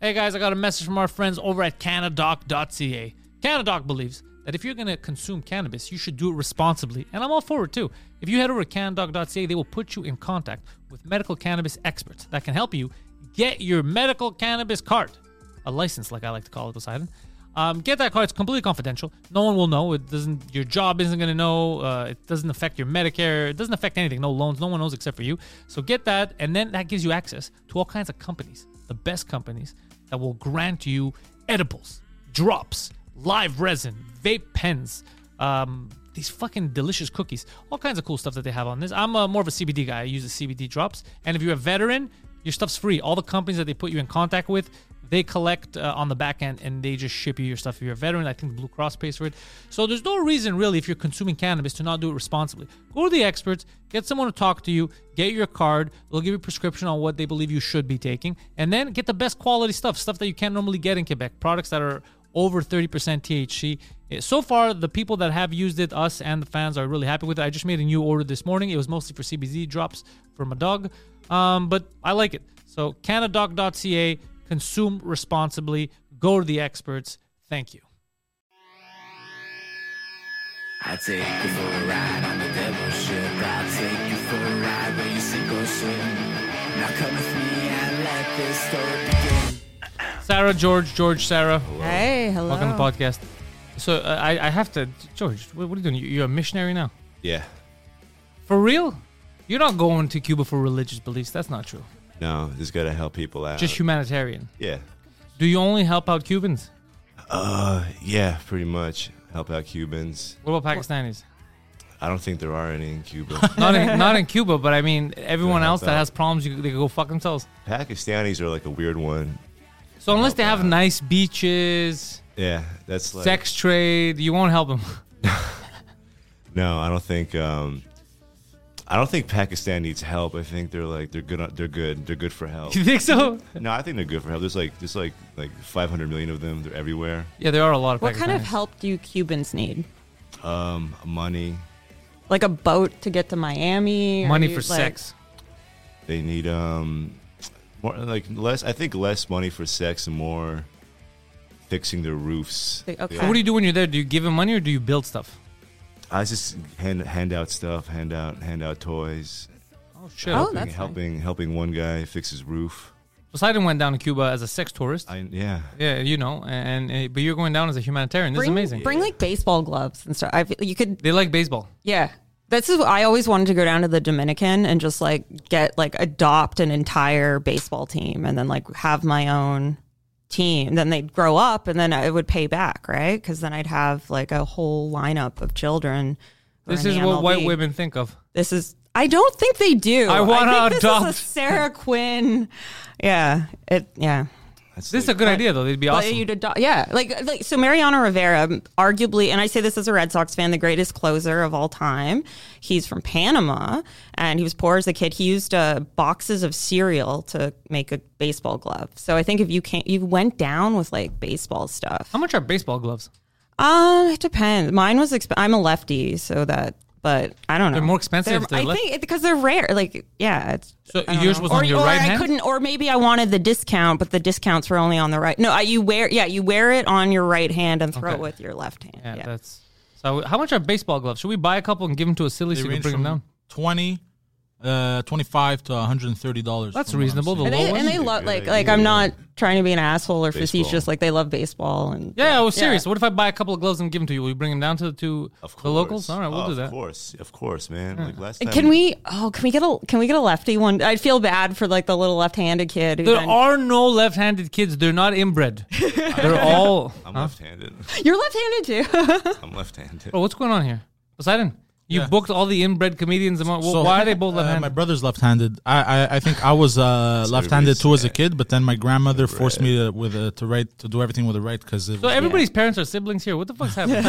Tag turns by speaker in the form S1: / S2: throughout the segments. S1: Hey guys, I got a message from our friends over at canadoc.ca. Canadoc believes that if you're going to consume cannabis, you should do it responsibly, and I'm all for it too. If you head over to canadoc.ca, they will put you in contact with medical cannabis experts that can help you get your medical cannabis card, a license, like I like to call it, Poseidon. Um, get that card; it's completely confidential. No one will know. It doesn't. Your job isn't going to know. Uh, it doesn't affect your Medicare. It doesn't affect anything. No loans. No one knows except for you. So get that, and then that gives you access to all kinds of companies, the best companies that will grant you edibles, drops, live resin, vape pens, um, these fucking delicious cookies, all kinds of cool stuff that they have on this. I'm uh more of a CBD guy. I use the CBD drops. And if you're a veteran, your stuff's free. All the companies that they put you in contact with, they collect uh, on the back end and they just ship you your stuff. If you're a veteran, I think Blue Cross pays for it. So there's no reason really if you're consuming cannabis to not do it responsibly. Go to the experts, get someone to talk to you, get your card. They'll give you a prescription on what they believe you should be taking, and then get the best quality stuff, stuff that you can't normally get in Quebec, products that are over 30% THC. Eh, So far, the people that have used it, us and the fans, are really happy with it. I just made a new order this morning. It was mostly for CBD drops for my dog, um, but I like it. So, canadoc.ca, consume responsibly, go to the experts. Thank you.
S2: I take you for a ride on the devil's ship. I'll take you for a ride where you sink or swim. Now come with me and let this story begin.
S1: Sarah, George, George, Sarah,
S3: Hey, hello.
S1: welcome to the podcast. So, uh, I, I have to, George, what, what are you doing? You- You're a missionary now?
S4: Yeah.
S1: For real? You're not going to Cuba for religious beliefs. That's not true.
S4: No, just gotta help people out.
S1: Just humanitarian.
S4: yeah.
S1: Do you only help out Cubans?
S4: Uh, yeah, pretty much help out Cubans.
S1: What about Pakistanis?
S4: I don't think there are any in Cuba.
S1: not in not in Cuba, but I mean everyone
S4: help
S1: else that
S4: out.
S1: has problems, you, they could go fuck themselves.
S4: Pakistanis are like a weird one.
S1: So unless they have nice beaches,
S4: Yeah, that's like
S1: sex trade, you won't help them.
S4: No, I don't think. Um, I don't think Pakistan needs help. I think they're like they're good. They're good. They're good for help.
S1: you think so?
S4: no, I think they're good for help. There's like there's like like 500 million of them. They're everywhere.
S1: Yeah, there are a lot of.
S3: What kind of
S1: Pakistanis.
S3: help do you Cubans need?
S4: Um, money.
S3: Like a boat to get to Miami? Are
S1: Money
S3: you,
S1: for
S3: like-
S1: sex.
S4: They need um, more like less. I think less money for sex and more fixing their roofs.
S3: Like, okay.
S1: What do you do when you're there? Do you give them money or do you build stuff?
S4: I just hand hand out stuff, hand out hand out toys.
S1: Oh shit!
S3: Oh.
S4: helping
S3: that's nice.
S4: helping helping one guy fix his roof.
S1: Poseidon went down to Cuba as a sex tourist.
S4: I yeah.
S1: yeah, you know, and, and but you're going down as a humanitarian. This
S3: Bring,
S1: is amazing.
S3: Bring like baseball gloves and stuff. I feel, you could
S1: they like baseball.
S3: Yeah. This is I always wanted to go down to the Dominican and just like get like adopt an entire baseball team and then like have my own team. Then they'd grow up and then I would pay back, right? Cuz then I'd have like a whole lineup of children. who are
S1: This
S3: in
S1: is
S3: the
S1: what white
S3: MLB.
S1: women think of.
S3: This is I don't think they do.
S1: I wanna
S3: think this is a
S1: adopt-
S3: Sarah Quinn. Yeah. It yeah.
S4: That's
S1: This is a
S4: like-
S1: good idea though. They'd be
S3: But
S1: awesome.
S3: you'd adopt, yeah, like like so Mariano Rivera, arguably, and I say this as a Red Sox fan, the greatest closer of all time. He's from Panama, and he was poor as a kid. He used uh, boxes of cereal to make a baseball glove. So I think if you can't, you went down with like baseball stuff.
S1: How much are baseball gloves?
S3: Uh, it depends. Mine was exp- I'm a lefty, so that, but I don't know.
S1: They're more expensive
S3: They're-
S1: if they're
S3: I
S1: left-
S3: think it- because they're rare. Like yeah, it's.
S1: So
S3: I don't
S1: yours
S3: know.
S1: was
S3: or,
S1: on your
S3: or
S1: right
S3: I
S1: hand?
S3: couldn't, or maybe I wanted the discount, but the discounts were only on the right. No, I, you wear, yeah, you wear it on your right hand and throw
S1: Okay.
S3: it with your left hand.
S1: Yeah,
S3: Yeah,
S1: that's. So, how much are baseball gloves? Should we buy a couple and give them to a silly so
S5: They
S1: we can
S5: range
S1: bring
S5: from
S1: them down?
S5: 20 uh 25 to 130 dollars
S1: That's reasonable, the
S3: And they,
S1: Well,
S3: and they
S4: yeah,
S3: love
S4: yeah,
S3: like
S4: yeah,
S3: like
S4: yeah,
S3: I'm
S4: yeah.
S3: not trying to be an asshole or
S4: Baseball.
S3: facetious. Like they love baseball and
S1: Yeah, I was serious. What if I buy a couple of gloves and give them to you? Will you bring them down to to
S4: Of course.
S1: the locals? All right, we'll do that.
S4: Of course, of course, man. Like last time.
S3: Can we? Oh, can we get a can we get a lefty one? I'd feel bad for like the little left-handed kid. who
S1: There
S3: then-
S1: are no left-handed kids. They're not inbred. They're all.
S4: I'm left-handed.
S3: You're left-handed too.
S4: I'm left-handed.
S1: Oh. Bro, what's going on here? Poseidon, You
S5: Yeah.
S1: booked all the inbred comedians. Among, well, why are they both
S5: uh,
S1: left-handed?
S5: my brother's left-handed. I I, I think I was uh, left-handed too as a kid, but then my grandmother forced me to with a, to write to do everything with a right because
S1: so everybody's parents are siblings here. What the fuck's happening?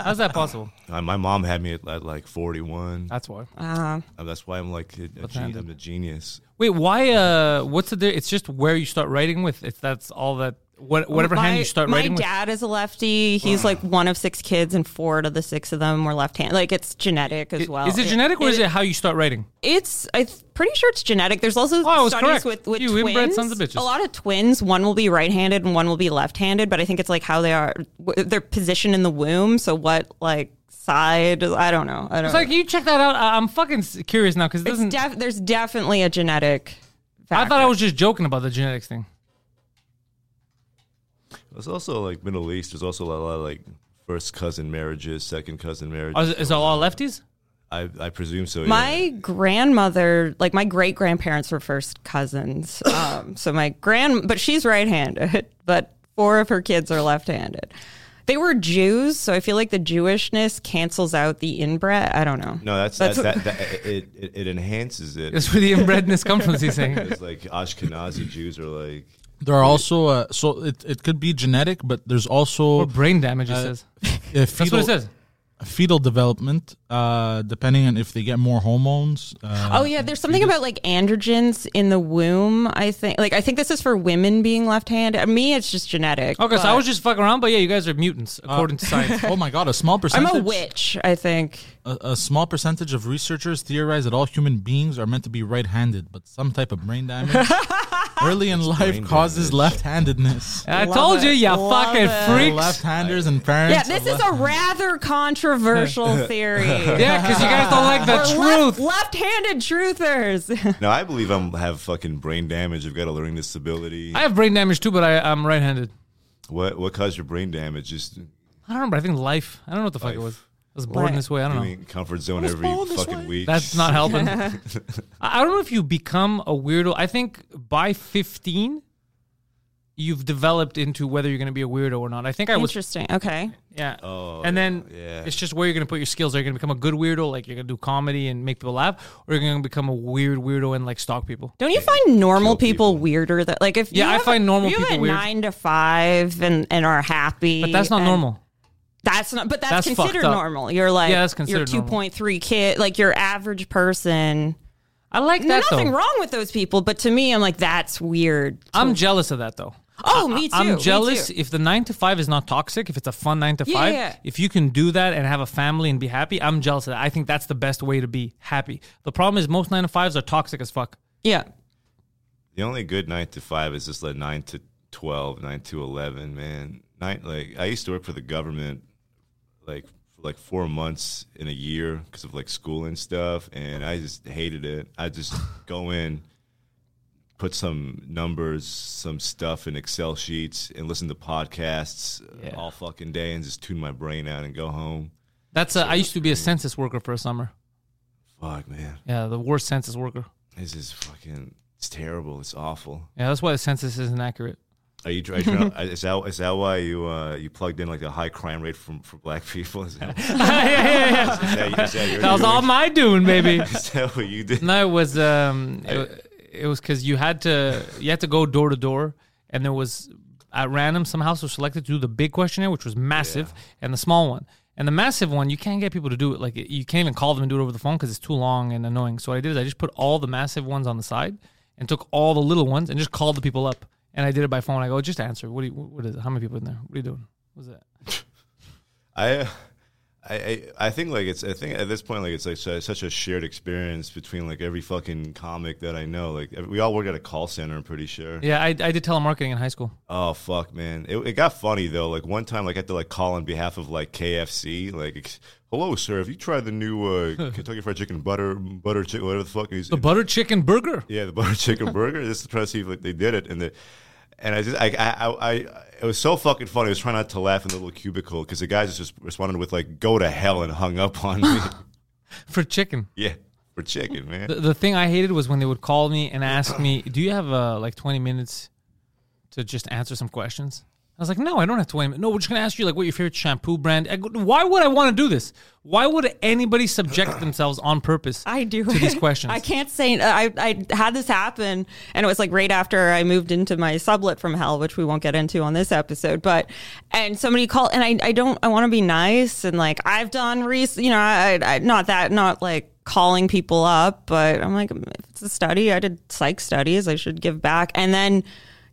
S1: How's that possible?
S4: Uh, my mom had me at, at like 41.
S1: That's why.
S4: Uh, That's why I'm like a, a gen-
S1: handed.
S4: I'm a genius.
S1: Wait, why? Uh, what's the? di- It's just where you start writing with. If that's all that, what, whatever
S3: my,
S1: hand you start
S3: my
S1: writing with.
S3: dad is a lefty. He's like one of six kids, and four out of the six of them were left-handed. Like it's genetic as
S1: I-
S3: well.
S1: is it genetic or is it how you start writing?
S3: It's I'm pretty sure it's genetic. There's also
S1: Oh, I was
S3: studies
S1: correct.
S3: with with
S1: You
S3: twins.
S1: inbred sons of bitches.
S3: A lot of twins, one will be right-handed and one will be left-handed, but I think it's like how they are w- their position in the womb. So what like side? I don't know. I don't.
S1: It's
S3: know.
S1: like you check that out. I- I'm fucking s- curious now because it
S3: It's
S1: doesn't.
S3: def- there's definitely a genetic.
S1: I
S3: Factor.
S1: thought I was just joking about the genetics thing.
S4: It's also like Middle East. There's also a lot of like first cousin marriages, second cousin
S1: Oh,
S4: marriages.
S1: Is, is it all lefties?
S4: I, I presume so. yeah.
S3: My grandmother, like my great grandparents were first cousins. Um, so my grand, but she's right handed, but four of her kids are left handed. They were Jews, so I feel like the Jewishness cancels out the inbred. I don't know.
S4: No, that's, that's,
S3: That's
S4: that, that it, it, it enhances it.
S1: That's where the inbredness comes from. He's saying.
S4: It's like Ashkenazi Jews are like
S5: there are also uh, so it, it could be genetic, but there's also
S1: Or brain damage, it
S5: Uh,
S1: says.
S5: uh,
S1: That's what
S5: fetal,
S1: it says.
S5: fetal development, uh, depending on if they get more hormones. Uh,
S3: Oh yeah, there's something about like androgens in the womb. I think, like, I think this is for women being left-handed. Uh, Me, it's just genetic.
S1: Okay, so Oh, I
S3: but
S1: was just fucking around, but yeah, you guys are mutants according to science.
S5: oh my god, a small
S3: I'm
S5: percentage.
S3: a witch. I think.
S5: A, a small percentage of researchers theorize that all human beings are meant to be right-handed, but some type of brain damage early in life
S4: brain
S5: causes
S4: damage.
S5: left-handedness.
S1: I told you, you fucking freaks.
S5: Left-handers and parents.
S3: Yeah, this is a rather controversial theory.
S1: Yeah, because you guys don't like the truth.
S3: Left, handed truthers.
S4: No, I believe I'm have fucking brain damage. I've got a learning disability.
S1: I have brain damage too, but I, I'm right-handed.
S4: what what caused your brain damage? Just
S1: I don't remember. I think life. I don't know what the fuck it
S4: Life.
S1: was. I was born
S3: Right.
S1: this way. I don't know.
S4: doing comfort zone every fucking week.
S1: That's not helping. I I don't know if you become a weirdo. I think by 15, you've developed into whether you're going to be a weirdo or not. I think I was.
S3: Interesting. Okay.
S1: Yeah. and then
S4: Oh, yeah.
S1: it's just where you're going to put your skills. Are you going to become a good weirdo? Like you're going to do comedy and make people laugh? Or you're going to become a weird weirdo and like stalk people?
S3: Don't you find normal people, weirder? That like if
S1: Yeah,
S3: you
S1: I
S3: have a-
S1: find normal
S3: you have
S1: people
S3: a
S1: weird.
S3: nine to five and and are happy.
S1: But that's not
S3: and-
S1: normal.
S3: That's not. But
S1: That's
S3: that's,
S1: fucked
S3: considered
S1: up.
S3: normal. You're like
S1: Yeah, that's considered
S3: you're
S1: normal.
S3: two point three kid. Like your average person.
S1: I like that though.
S3: Nothing wrong with those people, but to me, I'm like that's weird.
S1: I'm jealous of that though.
S3: Oh, me too. me
S1: I'm jealous
S3: too.
S1: if the nine to five is not toxic, if it's a fun nine to
S3: Yeah,
S1: five,
S3: yeah.
S1: if you can do that and have a family and be happy, I'm jealous of that. I think that's the best way to be happy. The problem is most nine to fives are toxic as fuck.
S3: Yeah.
S4: the only good nine to five is just like nine to 12, 9 to eleven. Man, nine like I used to work for the government, like for like four months in a year because of like school and stuff, and I just hated it. I just go in. Put some numbers, some stuff in Excel sheets, and listen to podcasts
S1: Yeah.
S4: all fucking day, and just tune my brain out and go home.
S1: That's a, I used to be a census worker for a summer.
S4: Fuck, man.
S1: Yeah, the worst census worker.
S4: This is fucking. It's terrible. It's awful.
S1: Yeah, that's why the census isn't accurate.
S4: Are you? Are you trying to, is that is that why you uh, you plugged in like the high crime rate from for black people? Is that, is
S1: yeah, yeah, yeah.
S4: that, is that, your
S1: That was all
S4: doing?
S1: my doing, baby.
S4: Is that what you did?
S1: No, it was um, it, it was because you had to you had to go door to door, and there was at random some houses were selected to do the big questionnaire, which was massive, and the small one. And the massive one, you can't get people to do it. Like you can't even call them and do it over the phone because it's too long and annoying. So what I did is I just put all the massive ones on the side and took all the little ones and just called the people up. And I did it by phone. I go, just answer. What do you? What is it? How many people in there? What are you doing? What's that?
S4: I, uh, I, I, I think like it's. I think at this point, like it's like su- such a shared experience between like every fucking comic that I know. Like ev- we all work at a call center. I'm pretty sure.
S1: Yeah, I, I did telemarketing in high school.
S4: Oh fuck, man! It, it got funny though. Like one time, like I had to like call on behalf of like KFC. Like, ex- hello, sir. Have you tried the new uh, Kentucky Fried Chicken butter butter chicken whatever the fuck? He's-
S1: The butter chicken burger.
S4: yeah, the butter chicken burger. Just to try to see if like, they did it, and the and I just I, I I I it was so fucking funny. I was trying not to laugh in the little cubicle because the guy just res- responded with like "Go to hell" and hung up on me.
S1: For chicken.
S4: yeah, for chicken, man.
S1: The, the thing I hated was when they would call me and ask me, "Do you have uh, like 20 minutes to just answer some questions?" I was like, no, I don't have to wait a minute. No, we're just gonna ask you like what your favorite shampoo brand. I go, why would I want to do this? Why would anybody subject themselves on purpose?
S3: I do
S1: to these questions.
S3: I can't say I I had this happen, and it was like right after I moved into my sublet from hell, which we won't get into on this episode. But and somebody called, and I I don't I want to be nice and like I've done research, you know, I, I not that not like calling people up, but I'm like if it's a study, I did psych studies, I should give back, and then.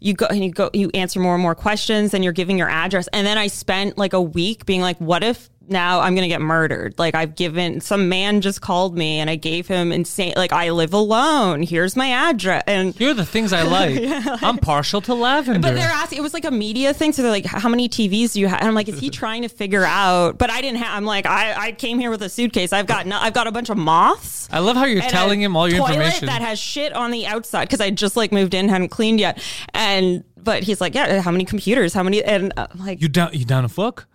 S3: You go and you go, you answer more and more questions, and you're giving your address. And then I spent like a week being like, what if now I'm gonna get murdered. Like I've given some man just called me and I gave him insane like I live alone. Here's my address and
S1: Here are the things I like. I'm partial to lavender.
S3: but they're asking. It was like a media thing, so they're like, "How many TVs do you have?" And I'm like, "Is he trying to figure out?" But I didn't have. I'm like, I, I came here with a suitcase. I've got no, I've got a bunch of moths.
S1: I love how you're
S3: and
S1: telling
S3: a
S1: him all your
S3: toilet
S1: information.
S3: that has shit on the outside because I just like moved in, hadn't cleaned yet, and but he's like, "Yeah, how many computers? How many?" And uh, I'm like,
S1: you down? You down to fuck?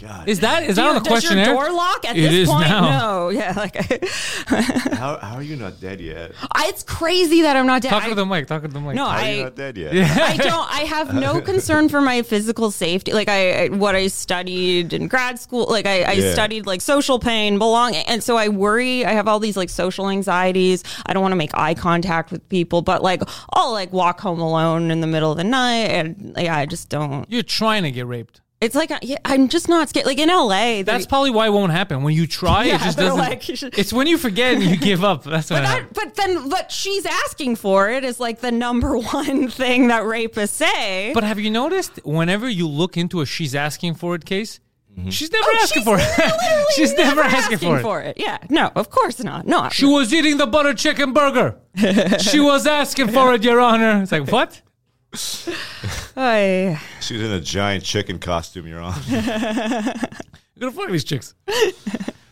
S1: God, is that is that on the
S3: Does your
S1: questionnaire?
S3: door lock at
S1: It
S3: this
S1: is
S3: point?
S1: now.
S3: No, yeah, like
S4: How, how are you not dead yet?
S3: I- it's crazy that I'm not dead.
S1: Talk
S3: I,
S1: to the mic. Talk to the mic.
S3: No,
S4: How are you
S3: I,
S4: not dead yet?
S3: I don't. I have no concern for my physical safety. Like I, I- what I studied in grad school. Like I, I
S4: Yeah.
S3: studied like social pain, belonging, and so I worry. I have all these like social anxieties. I don't want to make eye contact with people, but like I'll like walk home alone in the middle of the night, and yeah, I just don't.
S1: you're trying to get raped.
S3: It's like yeah, I'm just not scared. Like in LA, they're-
S1: That's probably why it won't happen. When you try,
S3: Yeah,
S1: it just
S3: they're
S1: doesn't.
S3: like, you should-
S1: it's when you forget and you give up. That's what.
S3: But
S1: happens.
S3: that, but then what she's asking for it is like the number one thing that rapists say.
S1: But have you noticed whenever you look into a she's asking for it case, she's never
S3: Oh,
S1: asking
S3: she's
S1: for
S3: literally
S1: it. she's never, asking, for it.
S3: it. Yeah, no, of course not. No,
S1: She was eating the butter chicken burger. she was asking for it, Your Honor. It's like, what?
S3: I,
S4: She's in a giant chicken costume, You're on.
S1: You're gonna fuck these chicks.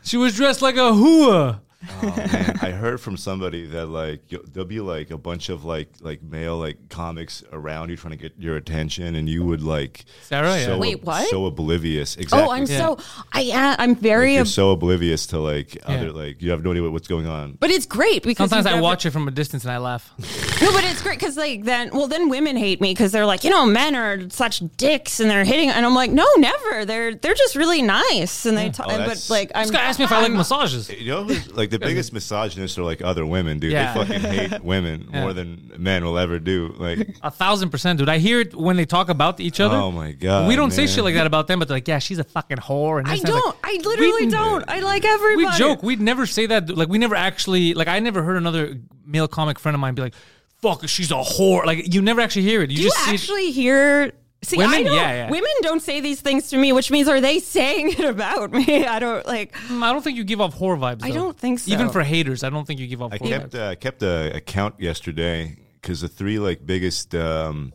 S1: she was dressed like a hua.
S4: Man, I heard from somebody that like you'll- there'll be like a bunch of like like male like comics around you trying to get your attention, and you would like
S1: Sarah, yeah.
S4: so
S3: Wait, what?
S4: so oblivious. Exactly.
S3: oh, I'm
S1: Yeah.
S3: so I uh, I'm very.
S4: You're
S3: ob-
S4: so oblivious to like other like you have no idea what, what's going on.
S3: but it's great because
S1: Sometimes
S3: you
S1: I
S3: never-
S1: watch it from a distance and I laugh.
S3: No, but it's great because like then well then women hate me because they're like you know men are such dicks and they're hitting and I'm like no never they're they're just really nice and they talk
S4: Oh,
S3: but
S4: that's-
S3: like I'm
S1: This guy asked me if I like massages.
S4: You know, who's- like the biggest misogynists are like other women, dude.
S1: Yeah.
S4: They fucking hate women more than men will ever do. Like,
S1: A thousand percent, dude. I hear it when they talk about each other.
S4: oh my god,
S1: we don't say
S4: man.
S1: shit like that about them, but they're like, yeah, she's a fucking whore. And
S3: I
S1: this and that. It's
S3: don't
S1: like,
S3: I literally
S1: we-
S3: don't I like everybody
S1: We joke. We'd never say that. Like we never actually. Like I never heard another male comic friend of mine be like, "Fuck, she's a whore." Like you never actually hear it. You
S3: Do you
S1: just see it.
S3: actually hear? See, I
S1: Women?
S3: don't,
S1: Yeah, yeah.
S3: women don't say these things to me, which means are they saying it about me? I don't like.
S1: Mm, I don't think you give off whore vibes.
S3: I
S1: though.
S3: don't think so.
S1: Even for haters, I don't think you give off.
S4: I
S1: whore
S4: kept
S1: vibes.
S4: uh, kept a, a count yesterday because the three like biggest um,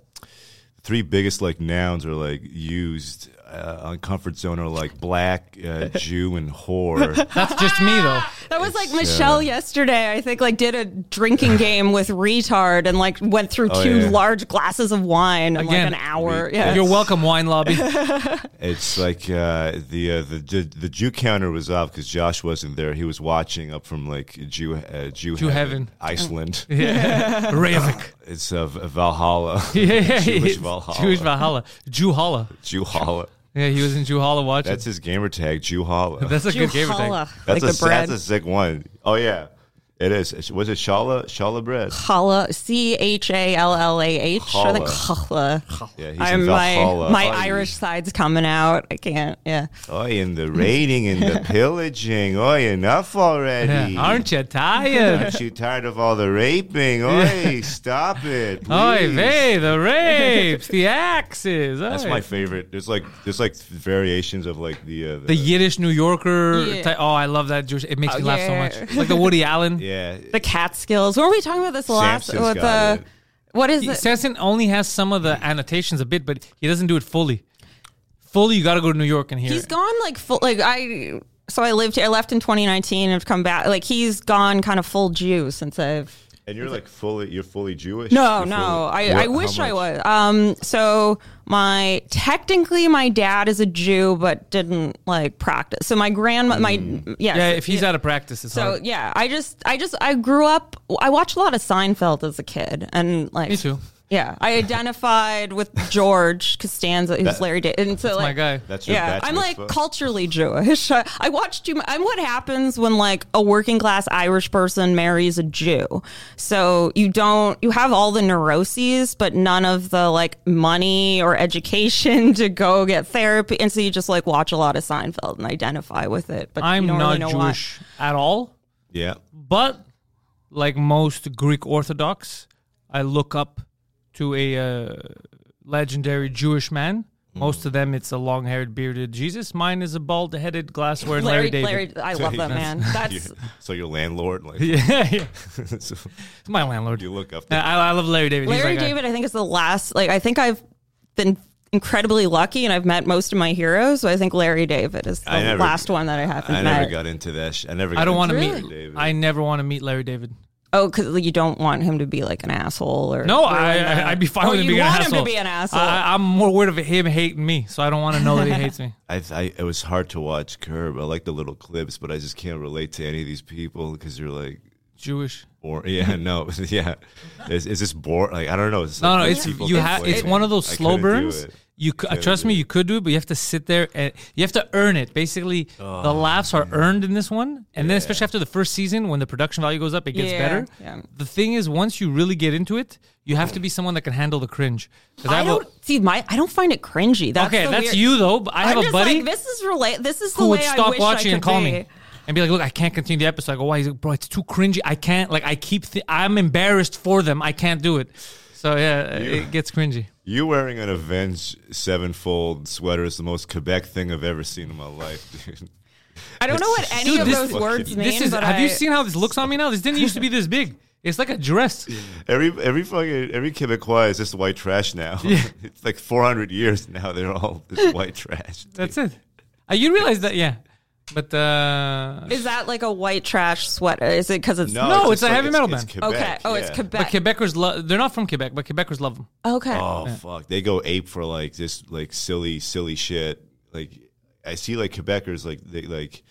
S4: three biggest like nouns are like used uh, on comfort zone are like black, uh, Jew, and whore.
S1: That's just me though.
S3: That was like Michelle yesterday. I think like did a drinking game with retard and like went through two
S4: Oh, yeah.
S3: large glasses of wine in like
S1: Again,
S3: an hour.
S4: we-
S3: yeah.
S1: You're welcome, wine lobby.
S4: It's like uh, the, uh, the the the Jew counter was off because Josh wasn't there. He was watching up from like Jew uh, Jew,
S1: Jew heaven.
S4: Iceland.
S1: Reykjavik.
S4: It's uh, V- Valhalla. Jewish Valhalla.
S1: Jewish Valhalla. Jewhalla.
S4: Jewhalla.
S1: Yeah, he was in Jewhalla watching.
S4: That's his gamer tag, Jewhalla.
S1: That's a good game.
S3: Juhala,
S1: tag.
S4: That's
S3: like
S4: a
S3: the bread.
S4: that's a sick one. Oh yeah, it is. It's- Was it Shala Shala bread?
S3: Challah, C H A L L A H, or the
S4: Challah.
S3: challah.
S4: Yeah, he's
S3: I'm
S4: in
S3: my
S4: Valhalla.
S3: my
S4: Oh, he's-
S3: Irish side's coming out. I can't. Yeah.
S4: Oh, in the raiding and the pillaging. Oh, enough already.
S1: Yeah. Aren't you tired?
S4: Aren't you tired of all the raping? Oi, stop it. Please.
S1: Oy vey, the rapes, the axes.
S4: That's
S1: oy.
S4: my favorite. There's like there's like variations of like the uh, the,
S1: The Yiddish New Yorker.
S3: Yeah.
S1: type- oh, I love that Jewish. It makes
S3: Oh,
S1: me laugh so
S3: yeah.
S1: much. It's like the Woody Allen.
S4: yeah.
S3: The Catskills. Were we talking about this last?
S4: Samson's
S3: With
S4: got
S3: the,
S4: it.
S3: what is
S1: He-
S3: it?
S1: Samson only has some of the annotations a bit, but he doesn't do it fully. Fully, you got to go to New York and hear.
S3: He's
S1: it.
S3: gone like full like I so I lived here I left in 2019 and have come back like he's gone kind of full Jew since I've
S4: And you're like fully you're fully Jewish.
S3: no
S4: You're
S3: no
S4: fully-
S3: I,
S4: What-
S3: I
S4: how
S3: wish I
S4: much?
S3: was um so my technically my dad is a Jew but didn't like practice so my grandma my yeah
S1: Mm. Yeah, if he's out of practice, it's
S3: so
S1: hard.
S3: yeah I just I just I grew up I watched a lot of Seinfeld as a kid and like
S1: Me too.
S3: Yeah, I identified with George Costanza, who's
S4: That-
S3: Larry David. And so,
S1: my
S3: like,
S1: guy.
S4: That's your
S3: yeah,
S4: bat
S3: I'm like
S4: mitzvah?
S3: culturally Jewish. I, I watched too. mu- I'm what happens when like a working class Irish person marries a Jew. So you don't you have all the neuroses, but none of the like money or education to go get therapy, and so you just like watch a lot of Seinfeld and identify with it. But you
S1: I'm
S3: don't really
S1: not
S3: know why.
S1: Jewish at all,
S4: yeah.
S1: but like most Greek Orthodox, I look up to a uh, legendary Jewish man.
S3: Hmm.
S1: Most of them, it's a long-haired, bearded Jesus. Mine is a bald-headed, glass-wearing Larry,
S3: Larry,
S1: David.
S3: Larry, I love that man. That's
S4: So your landlord, like,
S1: Yeah, yeah.
S4: so
S1: It's my landlord.
S4: you look up.
S1: I,
S4: to
S1: I love Larry David. He's
S3: Larry
S1: like, I-
S3: David, I think, is the last. Like, I think I've been incredibly lucky, and I've met most of my heroes. So I think Larry David is the
S4: I never-
S3: last one that I haven't
S4: I
S3: met.
S4: never got into that. Sh- I never. Got
S1: I don't want to
S4: into
S1: meet.
S4: Larry David.
S1: I never want to meet Larry David.
S3: oh, because you don't want him to be like an asshole, or
S1: No,
S3: ruin
S1: I,
S3: the-
S1: I I'd be fine
S3: Or
S1: with him
S3: Oh, you
S1: being an
S3: want him to
S1: asshole.
S3: be an asshole.
S1: I, I'm more worried of him hating me, so I don't want to know that he hates me.
S4: I, I it was hard to watch Curb. I like the little clips, but I just can't relate to any of these people because you're like,
S1: Jewish.
S4: or yeah, no, yeah, is, is this boring? Like I don't know. It's
S1: No,
S4: like
S1: no,
S4: these
S1: it's
S4: people
S1: you have. It's
S4: complaining.
S1: one of those
S4: I
S1: slow
S4: couldn't do
S1: burns.
S4: it.
S1: You c- trust me, you could do it, but you have to sit there and you have to earn it. Basically,
S4: Oh,
S1: the laughs are earned in this one, and then especially after the first season, when the production value goes up, it gets
S3: Yeah,
S1: better.
S3: yeah.
S1: The thing is, once you really get into it, you have to be someone that can handle the cringe. 'Cause
S3: I
S1: have a-
S3: don't see my. I don't find it cringy. That's
S1: okay,
S3: the
S1: that's
S3: weird-
S1: you though. But I have
S3: I'm
S1: a
S3: just
S1: buddy
S3: Like, this is relate. This is the
S1: who
S3: way
S1: would
S3: I
S1: stop
S3: wish
S1: watching
S3: I
S1: and
S3: could
S1: call
S3: be.
S1: me and be like, "Look, I can't continue the episode." I go, "Why?" He's like, "Bro, it's too cringy. I can't. Like, I keep. Th- I'm embarrassed for them. I can't do it." So yeah, it gets cringy.
S4: You wearing an Avenged Sevenfold sweater is the most Quebec thing I've ever seen in my life, dude.
S3: I don't know what any
S1: Dude,
S3: of
S1: this-
S3: those words mean.
S1: This is.
S3: but
S1: Have you
S3: I-
S1: seen how this looks on me now? This didn't used to be this big. It's like a dress.
S4: Every every fucking every Quebecois is just white trash now. it's like 400 years now. They're all this white trash. dude.
S1: That's it. Uh, you realize that? Yeah. But uh,
S3: Is that like a white trash sweater? Is it because it's
S1: No,
S4: just
S1: it's a heavy metal band.
S4: Quebec,
S3: okay? Oh, it's
S4: yeah.
S1: but
S3: Quebec.
S1: Quebecers love. They're not from Quebec, but Quebecers love them.
S3: Okay.
S4: Oh fuck, they go ape for like this like silly silly shit. Like I see like Quebecers like they like.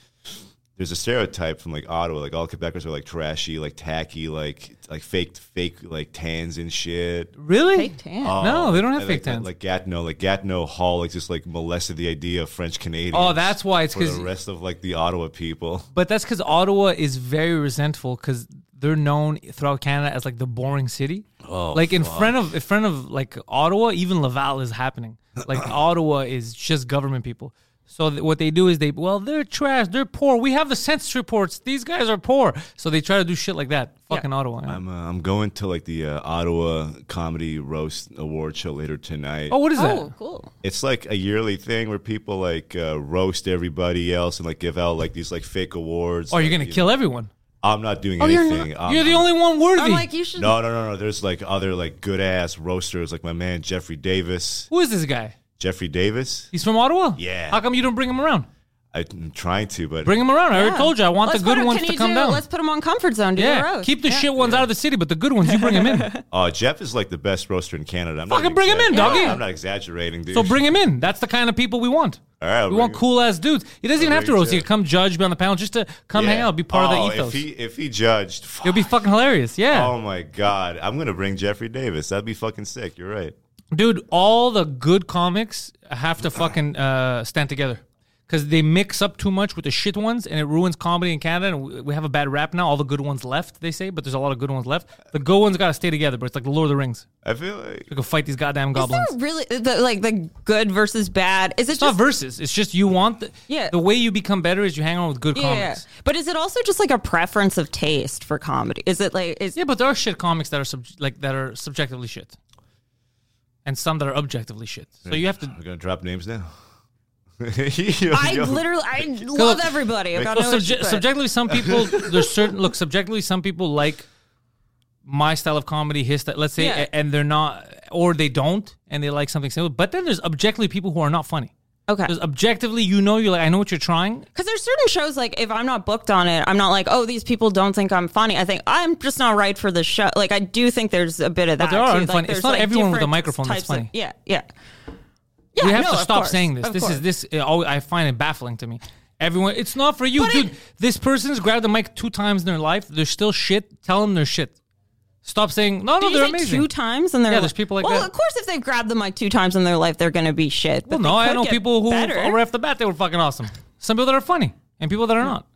S4: There's a stereotype from like Ottawa, like all Quebecers are like trashy, like tacky, like like fake fake like tans and shit.
S1: Really?
S3: Fake tan.
S1: No, they don't have
S4: And,
S1: fake
S4: like,
S1: tans.
S4: Like Gatineau, like Gatineau Hall, like just like molested the idea of French Canadians.
S1: oh, that's why it's
S4: for
S1: because
S4: the rest of like the Ottawa people.
S1: But that's because Ottawa is very resentful because they're known throughout Canada as like the boring city. Oh, like in front of in front of like Ottawa, even Laval is happening. Like Ottawa is just government people. So th- what they do is they well they're trash, they're poor. We have the census reports. These guys are poor, so they try to do shit like that. Fucking Ottawa. yeah.
S4: I'm uh, I'm going to like the uh, Ottawa Comedy Roast Award show later tonight.
S1: oh, what is that?
S3: Oh, cool.
S4: It's like a yearly thing where people like uh, roast everybody else and like give out like these like fake awards.
S1: Oh, you're
S4: Like,
S1: gonna
S4: you-
S1: kill everyone.
S4: I'm not doing
S3: you're not-
S4: anything. I'm-
S1: You're the
S4: I'm-
S1: only one worthy.
S3: I'm like you should.
S4: No, no, no, no. There's like other like good ass roasters, like my man Jeffrey Davis.
S1: Who is this guy?
S4: Jeffrey Davis.
S1: He's from Ottawa.
S4: Yeah.
S1: How come you don't bring him around?
S4: I'm trying to, but
S1: Bring him around. I already
S3: Yeah.
S1: told you. I want
S3: Let's
S1: the good
S3: put 'em-
S1: ones
S3: can
S1: to
S3: you
S1: come
S3: do-
S1: down.
S3: Let's put them on comfort zone. Do
S1: Yeah,
S3: the roast.
S1: keep the shit ones out of the city, but the good ones you bring them in.
S4: uh, Jeff is like the best roaster in Canada. I'm not
S1: Fucking bring him in,
S4: exag-
S1: doggy.
S4: I'm not exaggerating, dude.
S1: so bring him in. That's the kind of people we want.
S4: All right, I'll
S1: we want
S4: bring him.
S1: cool ass dudes. He doesn't even have to
S4: bring
S1: roast. He
S4: Jeff.
S1: can come judge, be on the panel, just to come hang
S4: Yeah.
S1: out, be part of
S4: Oh,
S1: the ethos.
S4: If he if he judged,
S1: It'll be fucking hilarious. Yeah,
S4: Oh my god, I'm gonna bring Jeffrey Davis. That'd be fucking sick. You're right.
S1: dude. All the good comics have to fucking uh, stand together because they mix up too much with the shit ones, and it ruins comedy in Canada. And we- we have a bad rap now. All the good ones left, they say, but there's a lot of good ones left. The good ones gotta stay together. But it's like the Lord of the Rings.
S4: I feel like
S1: We can fight these goddamn
S3: Is there
S1: goblins.
S3: really the, like the good versus bad? Is it
S1: It's not
S3: just
S1: versus. It's just you want the,
S3: Yeah.
S1: the way you become better is you hang around with good
S3: yeah?
S1: comics.
S3: But is it also just like a preference of taste for comedy? Is it like is
S1: Yeah, but there are shit comics that are sub- like that are subjectively shit, and some that are objectively shit. So you have to.
S4: we're gonna drop names now. Yo,
S3: I
S4: yo.
S3: literally I love everybody. I've got
S1: Well,
S3: no
S1: subje-
S3: issue, but-
S1: subjectively, some people there's certain look. Subjectively, some people like my style of comedy, his style, let's say,
S3: Yeah.
S1: a- and they're not, or they don't, and they like something similar. But then there's objectively people who are not funny.
S3: okay.
S1: There's objectively, you know, you're like, I know what you're trying.
S3: Because there's certain shows like if I'm not booked on it, I'm not like, oh, these people don't think I'm funny. I think I'm just not right for the show. Like I do think there's a bit of that.
S1: there are
S3: too.
S1: unfunny-
S3: Like,
S1: it's
S3: there's,
S1: not
S3: like,
S1: everyone with a
S3: different
S1: microphone that's
S3: types of-
S1: funny.
S3: yeah, yeah. Yeah,
S1: we have
S3: no,
S1: to
S3: of
S1: stop
S3: course,
S1: saying this.
S3: of
S1: This
S3: course.
S1: is this. It, al- I find it baffling to me. Everyone, it's not for you,
S3: But
S1: dude.
S3: it-
S1: this person's grabbed the mic two times in their life. They're still shit. Tell them they're shit. Stop saying no, no,
S3: Did you
S1: Oh, they're
S3: say
S1: amazing.
S3: two times and they're
S1: Yeah, there's people like
S3: well,
S1: that.
S3: of course, if they've grabbed the mic two times in their life, they're going to be shit.
S1: well,
S3: But they
S1: no, I
S3: could
S1: know
S3: get
S1: people who oh,
S3: better.
S1: right off the bat they were fucking awesome. Some people that are funny and people that are not.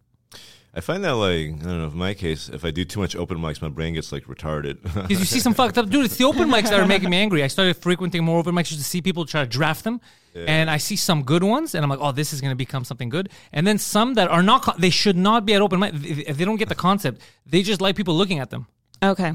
S4: I find that like I don't know. In my case, if I do too much open mics, my brain gets like retarded.
S1: Because you see some fucked up dude. It's the open mics that are making me angry. I started frequenting more open mics just to see people try to draft them, and I see some good ones, and I'm like, oh, this is gonna become something good. And then some that are not, co- they should not be at open mic. If if they don't get the concept, they just like people looking at them.
S3: Okay.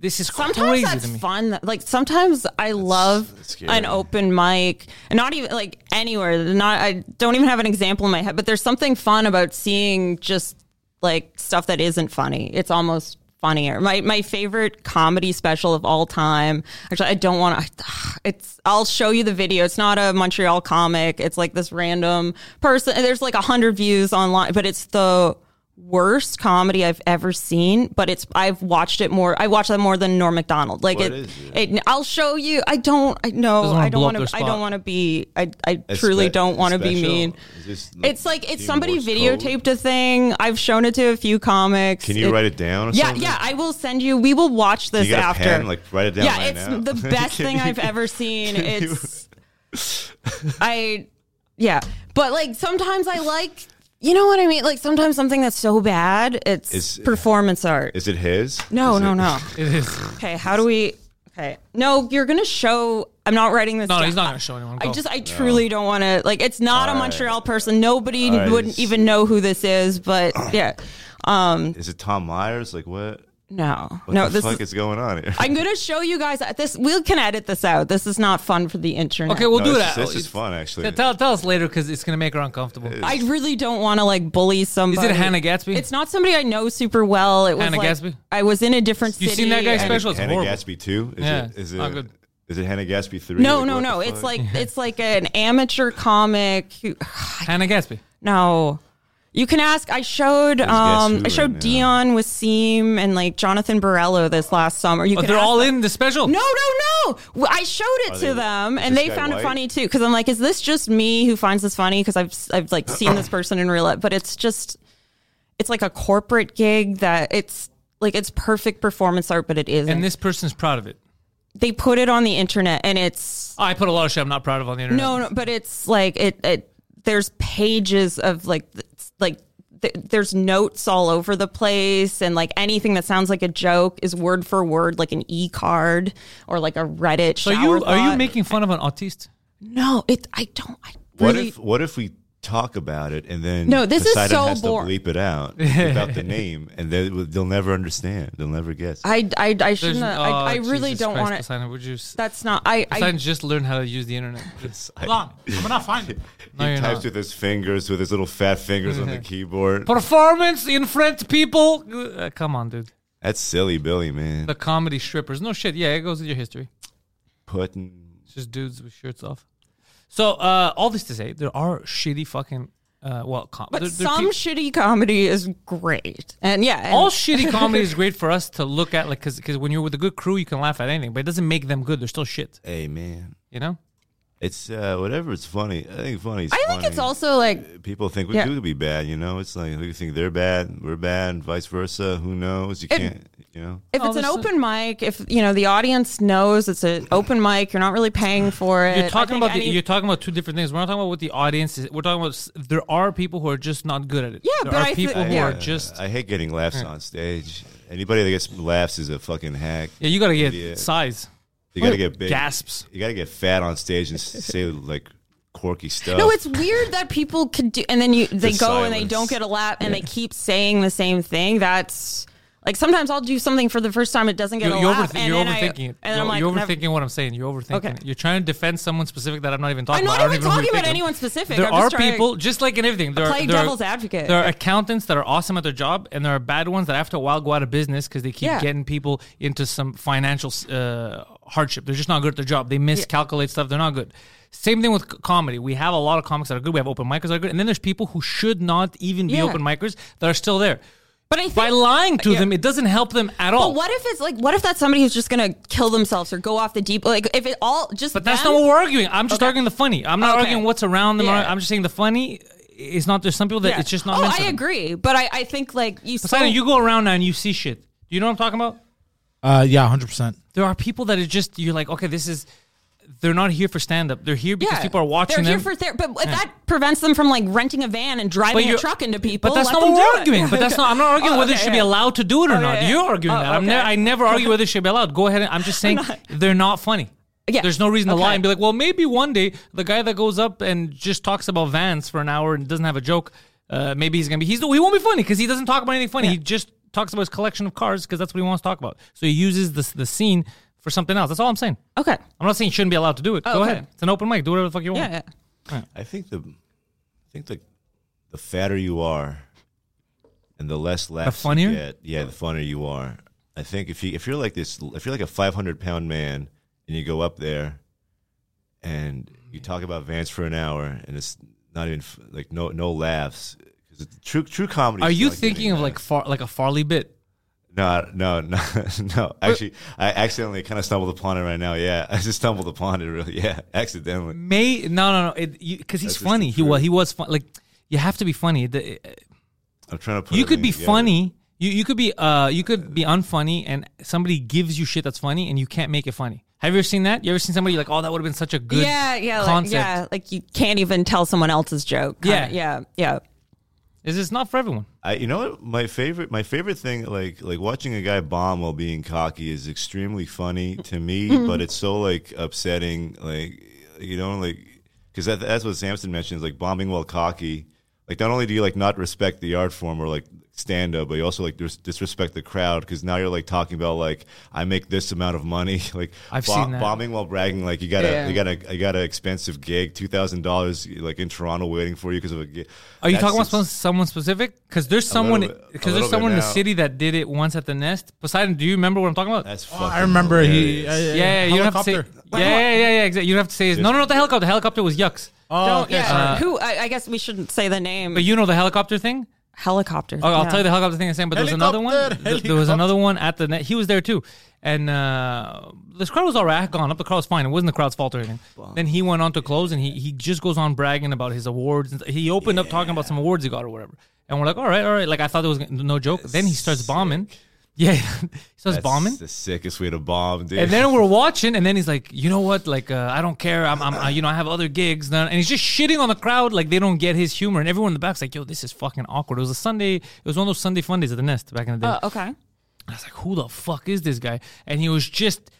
S1: This is
S3: Sometimes
S1: crazy
S3: that's
S1: to me.
S3: fun. Like sometimes I love
S4: that's scary.
S3: an open mic, and not even like anywhere. Not I don't even have an example in my head, but there's something fun about seeing just like stuff that isn't funny. It's almost funnier. My my favorite comedy special of all time. Actually, I don't want to. It's I'll show you the video. It's not a Montreal comic. It's like this random person. and There's like a hundred views online, but it's the worst comedy I've ever seen, but it's I've watched it more. I watched that more than Norm Macdonald. Like
S4: What is
S3: it, it, I'll show you. I don't. I know.
S1: Doesn't wanna
S3: I don't
S1: blow up
S3: want
S1: their
S3: to. I
S1: spot.
S3: don't want to be. I. I
S4: A
S3: truly
S4: spe-
S3: don't want to be
S4: special?
S3: mean.
S4: Is this,
S3: It's like it's
S4: Team
S3: somebody
S4: Morse code?
S3: videotaped a thing. I've shown it to a few comics.
S4: Can you
S3: It-
S4: write it down? Or
S3: Yeah,
S4: something?
S3: yeah. I will send you. We will watch this
S4: You got
S3: after.
S4: a pen? Like write it down.
S3: yeah,
S4: right
S3: it's
S4: now.
S3: the best
S4: Can
S3: thing
S4: you-
S3: I've e-, ever seen.
S4: can you-
S3: It's I yeah, but like sometimes I like you know what I mean. Like sometimes something that's so bad, it's
S4: Is- uh,
S3: performance art.
S4: Is it his?
S3: no,
S4: Is
S3: no,
S4: it-
S3: no.
S1: It is.
S3: Okay, how do we? Okay, no, you're gonna show. I'm not writing this.
S1: No,
S3: down.
S1: he's not gonna show anyone.
S3: I
S1: Go.
S3: just, I truly don't want to. Like, it's not a
S4: Oh, All right.
S3: Montreal person. Nobody
S4: All right,
S3: wouldn't
S4: it's-
S3: even know who this is. But yeah,
S4: Is it Tom Myers? Like what?
S3: no,
S4: What
S3: no.
S4: the
S3: This
S4: fuck
S3: is.
S4: is going on here?
S3: I'm gonna show you guys this. We can edit this out. This is not fun for the internet.
S1: okay, we'll
S4: No,
S1: do
S4: this
S1: that.
S4: is- This is fun, actually.
S1: Yeah, tell, tell us later because it's gonna make her uncomfortable.
S3: I really don't want to like bully somebody.
S1: Hannah Gatsby?
S3: It's not somebody I know super well. It was
S1: Hannah
S3: like,
S1: Gatsby?
S3: I was in a different
S1: You
S3: city.
S1: seen that guy
S3: and-
S4: Hannah-
S1: special? It's
S4: Hannah
S1: horrible.
S4: Gatsby two? Is
S1: Yeah,
S4: it?
S1: it's
S4: Is
S1: not
S4: it?
S1: good.
S4: Is it Hannah Gatsby three?
S3: No,
S4: Like,
S3: no,
S4: what the
S3: no. It's
S4: fuck?
S3: like it's like an amateur comic. Who,
S1: Hannah Gatsby.
S3: no. You can ask. I showed um
S4: who
S3: I showed
S4: right now?
S3: Dion Wasim and like Jonathan Borello this last summer. You
S1: Oh,
S3: can
S1: they're
S3: ask
S1: all
S3: them.
S1: in the special.
S3: No, no, no. Well, I showed it
S4: Are
S3: to
S4: they-
S3: them,
S4: is
S3: and
S4: this
S3: they
S4: guy
S3: found it
S4: white?
S3: funny too. Because I'm like, is this just me who finds this funny? Because I've I've like seen this person in real life, but it's just it's like a corporate gig that it's like it's perfect performance art, but it isn't.
S1: and this person's proud of it. Oh,
S3: they put it on the internet, and it's
S1: I put a lot of shit I'm not proud of on the internet.
S3: no, no, but it's like it. it there's pages of like th- like. th- There's notes all over the place, and like anything that sounds like a joke is word for word like an e card or like a Reddit.
S1: So
S3: shower
S1: you are you
S3: thought.
S1: making fun of an autist?
S3: No, it. I don't. I
S4: What
S3: really.
S4: if what if we talk about it and then
S3: No, this is
S4: Poseidon
S3: so
S4: has
S3: boring.
S4: to bleep it out without the name and they, they'll never understand. They'll never guess.
S3: I, I, I
S1: There's-
S3: shouldn't. have-
S1: oh,
S3: I, I really
S1: Jesus
S3: don't
S1: Christ,
S3: want to.
S1: Poseidon, would you? s-
S3: That's not. I.
S1: Poseidon
S3: I
S1: just learned how to use the internet.
S5: Hold on, I'm gonna find it.
S1: No,
S4: he
S1: you're
S4: types
S1: not.
S4: with his fingers, with his little fat fingers on the keyboard.
S1: Performance in front people. Uh, come on, dude.
S4: That's silly, Billy, man.
S1: The comedy strippers. No shit. Yeah, it goes with your history.
S4: Putting
S1: It's just dudes with shirts off. So uh, all this to say, there are shitty fucking uh, well, com-
S3: but
S1: there- there are
S3: some
S1: peop-
S3: shitty comedy is great, and yeah, and
S1: all shitty comedy is great for us to look at, like, because when you're with a good crew, you can laugh at anything, but it doesn't make them good. They're still shit,
S4: hey, man.
S1: you know.
S4: It's uh, whatever. It's funny. I think funny. Is
S3: I think
S4: funny.
S3: it's also like
S4: people think we
S3: Yeah.
S4: do be bad. You know, it's like you think they're bad, we're bad, vice versa. Who knows? You can't. You know.
S3: if
S1: Oh,
S3: it's an
S1: there's
S3: open mic, if you know the audience knows it's an open mic, you're not really paying for it. I
S1: You're talking
S3: think
S1: about the,
S3: any-
S1: you're talking about two different things. We're not talking about what the audience is. We're talking about s- there are people who are just not good at it.
S3: Yeah,
S1: there
S3: but
S1: are
S3: I thi-
S1: people who
S3: yeah.
S1: are just
S4: I hate getting laughs on stage. Anybody that gets laughs is a fucking hack.
S1: yeah. You gotta get
S4: Idiot.
S1: size.
S4: You gotta get big.
S1: gasps.
S4: You gotta get fat on stage and s- say like quirky stuff.
S3: No, it's weird that people could do, and then you they
S4: The
S3: go and they
S4: silence.
S3: don't get a lap, and they keep saying the same thing. That's like sometimes I'll do something for the first time, it doesn't get
S1: You're,
S3: a
S1: you're,
S3: laugh,
S1: overth-
S3: and
S1: you're
S3: then I-
S1: overthinking it.
S3: And
S1: You're,
S3: I'm like,
S1: you're
S3: never-
S1: overthinking what I'm saying. You're overthinking.
S3: Okay.
S1: It. You're trying to defend someone specific that I'm not even talking
S3: I'm
S1: about.
S3: not
S1: I don't
S3: even
S1: know who
S3: talking
S1: you're
S3: about
S1: thinking of.
S3: anyone specific.
S1: There
S3: I'm
S1: are
S3: just trying to-
S1: people just like in everything. There are,
S3: Play
S1: there
S3: devil's
S1: are,
S3: advocate.
S1: There are accountants that are awesome at their job, and there are bad ones that after a while go out of business because they keep
S3: Yeah.
S1: getting people into some financial uh, hardship. They're just not good at their job. They miscalculate stuff. They're not good. Same thing with c- comedy. We have a lot of comics that are good. We have open micers that are good, and then there's people who should not even be
S3: Yeah.
S1: open micers that are still there.
S3: But I think,
S1: By lying to
S3: Yeah.
S1: them, it doesn't help them at all.
S3: But what if it's like, what if that's somebody who's just gonna kill themselves or go off the deep? Like, if it all just.
S1: But that's
S3: them-
S1: not what we're arguing. I'm just
S3: Okay. Oh,
S1: arguing the funny. I'm not
S3: Okay.
S1: arguing what's around them.
S3: Yeah.
S1: I'm just saying the funny is not. There's some people that
S3: Yeah.
S1: it's just not.
S3: Oh,
S1: meant for
S3: I
S1: them.
S3: agree. But I, I think like you.
S1: Poseidon,
S3: so-
S1: you go around now and you see shit. Do you know what I'm talking about?
S5: Uh, yeah, hundred percent.
S1: There are people that are just you're like, okay, this is. They're not here for stand up. They're here because people are watching
S3: They're
S1: them.
S3: here for therapy, but that prevents them from like renting a van and driving a
S1: you're-
S3: truck into people.
S1: But that's
S3: Let
S1: not
S3: them
S1: what
S3: do
S1: we're
S3: it.
S1: arguing. But that's not. I'm not arguing
S3: Oh,
S1: whether it
S3: okay,
S1: should be
S3: yeah.
S1: allowed to do it or not.
S3: yeah,
S1: You're
S3: yeah.
S1: arguing
S3: Oh,
S1: that. I'm
S3: okay.
S1: ne- I never argue whether it should be allowed. Go ahead. And, I'm just saying they're not funny.
S3: Yeah.
S1: There's no reason to lie
S3: Okay.
S1: and be like, well, maybe one day the guy that goes up and just talks about Vans for an hour and doesn't have a joke, uh, maybe he's gonna be. He's he won't be funny because he doesn't talk about anything funny. He just talks about his collection of cars because that's what he wants to talk about. So he uses the the scene for something else. That's all I'm saying.
S3: Okay.
S1: I'm not saying you shouldn't be allowed to do it. Go
S3: Oh, okay.
S1: ahead. It's an open mic. Do whatever the fuck you want.
S3: Yeah, yeah.
S4: I think the, I think the, the fatter you are, and the less laughs you
S1: funnier?
S4: get, yeah, the funnier you are. I think if you if you're like this, if you're like a 500 pound man and you go up there, and you talk about Vance for an hour, and it's not even f- like no no laughs. 'Cause it's- True, true comedy.
S1: Are
S4: is
S1: you
S4: not getting
S1: thinking of
S4: that.
S1: like far like a Farley bit?
S4: No, no, no, no. Actually, I accidentally kind of stumbled upon it right now. Yeah, I just stumbled upon it. Really, yeah, accidentally.
S1: May no no no because he's
S4: That's just
S1: funny.
S4: the
S1: He was
S4: truth.
S1: he was fun. Like you have to be funny. The-
S4: I'm trying to. put
S1: you could
S4: everything
S1: be
S4: together.
S1: funny. You you could be uh you could be unfunny and somebody gives you shit that's funny and you can't make it funny. Have you ever seen that? You ever seen somebody like oh that would have been such a good
S3: yeah, yeah, like,
S1: concept?
S3: yeah. Like you can't even tell someone else's joke. kinda.
S1: Yeah.
S3: yeah, yeah.
S1: Is this not for everyone?
S4: I, you know what? My favorite, my favorite thing, like like watching a guy bomb while being cocky, is extremely funny to me. but it's so like upsetting, like you know, like because that, that's what Samson mentions, like bombing while cocky. Like not only do you like not respect the art form or like stand up, but you also like dis- disrespect the crowd because now you're like talking about like I make this amount of money. like
S1: I've
S4: bo-
S1: seen that.
S4: bombing while bragging, like you got a
S3: Yeah.
S4: you got a I got an expensive gig, two thousand dollars like in Toronto waiting for you because of a gig.
S1: Are you
S4: That's
S1: talking about
S4: just-
S1: someone- someone specific? Because there's someone
S4: bit- a
S1: because
S4: little
S1: there's
S4: bit
S1: someone in the
S4: now.
S1: city that did it once at the Nest. Poseidon, do you remember what I'm talking about?
S4: That's fucking
S5: I remember he.
S4: hilarious.
S1: yeah, yeah, you don't have to say. Yeah,
S5: Helicopter.
S1: yeah, yeah, yeah. Exactly. You don't have to say his. No, no, no. The helicopter. The helicopter was yucks.
S5: Oh,
S3: Don't-
S5: okay.
S3: yeah.
S5: sorry.
S3: Who? I, I guess we shouldn't say the name.
S1: But you know the helicopter thing.
S3: helicopter.
S1: Oh, I'll
S3: yeah.
S1: tell you the helicopter thing in a second, but there was another one.
S5: Helicopter,
S1: th- There was another one at the net. He was there too. And uh, this crowd was all right. I had gone up. The crowd was fine. It wasn't the crowd's fault or anything. Then he went on to close and he, he just goes on bragging about his awards. and th- He opened up talking about some awards he got or whatever. And we're like, all right, all right. Like, I thought there was gonna- no joke. Then he starts bombing. Yeah. he starts
S4: That's
S1: bombing.
S4: The sickest way to bomb, dude.
S1: And then we're watching, and then he's like, "You know what? Like, uh, I don't care. I'm, I'm, uh, you know, I have other gigs." Then- And he's just shitting on the crowd, like they don't get his humor. And everyone in the back's like, "Yo, this is fucking awkward." It was a Sunday. It was one of those Sunday fun days at the Nest back in the day.
S3: Oh, okay.
S1: I was like, "Who the fuck is this guy?" And he was just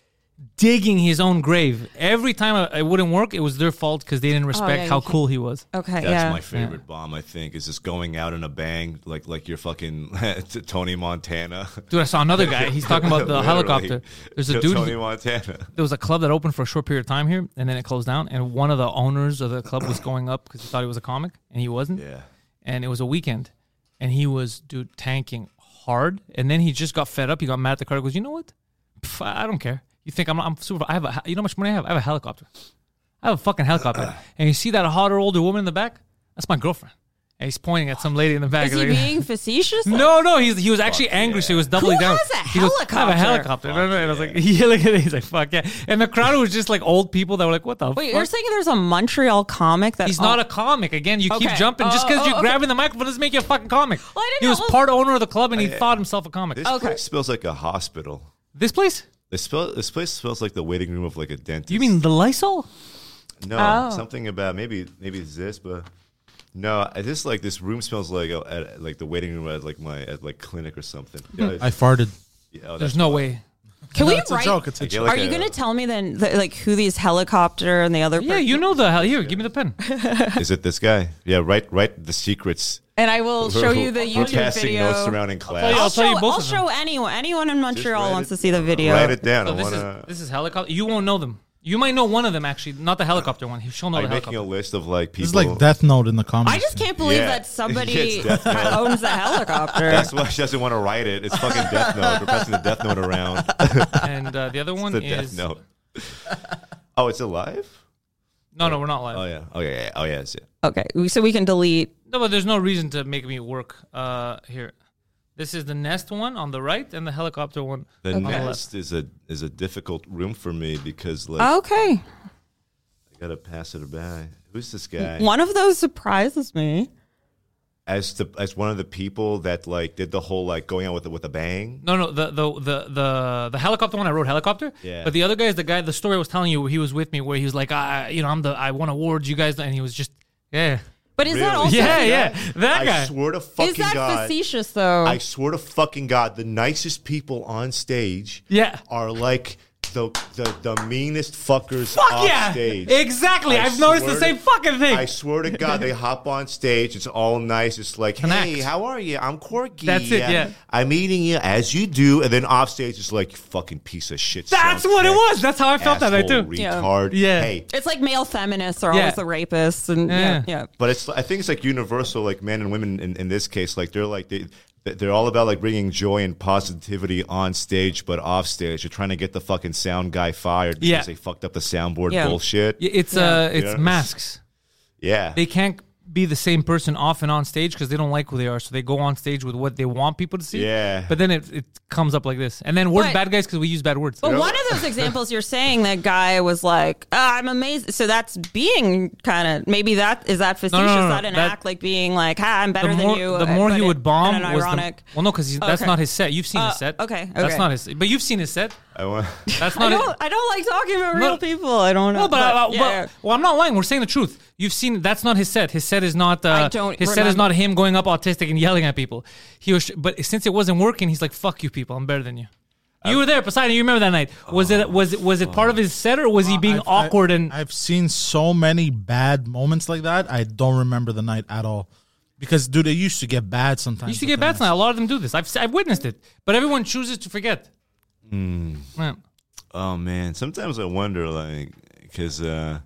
S1: digging his own grave. Every time it wouldn't work, it was their fault because they didn't respect
S3: Oh, yeah,
S1: how
S3: you can't-
S1: cool he was.
S3: Okay.
S4: that's
S3: yeah.
S4: my favorite bomb. I think is just going out in a bang, like like you're fucking Tony Montana.
S1: Dude, I saw another guy. He's talking about the
S4: Literally.
S1: helicopter. There's a dude.
S4: Tony Montana.
S1: there was a club that opened for a short period of time here, and then it closed down. And one of the owners of the club was going up because he thought he was a comic, and he wasn't.
S4: Yeah.
S1: and it was a weekend, and he was dude tanking hard, and then he just got fed up. He got mad at the crowd. He Goes, you know what? Pff, I don't care. You think I'm I'm super? I have a you know how much money I have? I have a helicopter. I have a fucking helicopter. and you see that hotter older woman in the back? That's my girlfriend. And he's pointing at some lady in the back.
S3: Is he
S1: Like-
S3: being facetious?
S1: no, no, he's, he was actually angry, so he was doubling
S3: Who
S1: down.
S3: has a
S1: He goes, I have a helicopter.
S3: helicopter?
S1: No, no, and I was like, yeah, look at it. He's like, fuck yeah. And the crowd was just like old people that were like, what the
S3: Wait,
S1: fuck?
S3: you're saying there's a Montreal comic that
S1: He's not a comic. Again, you keep
S3: Okay.
S1: jumping just because
S3: Oh, oh,
S1: you're
S3: okay.
S1: grabbing the microphone doesn't make you a fucking comic.
S3: Well, I
S1: he
S3: didn't
S1: was
S3: know-
S1: part owner of the club and he thought himself a comic.
S4: Oh, This
S1: Oh,
S4: place smells like a hospital.
S1: this place?
S4: This, spell, this place smells like the waiting room of like a dentist.
S1: You mean the Lysol?
S4: no?
S3: Oh.
S4: Something about maybe maybe it's this, but no. I just like this room smells like a, at, like the waiting room at like my at like clinic or something. Yeah,
S5: I farted.
S4: yeah, oh,
S1: There's
S4: that's-
S1: no way.
S3: Can we
S5: It's a
S3: write?
S5: joke. It's
S4: I
S5: a
S4: get
S5: joke.
S4: like
S3: Are you
S4: a-
S3: going to tell me then, the, like, who these helicopter and the other?
S1: Yeah,
S3: person-
S1: you know the hell. Here, give me the pen.
S4: Is it this guy? Yeah, write write the secrets.
S3: And I will show you the
S4: We're
S3: YouTube
S4: casting
S3: video.
S4: notes surrounding class.
S1: you-
S3: I'll,
S1: I'll
S3: show,
S1: tell you both
S3: I'll
S1: of them.
S3: show anyone. Anyone in Montreal
S4: write
S3: wants
S4: it-
S3: to see the video.
S4: Write it down.
S1: So
S4: I
S1: this,
S4: wanna-
S1: is, this is helicopter. You won't know them. You might know one of them, actually. Not the helicopter one. She'll know
S4: Are
S1: the
S4: you making
S1: helicopter.
S4: a list of like people?
S5: It's like Death Note in the comments.
S3: I just can't believe
S4: Yeah.
S3: that somebody
S4: Yes, definitely.
S3: owns the helicopter.
S4: That's why she doesn't want to write it. It's fucking Death Note. We're passing the Death Note around.
S1: and uh, the other one
S4: the Death
S1: is.
S4: Note. Oh, it's alive.
S1: No, no, we're not live.
S4: Oh yeah. Oh yeah. yeah. Oh yeah. It's, yeah.
S3: okay, so we can delete.
S1: No, but there's no reason to make me work uh, here. This is the nest one on the right and the helicopter one.
S4: The
S1: on the left.
S4: nest is a is a difficult room for me because like
S3: Okay,
S4: I gotta pass it by. Who's this guy?
S3: one of those surprises me.
S4: as the as one of the people that like did the whole like going out with a- with a bang.
S1: No, no, the the the the, the helicopter one. I wrote helicopter.
S4: Yeah.
S1: But the other guy is the guy. The story I was telling you. He was with me where he was like, I, you know, I'm the I won awards. You guys, and he was just, yeah,
S3: But is that
S4: Really?
S3: also
S1: yeah, yeah. That
S4: I
S1: guy.
S4: swear to
S3: is
S4: fucking
S3: that
S4: god.
S3: facetious though?
S1: Um,
S4: I swear to fucking god, the nicest people on stage
S1: Yeah.
S4: are like the the, the meanest fuckers
S1: Fuck
S4: off
S1: yeah!
S4: stage.
S1: Exactly.
S4: I
S1: I've noticed the
S4: swear
S1: same
S4: to-
S1: fucking thing.
S4: I swear to God, they hop on stage. It's all nice. It's like,
S1: Connect.
S4: hey, how are you? I'm Corky.
S1: That's it, yeah.
S4: I'm eating you as you do, and then off stage, it's like you fucking piece of shit.
S1: That's
S4: sound
S1: what it
S4: check,
S1: was. That's how I felt that night,
S4: asshole,
S1: too.
S3: Yeah.
S4: Retard.
S1: Yeah.
S4: Hey,
S3: it's like male feminists are
S1: Yeah.
S3: always the rapists, and yeah, yeah.
S4: but it's I think it's like universal, like men and women in, in this case, like they're like they. They're all about like bringing joy and positivity on stage, but off stage, you're trying to get the fucking sound guy fired because
S1: Yeah.
S4: they fucked up the soundboard
S3: Yeah.
S4: bullshit.
S1: Yeah, It's uh, it's
S4: Yeah.
S1: masks.
S4: Yeah,
S1: They can't be the same person off and on stage because they don't like who they are. So they go on stage with what they want people to see.
S4: Yeah.
S1: But then it, it comes up like this, and then we're
S3: But-
S1: bad guys because we use bad words.
S3: But one of those examples you're saying, that guy was like, Ah, "I'm amazed." So that's being kind of maybe that is that facetious?
S1: no, no,
S3: that an
S1: that-
S3: act like being like, "Ha, I'm better
S1: the more,
S3: than you." uh,
S1: the more
S3: but
S1: he
S3: it-
S1: would bomb
S3: and an
S1: was the-
S3: ironic.
S1: well, no, because that's
S3: Okay.
S1: not his set. You've seen
S3: Uh,
S1: his set.
S3: okay, okay.
S1: That's not his. But you've seen his set.
S4: I want.
S1: That's
S3: I
S1: not. it.
S3: don't. I don't like talking about
S1: No.
S3: real people. I don't know.
S1: No, but, I- I-
S3: yeah,
S1: well,
S3: yeah.
S1: well, I'm not lying. We're saying the truth. You've seen that's not his set. His set is not. Uh,
S3: I don't
S1: His set is
S3: remem-
S1: not him going up autistic and yelling at people. He was, but since it wasn't working, he's like, "Fuck you, people. I'm better than you." You were there, Poseidon. You remember that night? Was it was it was it part of his set or was he being
S5: I've- I-
S1: awkward and?
S5: I've seen so many bad moments like that. I don't remember the night at all because dude, it used to get bad sometimes.
S1: you used to
S5: with
S1: get bad
S5: them.
S1: tonight. A lot of them do this. I've se- I've witnessed it, but everyone chooses to forget.
S5: Hmm.
S1: Yeah.
S4: Oh man, sometimes I wonder, like, cause, uh,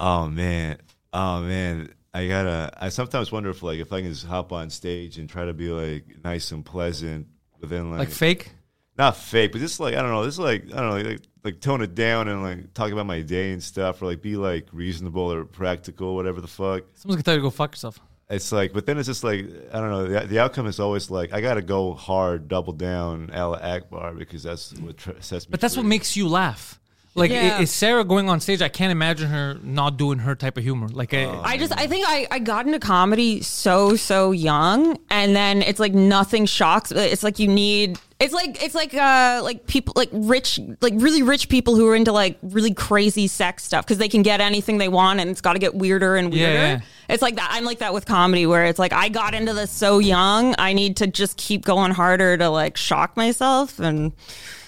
S4: oh man, oh man, I gotta. I sometimes wonder if, like, if I can just hop on stage and try to be like nice and pleasant, but then like,
S1: like fake.
S4: not fake, but just like I don't know, just like I don't know, like, like tone it down and like talk about my day and stuff, or like be like reasonable or practical, whatever the fuck.
S1: Someone's gonna tell you to go fuck yourself.
S4: It's like, but then it's just like I don't know. The, the outcome is always like I gotta go hard, double down, Allah Akbar, because that's what tr- sets me.
S1: But that's what
S4: free.
S1: makes you laugh. Like i
S3: Yeah.
S1: is Sarah going on stage? I can't imagine her not doing her type of humor. Like I-
S4: Oh.
S3: I just I think I, I got into comedy so so young and then it's like nothing shocks uh, it's like you need it's like it's like uh like people like rich like really rich people who are into like really crazy sex stuff because they can get anything they want and it's got to get weirder and
S1: Yeah,
S3: weirder.
S1: yeah.
S3: It's like that I'm like that with comedy where it's like I got into this so young I need to just keep going harder to like shock myself and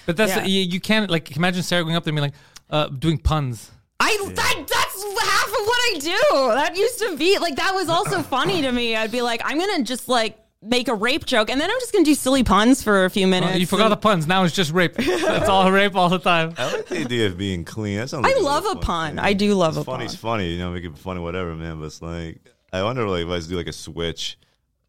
S1: But that's
S3: Yeah.
S1: you, you can't like imagine Sarah going up there and being like uh, doing puns.
S3: I that, that's half of what I do. That used to be like that was also funny to me. I'd be like, I'm gonna just like make a rape joke, and then I'm just gonna do silly puns for a few minutes.
S1: you forgot the puns. Now it's just rape. That's all rape all the time.
S4: I like the idea of being clean. That sounds
S3: I
S4: like
S3: love
S4: real
S3: a
S4: fun
S3: pun.
S4: thing.
S3: I do love a
S4: It's funny.
S3: pun.
S4: It's funny. You know, make it funny, whatever, man. But it's like, I wonder, like, if I just do like a switch.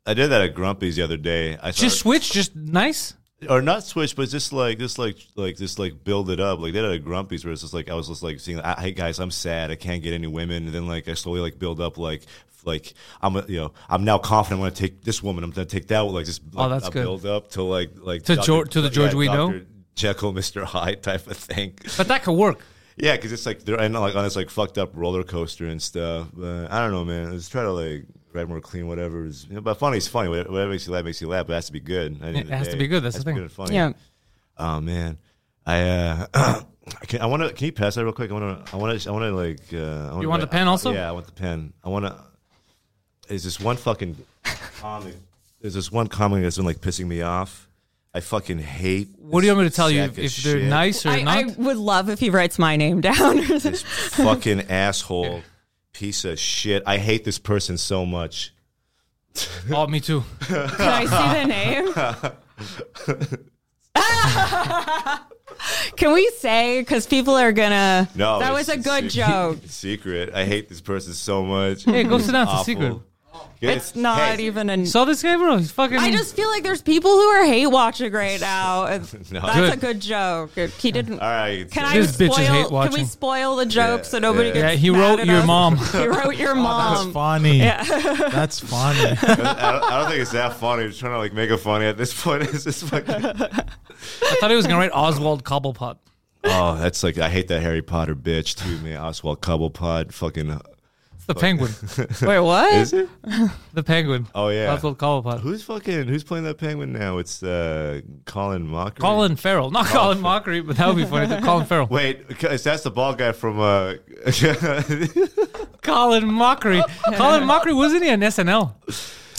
S4: I did that at Grumpy's the other day. I
S1: Just
S4: started-
S1: switch. Just nice.
S4: or not switch, but just like, just like, like, just like build it up. Like they did at Grumpy's where it's just like I was just like seeing, I, hey guys, I'm sad. I can't get any women, and then like I slowly like build up like. Like I'm, a- you know, I'm now confident. I'm gonna take this woman. I'm gonna take that. one, Like just like,
S1: Oh, that's
S4: a
S1: good.
S4: build up to like like
S1: To Geor- to the George we know?
S4: Dr. Jekyll, Mister Hyde type of thing.
S1: But that could work.
S4: Yeah, because it's like they're and like on this like fucked up roller coaster and stuff. But I don't know, man. Let's try to like write more clean, whatever is. You know, but funny is funny. Whatever whatever makes you laugh makes you laugh. But it has to be good.
S1: Yeah, it has to be good. That's the thing.
S3: Yeah.
S4: Oh man, I uh, I can, I want to. Can you pass that real quick? I want to. I want to. I want to like. Uh, I wanna,
S1: You want the pen also?
S4: Yeah, I want the pen. I want to. Is this one fucking comic? There's this one comic that's been like pissing me off. I fucking hate.
S1: What do you want me to tell you?
S4: sack
S1: If,
S4: of
S1: if they're
S4: shit
S1: nice or
S3: I,
S1: not?
S3: I would love if he writes my name down.
S4: this fucking asshole piece of shit. I hate this person so much.
S1: oh, me too.
S3: Can I see the name? Can we say? Because people are gonna.
S4: No,
S3: that was
S4: it's-
S3: a
S4: it's
S3: good
S4: secret.
S3: joke.
S4: It's secret. I hate this person so much.
S1: Hey, go sit down. It's a
S4: Awful.
S1: secret.
S4: Yeah,
S3: It's not
S4: hey,
S3: even a.
S1: Saw this guy, bro. He's fucking.
S3: I just feel like there's people who are hate watching right now. and That's
S1: Good.
S3: a good joke. He didn't.
S4: All right.
S3: Can I
S1: This bitch
S3: spoil?
S1: is hate
S3: can we
S1: watching.
S3: spoil the joke so nobody
S4: yeah.
S3: gets?
S1: yeah, he
S3: mad
S1: wrote
S3: at
S1: your
S3: us?
S1: mom.
S3: he wrote your
S5: That's
S3: mom.
S5: funny. That's funny.
S4: I don't, I don't think it's that funny. Just trying to like make it funny at this point. It's just fucking.
S1: I thought he was gonna write Oswald Cobblepot.
S4: Oh, that's like I hate that Harry Potter bitch too, man. Oswald Cobblepot, fucking
S1: The penguin.
S3: Wait, what?
S4: Is it?
S1: The penguin.
S4: Oh yeah.
S1: That's what Cobblepot.
S4: Who's fucking? Who's playing that penguin now? It's uh, Colin Mockery.
S1: Colin Farrell. Not Colin Mockery, but that would be funny. Colin Farrell.
S4: Wait, because that's the bald guy from.
S1: Oh,
S4: Uh,
S1: Colin Mockery. Colin Mockery wasn't he on SNL?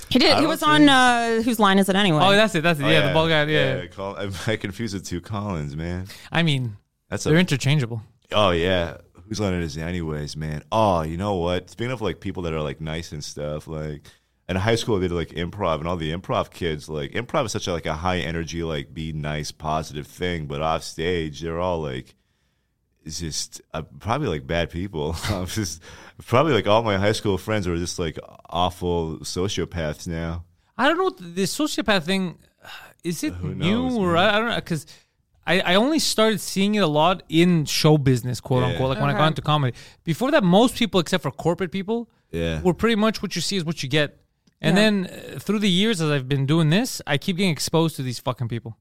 S3: He did. He
S4: don't
S3: was
S4: think-
S3: on uh, whose line is it anyway?
S1: Oh, that's it. That's it. yeah, the bald guy. Yeah. yeah.
S4: Col- I, I confuse the two Collins, man.
S1: I mean,
S4: That's
S1: they're
S4: a.
S1: interchangeable.
S4: Oh yeah. Who's on it is anyways, man. Oh, you know what? Speaking of like people that are like nice and stuff, like in high school I did like improv and all the improv kids like improv is such a like a high energy like be nice positive thing, but off stage they're all like it's just uh, probably like bad people. I'm just probably like all my high school friends are just like awful sociopaths now.
S1: I don't know what the sociopath thing is. It new
S4: knows,
S1: or I, I don't know because I, I only started seeing it a lot in show business, quote
S4: Yeah.
S1: unquote. Like when I got into comedy. Before that, most people except for corporate people
S4: Yeah.
S1: were pretty much what you see is what you get. And then uh, through the years, as I've been doing this, I keep getting exposed to these fucking people.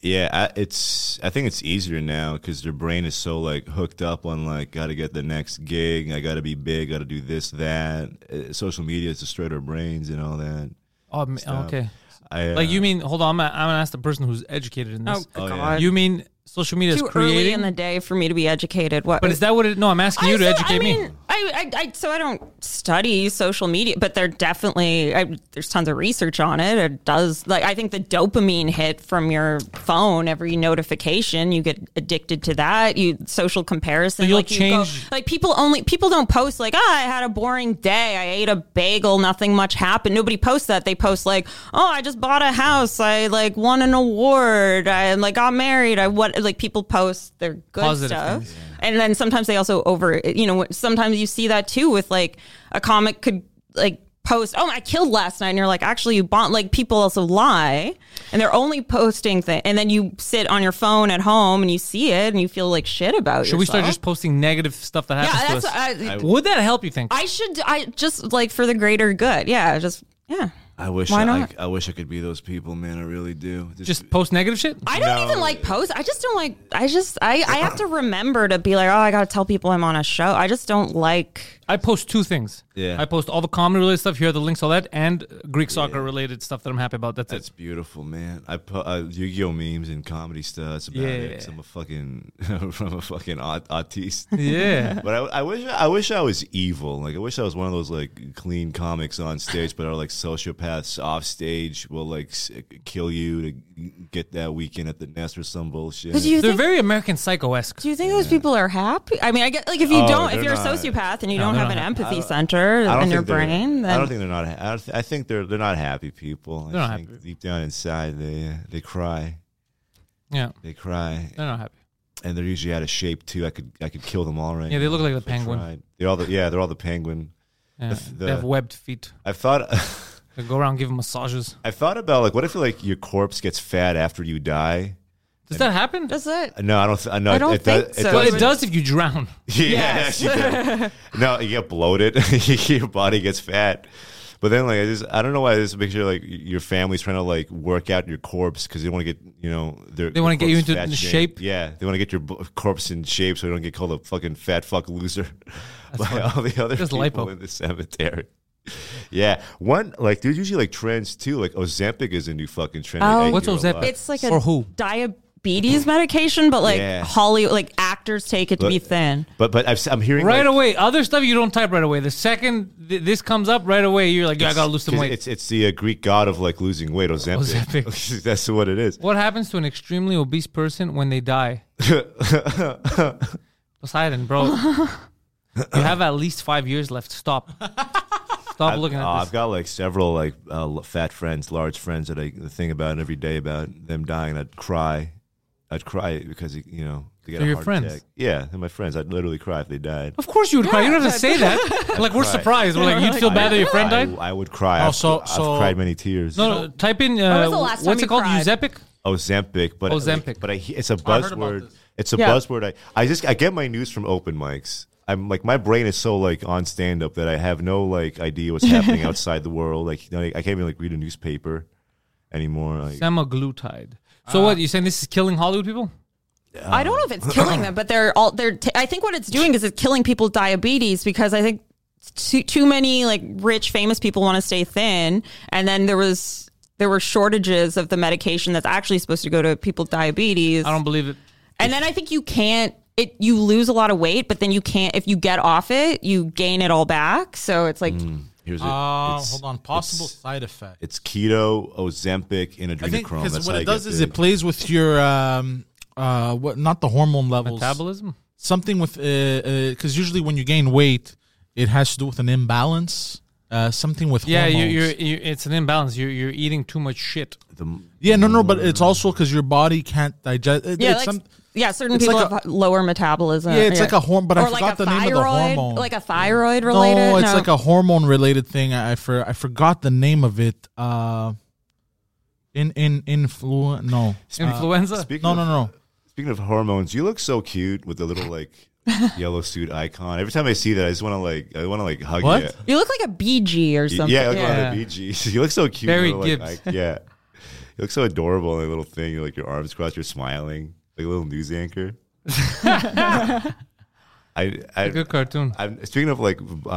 S4: Yeah, I, it's. I think it's easier now because their brain is so like hooked up on like got to get the next gig, I got to be big, got to do this that. Uh, social media has destroyed our brains and all that.
S1: Oh, ma- okay.
S4: I, uh,
S1: Like you mean? Hold on, I'm gonna, I'm gonna ask the person who's educated in
S3: oh,
S1: this.
S4: yeah.
S3: God.
S1: You mean social media
S3: Too
S1: is creating?
S3: early in the day for me to be educated. What?
S1: but is that what it? No, I'm asking
S3: I-
S1: you to
S3: so-
S1: educate
S3: I mean,
S1: me.
S3: I, I, I, so I don't study social media, but there definitely I, there's tons of research on it. It does like I think the dopamine hit from your phone, every notification, you get addicted to that. You social comparison.
S1: So you'll
S3: like you go-
S1: change-
S3: like people only people don't post like ah I had a boring day. I ate a bagel. Nothing much happened. Nobody posts that. They post like oh I just bought a house. I like won an award. I like got married. I what like people post their good
S1: Positive
S3: stuff.
S1: things.
S3: And then sometimes they also over, you know, sometimes you see that too with like a comic could like post, oh, I killed last night. And you're like, actually, you bought, like people also lie and they're only posting things. And then you sit on your phone at home and you see it and you feel like shit about
S1: Should we start
S3: yourself.
S1: just posting negative stuff that
S3: Yeah,
S1: happens
S3: that's,
S1: to us?
S3: I, I,
S1: Would that help you think?
S3: should, I just like for the greater good. Yeah. Just, yeah.
S4: I wish
S3: Why
S4: I,
S3: not?
S4: I wish I could be those people, man. I really do.
S1: just post negative shit?
S3: I don't even like post. I just don't like. I just I, I have to remember to be like, oh, I gotta tell people I'm on a show. I just don't like.
S1: I post two things.
S4: Yeah.
S1: I post all the comedy related stuff. Here are the links, all that, and Greek soccer related stuff that I'm happy about. That's,
S4: That's beautiful, man. I put uh, Yu-Gi-Oh memes and comedy stuff. That's about it. 'cause
S1: Yeah.
S4: I'm a fucking, I'm a fucking aut- autiste.
S1: it. Yeah.
S4: But I, I wish I wish I was evil. Like I wish I was one of those like clean comics on stage, but are like sociopaths off stage will like s- kill you to get that weekend at the nest or some bullshit.
S3: But do you
S1: They're
S3: think
S1: very American psycho esque.
S3: Do you think those people are happy? I mean, I get like if you
S4: Oh,
S3: don't, if
S4: they're
S3: you're a
S4: not.
S3: sociopath and you
S1: No,
S3: don't
S1: they're
S3: have an
S1: not.
S3: empathy center
S4: I don't
S3: in your
S4: think they're-
S3: brain,
S4: I don't
S3: then
S4: think they're not. ha- I, don't th- I think they're they're not happy people. I
S1: They're not
S4: think
S1: happy.
S4: Deep down inside, they they cry,
S1: Yeah.
S4: they cry,
S1: They're not happy.
S4: and they're usually out of shape too. I could I could kill them all right.
S1: Yeah, they
S4: now
S1: look like
S4: if
S1: the
S4: I
S1: penguin.
S4: tried. They're all the yeah, they're all the penguin.
S1: Yeah.
S4: If
S1: they
S4: the-
S1: have webbed feet.
S4: I thought.
S1: They go around giving massages.
S4: I thought about like, what if like your corpse gets fat after you die?
S1: Does that happen?
S3: that's it.
S4: No, I don't. Th- no,
S3: I don't
S4: it, does-
S3: think
S4: it
S3: so.
S4: does.
S1: Well, it does if you drown.
S4: Yeah,
S3: Yes.
S4: you do. no, you get bloated. your body gets fat. But then, like, I just I don't know why this makes you like your family's trying to like work out your corpse because they want to get you know their,
S1: They wanna
S4: their
S1: get you
S4: corpse
S1: into
S4: fat
S1: the shape?
S4: Yeah, they want to get your b- corpse in shape so you don't get called a fucking fat fuck loser by all the other
S1: Just
S4: people
S1: lipo.
S4: in the cemetery. Yeah, one like there's usually like trends too. Like Ozempic is a new fucking trend. like,
S3: Oh.
S4: eight
S1: What's
S4: year
S1: Ozempic?
S4: old-
S3: It's like a
S1: For who?
S3: diabetes medication, but like
S4: Yeah.
S3: Hollywood, like actors take it to
S4: Look-
S3: be thin.
S4: But but I've, am hearing
S1: Right
S4: like,
S1: away. Other stuff you don't type right away. The second th- this comes up, right away, you're like, yeah, I gotta lose some
S4: 'Cause
S1: weight.
S4: It's it's the uh, Greek god of like losing weight, Ozempic.
S1: Ozempic.
S4: That's what it is.
S1: What happens to an extremely obese person when they die? Poseidon, bro. you have at least five years left. Stop. Stop looking
S4: Oh,
S1: at
S4: I've
S1: this.
S4: got like several like uh, l- fat friends, large friends that I think about every day about them dying. I'd cry, I'd cry because you know they got
S1: They're
S4: a
S1: your
S4: heart
S1: friends.
S4: attack. Yeah, they're my friends. I'd literally cry if they died.
S1: Of course you would cry. You don't have to say that. like we're
S4: cried.
S1: surprised. We're like, you'd feel bad that your friend
S4: I,
S1: died.
S4: I would cry.
S5: Oh,
S4: I've,
S5: so-
S4: I've
S5: so-
S4: cried many tears.
S1: No, no. Type in uh,
S3: was the last time
S1: what's
S3: you
S1: it called?
S3: cried?
S1: Usepic.
S4: Ozempic, but
S1: Ozempic.
S4: but I, he- it's a
S5: I Oh, heard about
S4: buzzword.
S5: this.
S4: It's a
S3: Yeah.
S4: buzzword. I, I just I get my news from open mics. I'm like my brain is so like on stand up that I have no like idea what's happening outside the world. Like you know, I can't even like read a newspaper anymore. Like,
S1: Semaglutide.
S4: Ah.
S1: So what? You saying this is killing Hollywood people?
S4: uh,
S3: I don't know if it's killing them, but they're all they're. T- I think what it's doing is it's killing people with diabetes because I think too, too many like rich famous people want to stay thin and then there was there were shortages of the medication that's actually supposed to go to people with diabetes
S1: I don't believe it.
S3: and then i think you can't it you lose a lot of weight but then you can't if you get off it you gain it all back so it's like
S1: Mm.
S4: Here's it.
S5: Uh,
S4: It's-
S5: hold on. Possible
S4: It's,
S5: side effect.
S4: it's keto, Ozempic, and
S5: I think
S4: adrenochrome.
S5: because
S4: That's
S5: what
S4: how you
S5: it does
S4: get
S5: is
S4: big.
S5: it plays with your um, uh, what not the hormone levels,
S1: Metabolism?
S5: something with because uh, 'cause usually when you gain weight, it has to do with an imbalance, uh, something with
S1: Yeah, you,
S5: hormones.
S1: you're, you it's an imbalance. You're, you're eating too much shit.
S4: The-
S5: yeah, no, no, but it's also because your body can't digest. It,
S3: yeah
S5: it's
S3: like,
S5: some,
S3: yeah certain
S5: it's
S3: people
S5: like
S3: have lower metabolism
S5: Yeah, it's like a horm- but I
S3: Or like
S5: forgot
S3: a
S5: the name of the
S3: thyroid-
S5: hormone.
S3: like a thyroid related
S5: no, it's like a hormone related thing. I I, for, I forgot the name of it. Uh, in in influ no
S1: Influenza?
S4: speaking
S5: no
S4: of,
S5: no no.
S4: Speaking of hormones, you look so cute with the little like yellow suit icon. Every time I see that, I just want to like I want to like hug
S5: What?
S4: you.
S3: you look like a bg or something
S4: Yeah, I look
S1: Yeah.
S4: on the BG. You look so cute.
S1: Barry
S4: little, like,
S1: Gibbs.
S4: I- yeah, you look so adorable in that little thing. You're, like your arms crossed, you're smiling like a little news anchor. I, I
S1: Good cartoon.
S4: I'm speaking of like uh,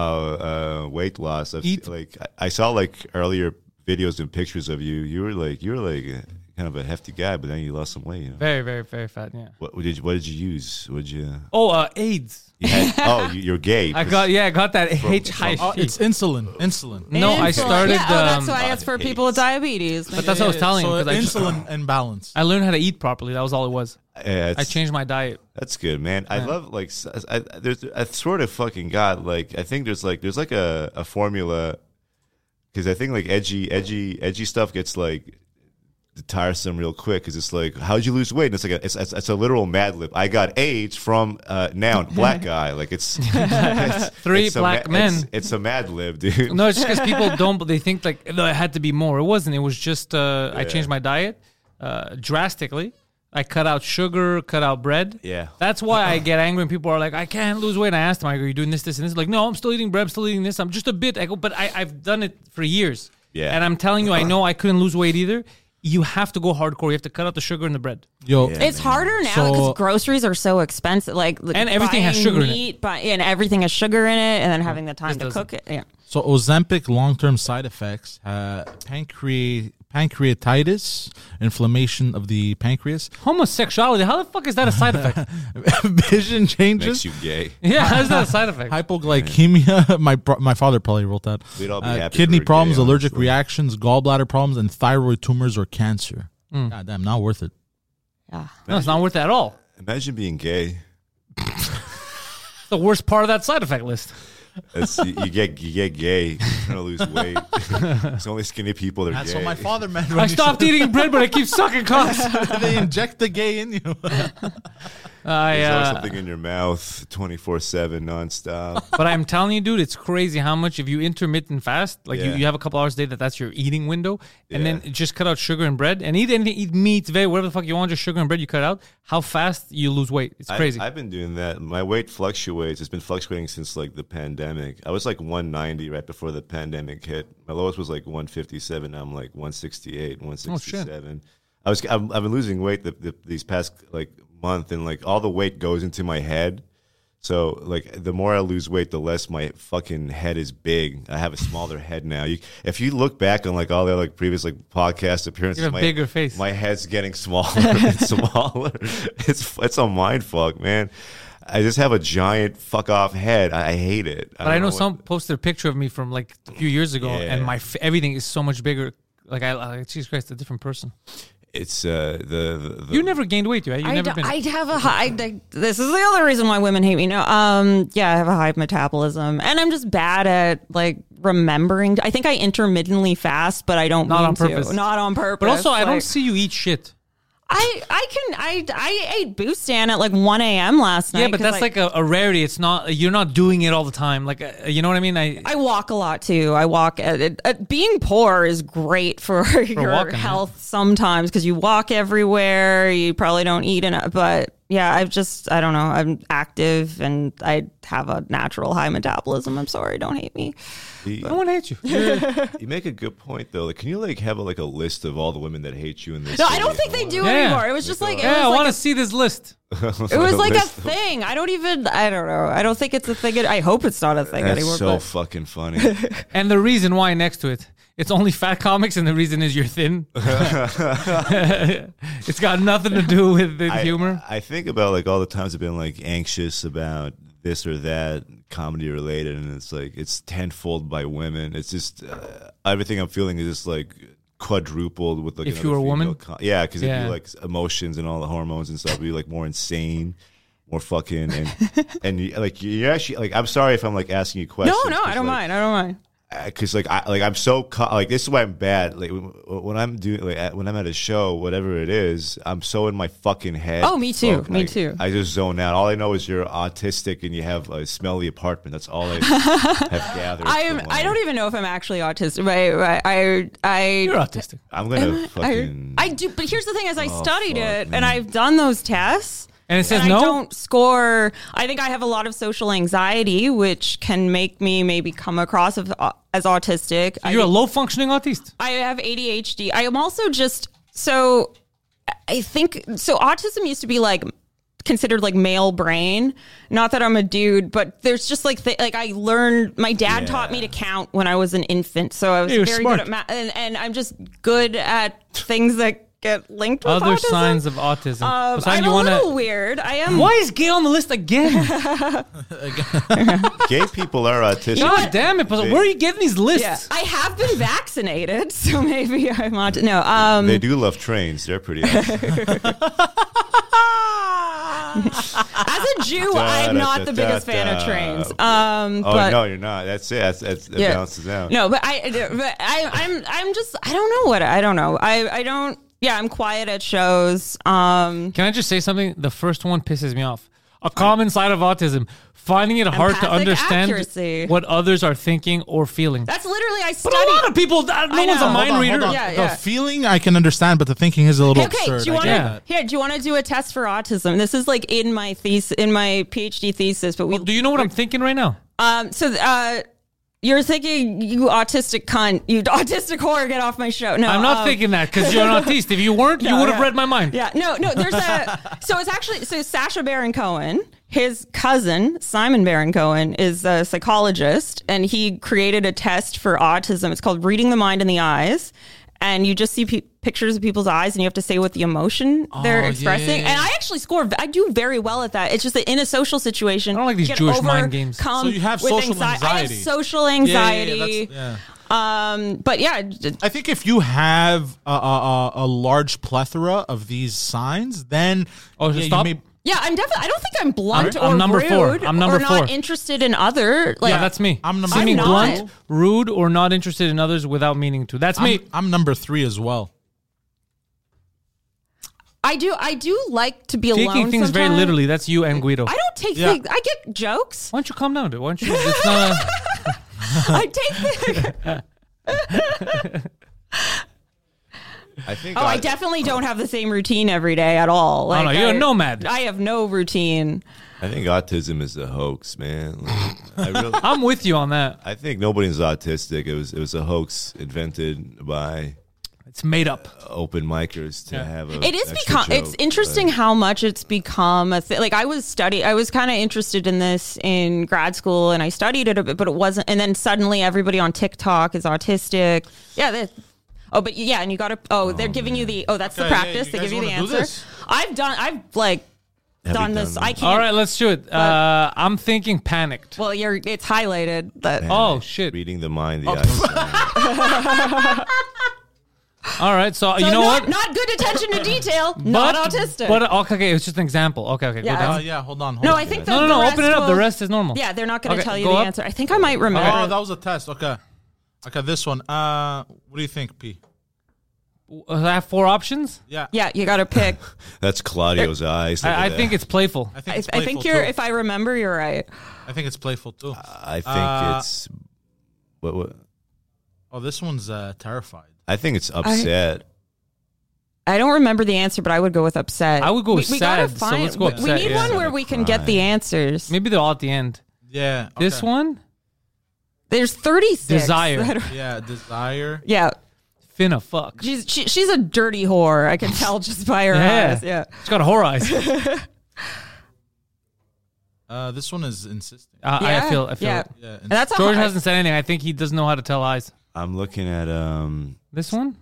S4: uh, weight loss. I've,
S5: Eat-
S4: Like I, I saw like earlier videos and pictures of you. You were like you were like a- kind of a hefty guy, but then you lost some weight. You know?
S1: Very, very, very fat, yeah.
S4: What, what did you, what did you use? What did you?
S1: Oh, uh, AIDS.
S4: you had, oh, you, you're gay.
S1: I got, yeah, I got that
S4: from-
S1: HIV.
S5: Oh, it's insulin. Insulin.
S1: no, I
S3: Insulin.
S1: started.
S3: yeah, oh, that's
S1: um,
S3: why it's for people with diabetes
S1: But that's what I was telling
S5: so
S1: him because I,
S5: insulin imbalance.
S1: I learned how to eat properly. That was all it was.
S4: Yeah,
S1: I
S4: it's-
S1: changed my diet.
S4: That's good, man. I love like s- I, I- there's I sort of fucking got like I think there's like there's like a, a formula because I think like edgy edgy edgy stuff gets like tiresome real quick because it's like how'd you lose weight and it's like a, it's, it's, it's a literal mad lib I got AIDS from uh, noun black guy like it's, it's-
S1: Three
S4: a
S1: black
S4: ma- it's-
S1: men.
S4: it's, a mad lib dude
S1: No, it's just because people don't. They think like no, it had to be more. It wasn't. It was just uh, I changed my diet uh, drastically. I cut out sugar, cut out bread.
S4: Yeah.
S1: that's why I get angry when people are like, "I can't lose weight." And I asked them, "Are you doing this, this, and this?" Like, no, I'm still eating bread. I'm still eating this. I'm just a bit. I go, but I, I've done it for years.
S4: Yeah.
S1: and I'm telling you, I know I couldn't lose weight either. You have to go hardcore. You have to cut out the sugar and the bread.
S5: Yo,
S3: It's harder now
S5: So-
S3: because groceries are so expensive. Like
S1: And everything has sugar in it.
S3: in it. Buy, and everything has sugar in it, and then having the time to
S1: doesn't.
S3: cook it. Yeah.
S5: So Ozempic long-term side effects: uh, pancre- pancreatitis, inflammation of the pancreas,
S1: Homosexuality. How the fuck is that a side effect?
S5: vision
S4: makes
S5: changes,
S4: you gay
S1: yeah, how is that a side effect?
S5: hypoglycemia. My pro- my father probably wrote that.
S4: We'd all be
S5: Uh,
S4: happy
S5: kidney
S4: for a gay,
S5: problems, allergic
S4: honestly.
S5: reactions, gallbladder problems, and thyroid tumors or cancer.
S1: Mm.
S5: God damn, not worth it.
S1: No, it's not worth it at all.
S4: imagine being gay
S1: It's the worst part of that side effect list.
S4: it's, you, you get you get gay you're trying to lose weight it's only skinny people that are
S5: That's
S4: gay
S5: what my father meant. When
S1: I stopped eating bread, but I keep sucking cocks.
S5: they inject the gay in you.
S1: I,
S4: There's always
S1: uh,
S4: something in your mouth 24 7 nonstop.
S1: but I'm telling you, dude, it's crazy how much if you intermittent fast, like you,
S4: Yeah.
S1: you have a couple hours a day that that's your eating window, and
S4: Yeah.
S1: then just cut out sugar and bread and eat anything, eat meat, veg, whatever the fuck you want, just sugar and bread you cut out. How fast you lose weight? It's crazy.
S4: I, have been doing that. My weight fluctuates. It's been fluctuating since like the pandemic. I was like 190 right before the pandemic hit. My lowest was like 157. Now I'm like
S1: Oh,
S4: 168, 167. I was I'm, I've been losing weight the, the, these past like month, and like all the weight goes into my head. So like the more I lose weight, the less my fucking head is big. I have a smaller head now. You, if you look back on like all the like previous like podcast appearances,
S1: You have a
S4: my,
S1: bigger face.
S4: My head's getting smaller and smaller. It's it's a mind fuck, man. I just have a giant fuck off head. I, I hate it.
S1: but I know,
S4: don't
S1: some
S4: what-
S1: posted a picture of me from like a few years ago, and
S4: Yeah.
S1: my f- everything is so much bigger. Like I, like, Jesus Christ, a different person.
S4: It's uh the, the, the
S1: You never gained weight, right? You
S3: I,
S1: never
S3: d-
S1: been.
S3: I have a high. I- I- this is the other reason why women hate me. No, um, yeah, I have a high metabolism, and I'm just bad at like remembering. I think I intermittently fast, but I don't.
S1: Not
S3: mean
S1: on
S3: to.
S1: purpose.
S3: Not on purpose.
S1: but also, I don't
S3: Like,
S1: see you eat shit.
S3: I I can. I I ate Boostan at like 1 a.m. last night.
S1: Yeah, but
S3: 'cause,
S1: that's like, a, a rarity. It's not you're not doing it all the time. Like uh, you know what I mean? I,
S3: I walk a lot too. I walk. At, at, at- being poor is great for, your
S1: walking, yeah.
S3: health sometimes because you walk everywhere. You probably don't eat enough, but yeah, I've just, I don't know, I'm active and I have a natural high metabolism. I'm sorry, don't hate me.
S4: The-
S1: No one hates you.
S4: you make a good point though. Like, can you like have a, like a list of all the women that hate you in this?
S3: No, I
S4: city?
S3: don't think they do
S1: Yeah.
S3: anymore. It was just like, it
S1: yeah, I
S3: was
S1: want
S3: like,
S1: to see this list.
S3: a, it was like a
S4: List of-
S3: thing. I don't even, I don't know. I don't think it's a thing. I hope it's not a thing anymore.
S4: That's so
S3: but-
S4: fucking funny.
S1: And the reason why next to it. It's only fat comics, and the reason is you're thin. it's got nothing to do with the
S4: I-
S1: humor.
S4: I, think about like all the times I've been like anxious about this or that comedy related, and it's like it's tenfold by women. It's just uh, everything I'm feeling is just like quadrupled with like
S1: If
S4: another
S1: you were a woman?
S4: female co- yeah, because if
S1: Yeah.
S4: you like emotions and all the hormones and stuff, you're like more insane. More fucking and and you, like you're actually like I'm sorry if I'm like asking you questions.
S3: no, no, I
S4: 'cause,
S3: don't
S4: like,
S3: mind. I don't mind.
S4: because like I like I'm so co- like this is why I'm bad. Like w- w- when I'm doing like at- when I'm at a show, whatever it is, I'm so in my fucking head.
S3: Oh, me too.
S4: Fuck,
S3: Me
S4: like,
S3: too.
S4: I just zone out. All I know is you're autistic and you have a smelly apartment. That's all I have gathered.
S3: I am.
S4: from
S3: I
S4: like-
S3: don't e, even know if I'm actually autistic. But I, I,
S1: You're
S3: I,
S1: autistic.
S4: I'm gonna fucking. Oh,
S3: I, I do. But here's the thing: is I studied
S4: fuck,
S3: it
S4: man.
S3: and I've done those tests.
S1: And it says
S3: and
S1: no?
S3: I don't score. I think I have a lot of social anxiety, which can make me maybe come across of, uh, as autistic. I
S1: You're a
S3: think-
S1: low functioning autist.
S3: I have ADHD. I am also just so I think so autism used to be like considered like male brain. Not that I'm a dude, but there's just like th- like I learned my dad taught me to count when I was an infant. So I was
S1: Yeah, you're
S3: very
S1: smart.
S3: good at math and, and I'm just good at things that get linked with
S1: Other
S3: autism.
S1: signs of autism.
S3: Um,
S1: Poseidon,
S3: I'm
S1: you
S3: a
S1: wanna-
S3: little weird. I am
S1: Why is gay on the list again?
S4: gay people are autistic.
S1: God damn it! Poseidon. Where are you getting these lists?
S3: Yeah. I have been vaccinated, so maybe I'm not. No, um,
S4: They do love trains. They're pretty. autistic.
S3: as a Jew, I'm not the biggest fan of trains. Um,
S4: oh
S3: but
S4: no, you're not. That's it. That's, that's, that
S3: Yeah.
S4: balances out.
S3: No, but I, but I, I'm, I'm just, I don't know what, I don't know. I, I don't. Yeah, I'm quiet at shows. Um,
S1: Can I just say something? The first one pisses me off. A common side of autism: finding it hard to
S3: Empathic
S1: understand
S3: accuracy.
S1: what others are thinking or feeling.
S3: that's literally I studied.
S1: but a lot of people, uh, no
S3: e- I
S1: one's
S3: know.
S1: a
S3: Hold
S1: mind
S5: Hold on,
S1: reader.
S5: hold on.
S3: Yeah,
S5: the
S3: yeah.
S5: feeling I can understand, but the thinking is a little
S3: okay,
S5: absurd.
S3: do you
S5: I
S3: want
S5: get
S1: Yeah.
S3: to here? Do you want to do a test for autism? This is like in my thesis, in my PhD thesis. But we,
S1: Do you know what I'm thinking right now?
S3: um, so uh, you're thinking you autistic cunt, you autistic whore, get off my show. No,
S1: I'm not
S3: um,
S1: thinking that because you're an autist. If you weren't, you
S3: No,
S1: would have
S3: yeah.
S1: read my mind.
S3: Yeah, no, no. There's a so it's actually so Sasha Baron Cohen, his cousin Simon Baron Cohen is a psychologist, and he created a test for autism. It's called reading the mind in the eyes, and you just see pe- pictures of people's eyes, and you have to say what the emotion they're
S1: Oh,
S5: yeah,
S3: expressing.
S5: yeah, yeah.
S3: And I actually score. I do very well at that. It's just that in a social situation, I
S1: don't like these Jewish mind games.
S5: So you have social
S3: I
S5: anxiety.
S3: have social
S5: Yeah, yeah, yeah,
S3: anxiety.
S5: that's- yeah.
S3: Um, but yeah, d-
S5: I think if you have a, a, a- a large plethora of these signs, then
S1: Oh,
S5: yeah, you
S1: stop.
S5: may-
S3: Yeah, I'm definitely. I don't think I'm blunt
S1: I'm- I'm
S3: or
S1: number
S3: rude
S1: four. I'm number
S3: or not
S1: four.
S3: interested in other. Like,
S1: Yeah, that's me.
S5: I'm number
S1: Seeming
S3: four. I'm
S1: blunt,
S3: not.
S1: rude, or not interested in others without meaning to. That's me.
S5: I'm, I'm number three as well.
S3: I do. I do like to be alone.
S1: Taking things very
S3: sometimes.
S1: literally. That's you and Guido.
S3: I don't take
S5: Yeah.
S3: things. I get jokes.
S1: Why don't you calm down? dude? Why don't you? It's not a-
S3: I take. Things.
S4: I think.
S3: Oh, I
S4: aut-
S3: definitely don't have the same routine every day at all. Like,
S1: Oh, no, you're
S3: I,
S1: a nomad.
S3: I have no routine.
S4: I think autism is a hoax, man. Like, I really.
S1: I'm with you on that.
S4: I think nobody's autistic. It was it was a hoax invented by
S1: It's made up.
S4: open micers to have a.
S3: It is
S4: extra
S3: become.
S4: joke,
S3: it's interesting
S4: but-
S3: how much it's become a thing. Like I was study. I was kind of interested in this in grad school, and I studied it a bit, but it wasn't. And then suddenly, everybody on TikTok is autistic. Yeah. They, oh, but yeah, and you got to. Oh, they're giving you the. Oh, that's the
S5: Okay, yeah,
S3: practice.
S5: you
S3: they
S5: guys
S3: give you the
S5: wanna do
S3: answer.
S5: this?
S3: I've done. I've like
S4: Have you
S3: done this. I can't.
S1: All right, let's do it. Uh, I'm thinking panicked.
S3: Well, you're. It's highlighted. But
S1: Oh shit!
S4: reading the mind, the
S1: Oh.
S4: eyes.
S1: All right, so, you
S3: So
S1: know
S3: Oh, not,
S1: what?
S3: Not good attention to detail.
S1: but,
S3: not autistic.
S1: But okay, okay, it's just an example. Okay, okay,
S3: Yeah,
S1: go down.
S5: Oh yeah, hold on. Hold
S3: no,
S5: on.
S3: I think.
S1: No,
S3: the,
S1: no,
S3: the
S1: no.
S3: rest
S1: Open it up. The
S3: will-
S1: rest is normal.
S3: Yeah, they're not going to
S1: Okay,
S3: tell you
S1: go
S3: the
S1: up.
S3: answer. I think I might remember.
S5: Oh, that was a test. Okay. Okay, this one. Uh, what do you think, P?
S1: Uh, I have four options.
S5: Yeah.
S3: yeah, you got to pick.
S4: That's Claudio's eyes. Look
S1: I, I
S4: at
S1: think
S4: that.
S1: it's playful.
S5: I think
S3: I,
S5: it's
S3: I
S5: playful
S3: think you're.
S5: too.
S3: If I remember, you're right.
S5: I think it's playful too.
S4: I think
S5: uh,
S4: it's. What, what?
S5: Oh, this one's uh, terrified.
S4: I think it's upset.
S3: I don't remember the answer, but I would go with upset.
S1: I would go
S3: we,
S1: with
S3: we gotta
S1: sad, so
S3: Find,
S1: let's go
S3: we-
S1: upset,
S3: We need
S1: yeah.
S3: one where we can get the answers.
S1: Maybe they're all at the end.
S5: Yeah.
S1: This
S5: okay.
S1: one,
S3: There's 36.
S1: Desire.
S3: that are-
S5: Yeah, desire.
S3: yeah.
S1: finna fuck.
S3: She's she, she's a dirty whore. I can tell just by her
S1: Yeah.
S3: eyes. Yeah.
S1: She's got horror eyes. I,
S5: Uh, this one is insisting.
S1: I
S3: Yeah.
S1: feel. I feel.
S3: Yeah.
S1: it.
S5: Yeah,
S3: And that's a
S1: George
S3: hard-
S1: hasn't said anything. I think he doesn't know how to tell eyes.
S4: I'm looking at um
S1: This one,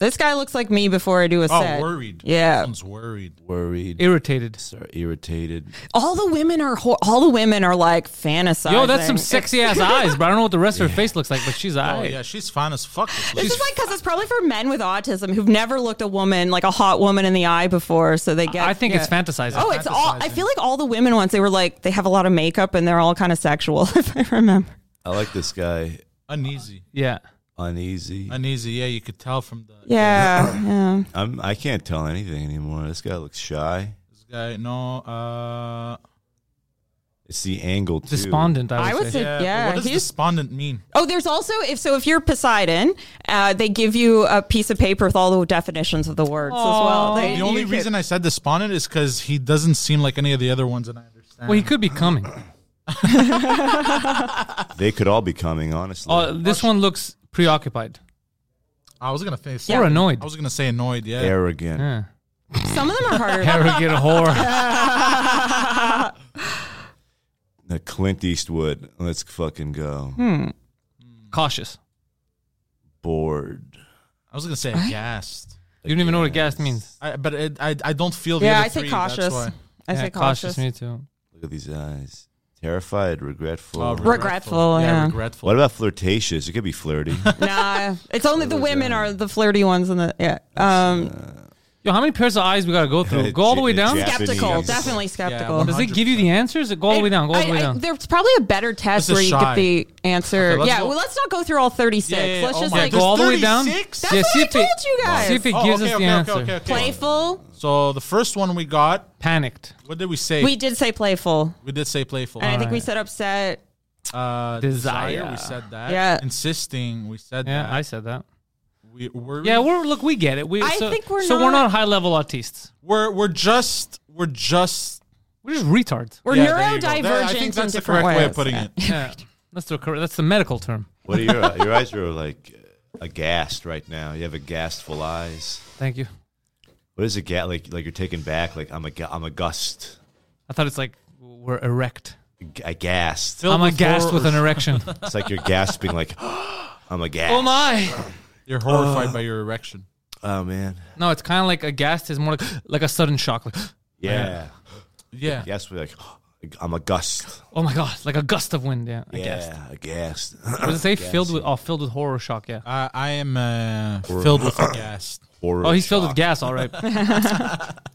S3: This guy looks like me before I do a
S5: Oh,
S3: set.
S5: worried.
S3: Yeah.
S5: This one's worried.
S4: worried,
S1: irritated.
S4: start irritated.
S3: All the women are whore, all the women are like fantasizing.
S1: Yo, that's some sexy ass eyes, but I don't know what the rest of her face looks like. But she's
S5: Oh
S1: alright.
S5: yeah, she's fine as fuck. this
S3: This
S5: lady.
S3: is like because it's probably for men with autism who've never looked a woman like a hot woman in the eye before, so they get.
S1: I think
S3: yeah.
S1: it's fantasizing.
S3: Oh, it's all. I
S5: fantasizing.
S3: feel like all the women once they were like they have a lot of makeup and they're all kind of sexual. If I remember,
S4: I like this guy.
S5: uneasy.
S1: yeah.
S4: Uneasy.
S5: Uneasy. Yeah, you could tell from the
S3: yeah, yeah.
S4: I'm I can't tell anything anymore. This guy looks shy.
S5: this guy. No. Uh,
S4: It's the angle too.
S1: Despondent. I would,
S3: I would
S1: say.
S3: say-
S5: yeah.
S3: Yeah,
S5: but what does
S3: he's-
S5: despondent mean?
S3: Oh, there's also if so if you're Poseidon, uh, they give you a piece of paper with all the definitions of the words as well. They-
S5: The only
S3: you could-
S5: reason I said despondent is because he doesn't seem like any of the other ones, and I understand.
S1: Well, he could be coming.
S4: They could all be coming, honestly.
S1: Oh, this one looks preoccupied
S5: I was gonna say.
S1: or annoyed.
S5: I was gonna say annoyed. Yeah.
S4: Arrogant.
S1: Yeah.
S3: some of them are harder.
S1: Arrogant whore.
S4: The Clint Eastwood. Let's fucking go.
S1: Cautious.
S4: Bored.
S5: I was gonna say aghast.
S1: You don't even know what gas means.
S5: I, but it, I I don't feel. the
S3: yeah,
S5: other
S3: I say
S5: three, that's
S3: cautious.
S5: why.
S3: I
S1: Yeah,
S3: say cautious.
S1: Me too.
S4: Look at these eyes. Terrified, regretful.
S5: Oh,
S3: Regretful, yeah.
S5: regretful.
S4: what about flirtatious? It could be flirty.
S3: nah, it's only the women are the flirty ones and the yeah. Um,
S1: Yo, how many pairs of eyes we gotta go through? Go all the way down.
S4: Yeah.
S3: skeptical,
S4: Japanese.
S3: definitely skeptical.
S5: Yeah,
S1: Does it give you the answers? Go all the way down. Go all the
S3: I-
S1: way
S3: I-
S1: down.
S3: there's probably a better test
S5: This is
S3: where you get
S5: shy.
S3: the answer.
S5: Okay, let's
S3: yeah,
S5: go-
S3: well, let's not go through all 36.
S5: Yeah, yeah,
S3: let's
S5: oh
S3: just
S5: my
S3: like
S1: go
S5: God.
S1: all the way down.
S5: 36?
S3: That's what
S1: see
S3: I
S1: if it-
S3: told you guys.
S1: See if it
S5: Oh,
S1: gives
S5: okay,
S1: us the
S5: okay, okay,
S1: answer.
S5: okay, okay.
S3: playful.
S5: So the first one we got.
S1: Panicked.
S5: What did we say?
S3: We did say playful,
S5: We did say playful.
S3: and I think we said upset.
S5: uh,
S1: Desire.
S5: desire. We said that.
S3: Yeah.
S5: Insisting. We said
S1: Yeah,
S5: that.
S1: I said that.
S5: we, worried.
S1: Yeah, we're look, we get it. We,
S3: I
S1: so,
S3: think we're
S1: so we're
S3: not-
S1: not high level autists.
S5: we're we're just we're just.
S1: We're just retards.
S3: We're
S5: yeah, there you go.
S3: neurodivergent
S5: There- I think that's
S3: in
S5: the
S3: different
S5: correct
S3: ways.
S5: way of putting
S3: Yeah.
S5: it.
S1: Yeah, that's the correct. That's the medical term.
S4: what are your your eyes are like aghast right now. You have aghastful eyes.
S1: Thank you.
S4: What is a ga- like like you're taken back? Like I'm a ga- I'm aghast.
S1: I thought it's like we're erect.
S4: Aghast.
S1: I'm
S5: with
S1: aghast
S5: horror.
S1: with an erection.
S4: It's like you're gasping. Like I'm aghast.
S1: oh my!
S5: You're horrified by your erection.
S4: Oh man.
S1: No, it's kind of like aghast is more like like a sudden shock. Like,
S4: Yeah.
S5: Yeah.
S4: Yes, we're like I'm aghast.
S1: oh my god, like a gust of wind. Yeah, aghast.
S4: Yeah, aghast.
S1: What does it say? Filled with oh, filled with horror shock. Yeah.
S5: I, I am uh, filled with aghast.
S4: Horror
S1: Oh, he's filled
S4: shock.
S1: with gas. All right.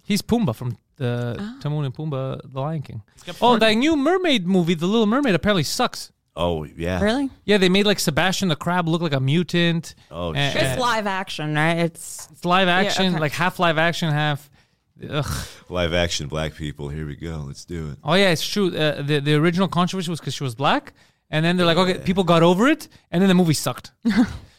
S1: he's Pumbaa from the Timon and Pumbaa, The Lion King. Oh, that new Mermaid movie, The Little Mermaid, apparently sucks.
S4: Oh yeah.
S3: Really?
S1: Yeah, they made like Sebastian the Crab look like a mutant.
S4: Oh,
S1: and,
S4: shit.
S3: It's live action, right? It's
S1: It's live action,
S3: okay.
S1: like half live action, half. Ugh.
S4: Live action, black people. Here we go. Let's do it.
S1: Oh yeah, it's true. Uh, the the original controversy was because she was black, and then they're like, okay, people got over it, and then the movie sucked.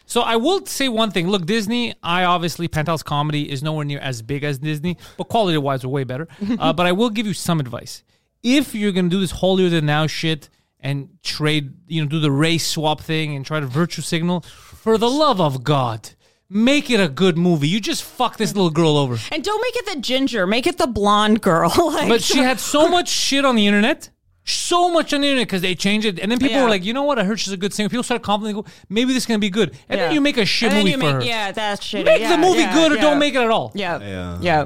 S1: so I will say one thing. Look, Disney. I obviously Penthouse Comedy is nowhere near as big as Disney, but quality wise, we're way better. Uh, but I will give you some advice. If you're gonna do this holier than now shit and trade, you know, do the race swap thing and try to virtue signal, for the love of God, make it a good movie. You just fuck this little girl over.
S3: and don't make it the ginger, make it the blonde girl. like,
S1: But she had so much shit on the internet. So much on the internet because they changed it, and then people
S3: Yeah.
S1: were like, "You know what? I heard she's a good singer." People started complimenting. go, Maybe this is gonna be good, and
S3: Yeah.
S1: then you make a shit
S3: And then
S1: movie
S3: you
S1: for
S3: make,
S1: her.
S3: Yeah, that's shitty.
S1: Make
S3: Yeah,
S1: the movie
S3: yeah,
S1: good or
S3: yeah.
S1: don't make it at all.
S3: Yeah,
S4: Yeah.
S3: yeah. yeah.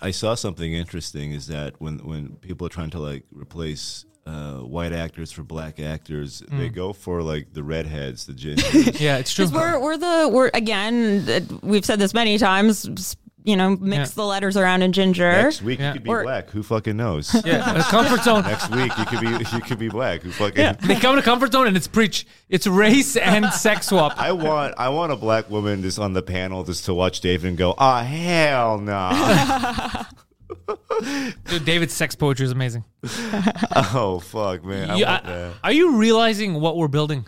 S4: I saw something interesting is that when when people are trying to like replace uh, white actors for black actors, they go for like the redheads, the gingers.
S1: Yeah, it's true.
S3: Because we're, we're the we're again th- we've said this many times. s- You know, mix
S1: Yeah.
S3: the letters around in ginger.
S4: Next week
S1: Yeah.
S4: you could be
S3: Or-
S4: black. Who fucking knows?
S1: Yeah, a comfort zone.
S4: Next week you could be you could be black. Who fucking?
S1: They come to comfort zone and it's preach. It's race and sex swap.
S4: I want I want a black woman just on the panel just to watch David and go, ah hell no.
S1: Dude, David's sex poetry is amazing.
S4: oh fuck man, I
S1: You-
S4: want
S1: I-
S4: that.
S1: are you realizing what we're building?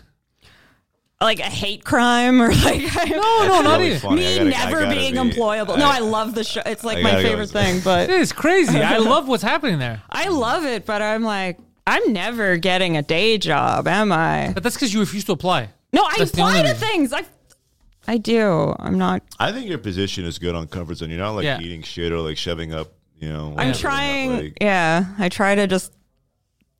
S3: like a hate crime or like no,
S1: no, not
S4: really
S1: even.
S4: funny. I
S3: me
S4: gotta- I
S3: never
S4: gotta
S3: being
S4: be-
S3: employable. no, I love the show. It's like
S4: I
S3: my
S4: gotta go
S3: favorite
S4: with-
S3: thing, but
S1: It is crazy. I love what's happening there.
S3: I love it. But I'm like, I'm never getting a day job, am I?
S1: But that's because you refuse to apply.
S3: No, I
S1: That's the
S3: apply
S1: only
S3: to
S1: reason.
S3: things. I, I do. I'm not.
S4: I think your position is good on comfort zone. You're not like
S1: Yeah.
S4: eating shit or like shoving up. You know,
S3: I'm
S4: like,
S3: trying.
S4: like,
S3: yeah, I try to just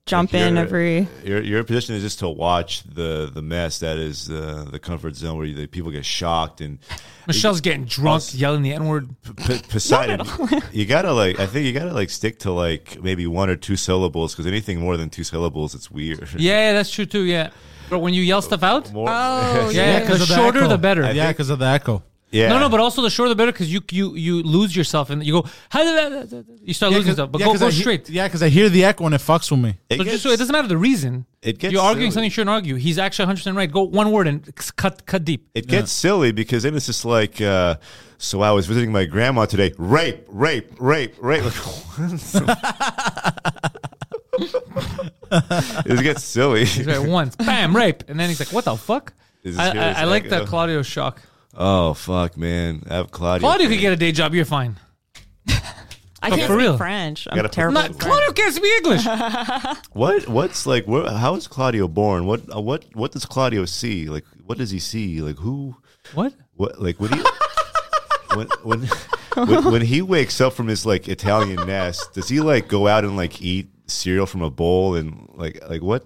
S3: jump in
S4: you're-
S3: every.
S4: Your your position is just to watch the the mess that is uh, the comfort zone where you, the people get shocked and
S1: Michelle's getting drunk, yelling the N word.
S4: P- Poseidon, you gotta like. I think you gotta like stick to like maybe one or two syllables because anything more than two syllables, it's weird.
S1: Yeah, that's true too. Yeah, but when you yell stuff out,
S4: More,
S3: Oh
S1: yeah,
S3: yeah.
S1: the shorter the better.
S5: Yeah, because of the echo.
S4: yeah.
S1: No, no, but also the shorter the better because you you you lose yourself and you go you start losing stuff. But go, go straight.
S5: yeah, because I hear the echo and it fucks with me.
S4: it
S1: So, just, so it doesn't matter the reason.
S4: It gets
S1: You're arguing
S4: silly.
S1: something you shouldn't argue. He's actually 100 percent right. Go one word and c- cut cut deep.
S4: It gets silly because then it's just like, uh, so I was visiting my grandma today. Rape, rape, rape, rape. Like, what? it gets silly.
S1: He's right once, bam, rape, and then he's like, "What the fuck?"
S4: Is
S1: I,
S4: this-
S1: I,
S4: is
S1: I like
S4: that-
S1: that Claudio shock.
S4: uh, Oh fuck, man! I have Claudia.
S1: Claudio could get a day job. You're fine.
S3: I can't
S1: for
S3: speak
S1: real.
S3: French. I'm
S4: Gotta put-
S3: terrible.
S1: Not-
S3: at French.
S1: Claudio can't speak English.
S4: What? What's like? Where, how is Claudio born? What? Uh, what? What does Claudio see? Like, what does he see? Like, who?
S1: what?
S4: What? Like, what do you? when, when, when when he wakes up from his like Italian nest, does he like go out and like eat cereal from a bowl and like like what?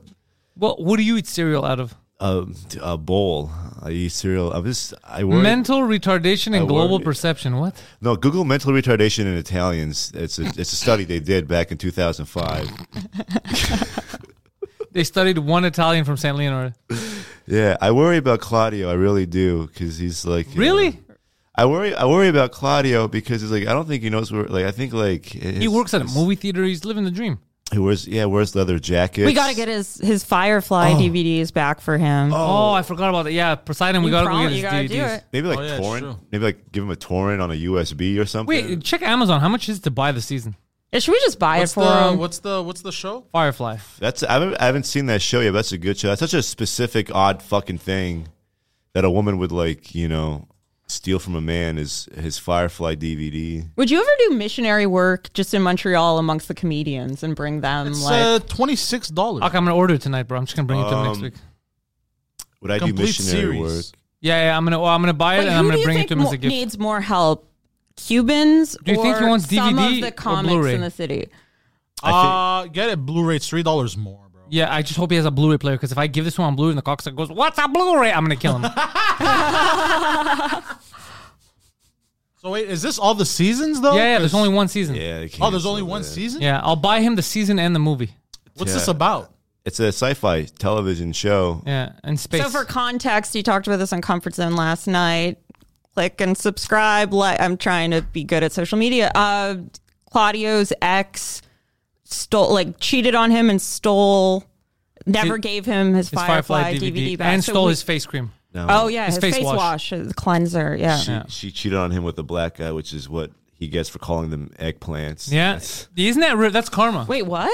S1: Well, what do you eat cereal out of?
S4: a, a bowl. I eat cereal. I'm just I worry.
S1: Mental retardation and
S4: I
S1: global
S4: worry.
S1: perception. What?
S4: no, Google mental retardation in Italians. It's a it's a study they did back in 2005.
S1: They studied one Italian from San Leonardo.
S4: Yeah, I worry about Claudio. I really do because he's like you know-
S1: Really?
S4: I worry. I worry about Claudio because he's like I don't think he knows where. Like I think like
S1: He works at a movie theater. He's living the dream.
S4: He wears yeah wears leather jackets.
S3: We gotta get his his Firefly DVDs back for him.
S1: Oh, I forgot about that. Yeah, Poseidon, we
S3: You
S1: got to go
S3: prom-
S1: get
S3: you
S1: his
S3: gotta
S1: DVDs.
S3: do it.
S4: Maybe like
S5: Oh, yeah, it's true.
S4: torrent. Maybe like give him a torrent on a USB or something.
S1: Wait, check Amazon. How much is it to buy the season?
S3: Yeah, Should we just buy it
S5: What's
S3: for
S5: the
S3: him?
S5: what's the what's the show?
S1: Firefly.
S4: That's I haven't, I haven't seen that show yet. but That's a good show. That's such a specific, odd fucking thing that a woman would like, you know, steal from a man is his Firefly DVD.
S3: Would you ever do missionary work just in Montreal amongst the comedians and bring them
S5: It's
S3: like?
S5: uh, twenty six dollars.
S1: Okay, I'm gonna order it tonight, bro. I'm just gonna bring it to him next
S4: Um,
S1: week.
S4: Would I do
S5: Complete
S4: missionary
S5: series.
S4: work?
S1: Yeah, yeah. I'm gonna. Well, I'm gonna buy it
S3: But
S1: and
S3: who
S1: I'm
S3: do
S1: gonna
S3: you
S1: bring it
S3: think
S1: to him as
S3: mo-
S1: a gift.
S3: needs more help? Cubans
S1: Do you
S3: or
S1: think he wants
S3: some
S1: DVD
S3: of
S1: or
S3: the comics
S1: Blu-ray?
S3: in the city?
S4: I
S5: Uh, get it. Blu-ray, it's three dollars more, bro.
S1: yeah, I just hope he has a Blu-ray player because if I give this one on Blu-ray and the cocksucker goes, "What's a Blu-ray?" I'm gonna kill him.
S5: So wait, is this all the seasons though?
S1: Yeah, yeah. There's
S5: 'Cause-
S1: only one season.
S4: think. Yeah. they
S5: Oh, there's
S4: canceled
S5: only one
S4: it.
S5: season.
S1: Yeah, I'll buy him the season and the movie.
S5: What's
S4: Yeah.
S5: this about?
S4: It's a sci-fi television show.
S1: Yeah, and space.
S3: So for context, you talked about this on Comfort Zone last night. Click and subscribe. Like I'm trying to be good at social media. Uh, Claudio's ex stole, like, cheated on him and stole. Never
S1: His-
S3: gave him his,
S1: his
S3: Firefly, DVD, back
S1: and
S3: So
S1: stole
S3: we-
S1: his face cream.
S3: Oh yeah,
S1: his
S3: his,
S1: face
S3: face,
S1: wash.
S3: wash. his cleanser. Yeah.
S4: She, she cheated on him with a black guy, which is what he gets for calling them eggplants.
S1: Yeah,
S4: That's-
S1: isn't that real? That's karma.
S3: Wait, what?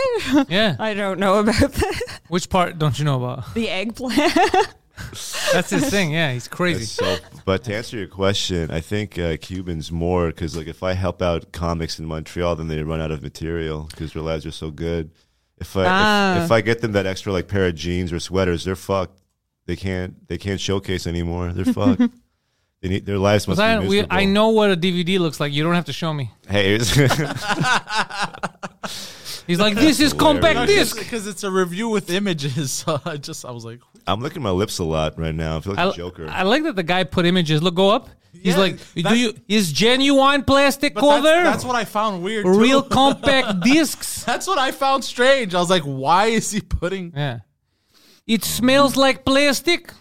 S1: yeah,
S3: I don't know about the,
S1: which part don't you know about?
S3: the eggplant.
S1: That's his thing. Yeah, he's crazy.
S4: So, but to answer your question, I think uh, Cubans more because like if I help out comics in Montreal, then they run out of material because their lives are so good. If I
S1: Ah.
S4: if, if I get them that extra like pair of jeans or sweaters, they're fucked. They can't they can't showcase anymore. They're fucked. they need their lives must
S1: I,
S4: be
S1: we,
S4: miserable.
S1: I know what a DVD looks like. You don't have to show me.
S4: Hey, it's-
S1: He's like, this is compact
S4: hilarious.
S1: disc.
S5: Because it's a review with images. So I just I was like,
S4: I'm licking my lips a lot right now. I feel like
S1: I,
S4: a Joker.
S1: I like that the guy put images. Look, go up. He's
S5: Yeah,
S1: like, do
S5: that-
S1: you is genuine plastic
S5: but
S1: cover?
S5: that's, that's what I found weird. too.
S1: real compact discs.
S5: That's what I found strange. I was like, why is he putting?
S1: Yeah, it smells like plastic.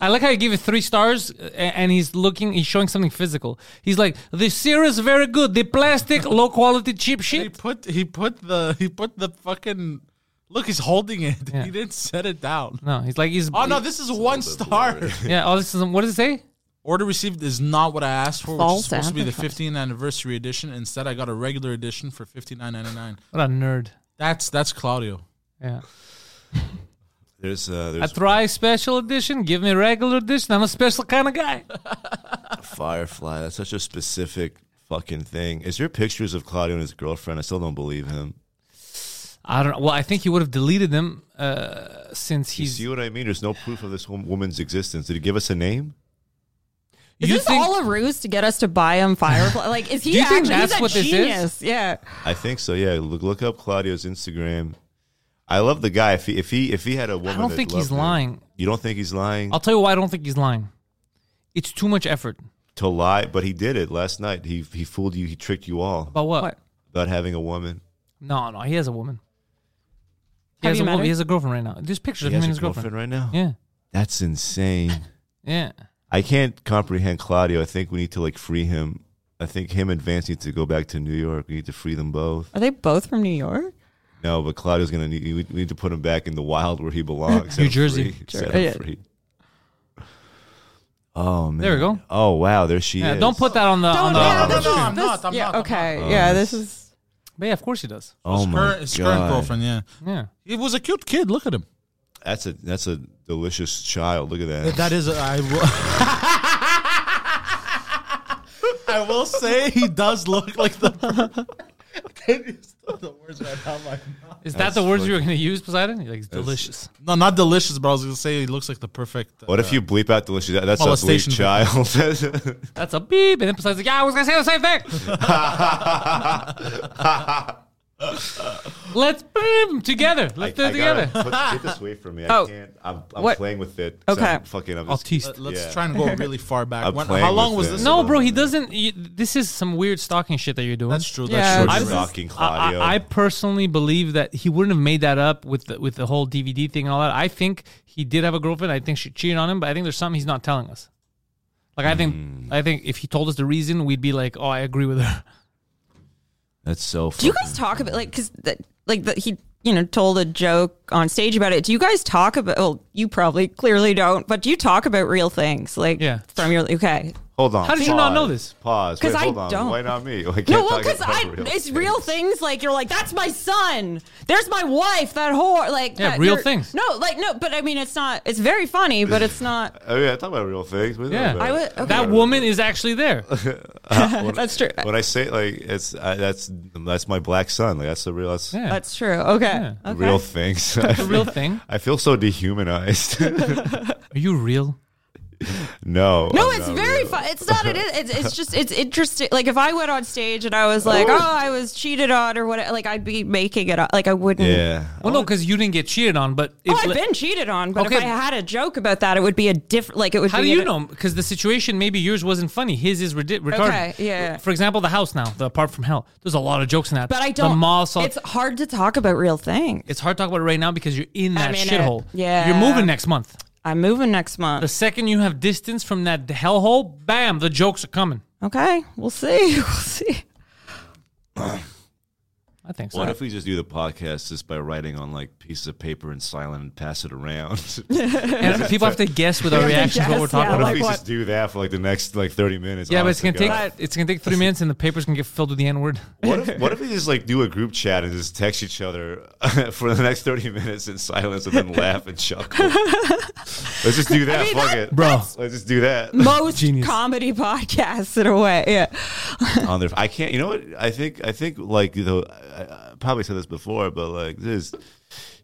S1: I like how you give it three stars, uh, and he's looking. He's showing something physical. He's like, the series very good. The plastic, low quality, cheap
S5: He
S1: shit.
S5: put he put the he put the fucking look. He's holding it.
S1: Yeah.
S5: He didn't set it down.
S1: No, he's like, he's
S5: Oh no, this is one star.
S1: yeah. Oh, this is what does it say?
S5: Order received is not what I asked for, which
S3: False
S5: is supposed to be the
S3: advertising.
S5: 15th anniversary edition. Instead, I got a regular edition for 59.99.
S1: What a nerd.
S5: That's that's Claudio.
S1: Yeah.
S4: There's uh,
S1: A
S4: there's
S1: Thrive Special Edition. Give me regular edition. I'm a special kind of guy.
S4: Firefly. That's such a specific fucking thing. Is there pictures of Claudio and his girlfriend? I still don't believe him.
S1: I don't know. Well, I think he would have deleted them uh, since
S4: You
S1: he's.
S4: see what I mean? There's no proof of this wom- woman's existence. Did he give us a name?
S3: Is
S1: You
S3: this
S1: think-
S3: all a ruse to get us to buy him Firefly? Like, is he
S1: Do you
S3: actually
S1: think that's
S3: he's a
S1: what this is?
S3: genius? Yeah.
S4: I think so. Yeah, look, look up Claudio's Instagram. I love the guy. If he if he if he had a woman,
S1: I don't
S4: that
S1: think he's
S4: loved him-
S1: lying.
S4: You don't think he's lying
S1: I'll tell you why I don't think he's lying. It's too much effort.
S4: to lie, but he did it last night. He he fooled you. He tricked you all
S1: About what?
S3: What?
S4: about having a woman.
S1: No, no, he has a woman. He
S3: Have
S1: has
S3: you
S1: a
S3: met
S1: woman.
S3: her?
S1: He has a girlfriend right now. There's pictures of
S4: He
S1: him
S4: has
S1: and
S4: a
S1: his
S4: girlfriend
S1: girlfriend.
S4: right now.
S1: Yeah,
S4: That's insane.
S1: yeah.
S4: I can't comprehend Claudio. I think we need to like free him. I think him and Vance need to go back to New York. We need to free them both.
S3: Are they both from New York?
S4: No, but Claudio's gonna need. We need to put him back in the wild where he belongs. Set
S1: New
S4: him
S1: Jersey.
S4: free.
S3: Sure.
S4: Set him
S3: Yeah.
S4: free. Oh man.
S1: There we go.
S4: Oh wow, there she
S1: yeah
S4: is.
S1: don't put that on the. on
S3: Don't
S1: the
S3: yeah,
S5: no,
S3: this
S5: no,
S3: is-
S5: I'm
S3: this-
S5: not, I'm
S3: yeah,
S5: not, I'm
S3: okay.
S1: Uh,
S4: not.
S3: yeah, this is.
S1: But yeah, of course he does.
S4: Oh
S5: It's
S4: my
S5: her, it's current
S4: God.
S5: girlfriend, yeah.
S1: Yeah.
S5: He was a cute kid. Look at him.
S4: That's a that's a delicious child. Look at that.
S5: That is, I will. I will say he does look like the. I can't use the words right out of my mouth.
S1: Is
S4: That's
S1: that the words
S4: fucking-
S1: you were going to use, Poseidon? You're like, it's delicious.
S5: No, not delicious, but I was gonna say he looks like the perfect. uh,
S4: what if you bleep out delicious? That- That's a bleep
S5: Molestation.
S4: child.
S1: That's a beep. And then Poseidon's like, yeah, I was going to say the same thing. Let's beep 'em together.
S4: I, I
S1: Let's do it
S4: gotta
S1: together.
S4: put, get this away from me. I
S3: Oh.
S4: can't. I'm, I'm
S3: What?
S4: playing with it. 'cause
S3: Okay.
S4: I'm fucking. I'm just,
S1: Autiste.
S5: uh, Let's
S4: Yeah.
S5: try and go really far back.
S4: I'm
S5: When,
S4: playing
S5: how long
S4: with
S5: was this?
S4: it.
S1: No, bro, he doesn't. You, this is some weird stalking shit that you're doing.
S5: That's true.
S3: Yeah,
S5: That's
S4: I'm
S5: true.
S3: this is-
S4: stalking
S1: I,
S4: Claudio.
S1: I- I personally believe that he wouldn't have made that up with the, with the whole DVD thing and all that. I think he did have a girlfriend. I think she cheated on him, but I think there's something he's not telling us. Like I think I think if he told us the reason, we'd be like, "Oh, I agree with her."
S4: That's so.
S3: Do you guys talk about like because like the, he you know told a joke on stage about it? Do you guys talk about? Well, you probably clearly don't, but do you talk about real things like
S1: Yeah.
S3: from your okay?
S4: Hold on.
S1: How did you not know this?
S4: Pause.
S3: 'Cause
S4: Wait,
S3: I
S4: hold on.
S3: don't.
S4: Why not me? I can't
S3: No, well,
S4: talk
S3: because
S4: about
S3: I it's real
S4: things.
S3: things like you're like that's my son. There's my wife. That whore. Like
S1: Yeah,
S3: that-
S1: real
S3: you're-
S1: things.
S3: No, like no, but I mean it's not. It's very funny, but it's not.
S4: Oh yeah, I talk about real things. We know
S1: Yeah.
S4: about
S3: I
S4: it.
S3: would. Okay.
S1: That woman is actually there.
S3: that's true.
S4: When I say like it's I, that's that's my black son. Like that's the real. That's
S1: Yeah,
S3: That's true. Okay. okay.
S4: real things.
S1: the real thing.
S4: I feel so dehumanized.
S1: Are you real?
S4: no.
S3: No,
S4: I'm
S3: it's
S4: not
S3: very
S4: real.
S3: fun. It's not. It is. It's, it's just. It's interesting. Like if I went on stage and I was like, "Oh, I was cheated on" or whatever, like I'd be making it up. Like I wouldn't.
S4: Yeah.
S1: Well, no, because you didn't get cheated on. But if,
S3: Oh, I've
S1: le-
S3: been cheated on, but if
S1: Okay.
S3: I had a joke about that, it would be a different. Like it would.
S1: how
S3: be
S1: do
S3: a-
S1: you know? Because the situation, maybe yours wasn't funny. His is ridi- retarded.
S3: Okay, yeah.
S1: For example, the house now, the apart from hell. There's a lot of jokes in that.
S3: But I don't.
S1: The mall saw.
S3: It's hard to talk about real things.
S1: It's hard to talk about it right now because you're in that
S3: I'm in it.
S1: shithole.
S3: Yeah.
S1: You're moving next month.
S3: I'm moving next
S1: The
S3: month.
S1: second you have distance from that hellhole, bam, the jokes are coming.
S3: Okay, we'll see. We'll see.
S1: I think so.
S4: What if we just do the podcast just by writing on like pieces of paper and silent and pass it around?
S1: and people have to guess with our
S3: have to
S1: reactions what
S3: guess,
S1: we're talking
S3: yeah,
S4: What
S1: about.
S4: if
S3: like
S4: we
S3: what?
S4: just do that for like the next like thirty minutes?
S1: yeah, but it's gonna
S4: Honest to
S1: take
S4: God.
S1: it's gonna take three minutes, and the papers gonna get filled with the N word.
S4: What if, what if we just like do a group chat and just text each other for the next thirty minutes in silence and then laugh and chuckle? Let's just do that.
S3: mean,
S4: Fuck
S3: that-
S4: it,
S1: Bro.
S4: Let's just do that.
S3: Most
S1: Genius.
S3: comedy podcasts, in a way. Yeah.
S4: on their. I can't. You know what? I think. I think like you know. I, I probably said this before, but like there's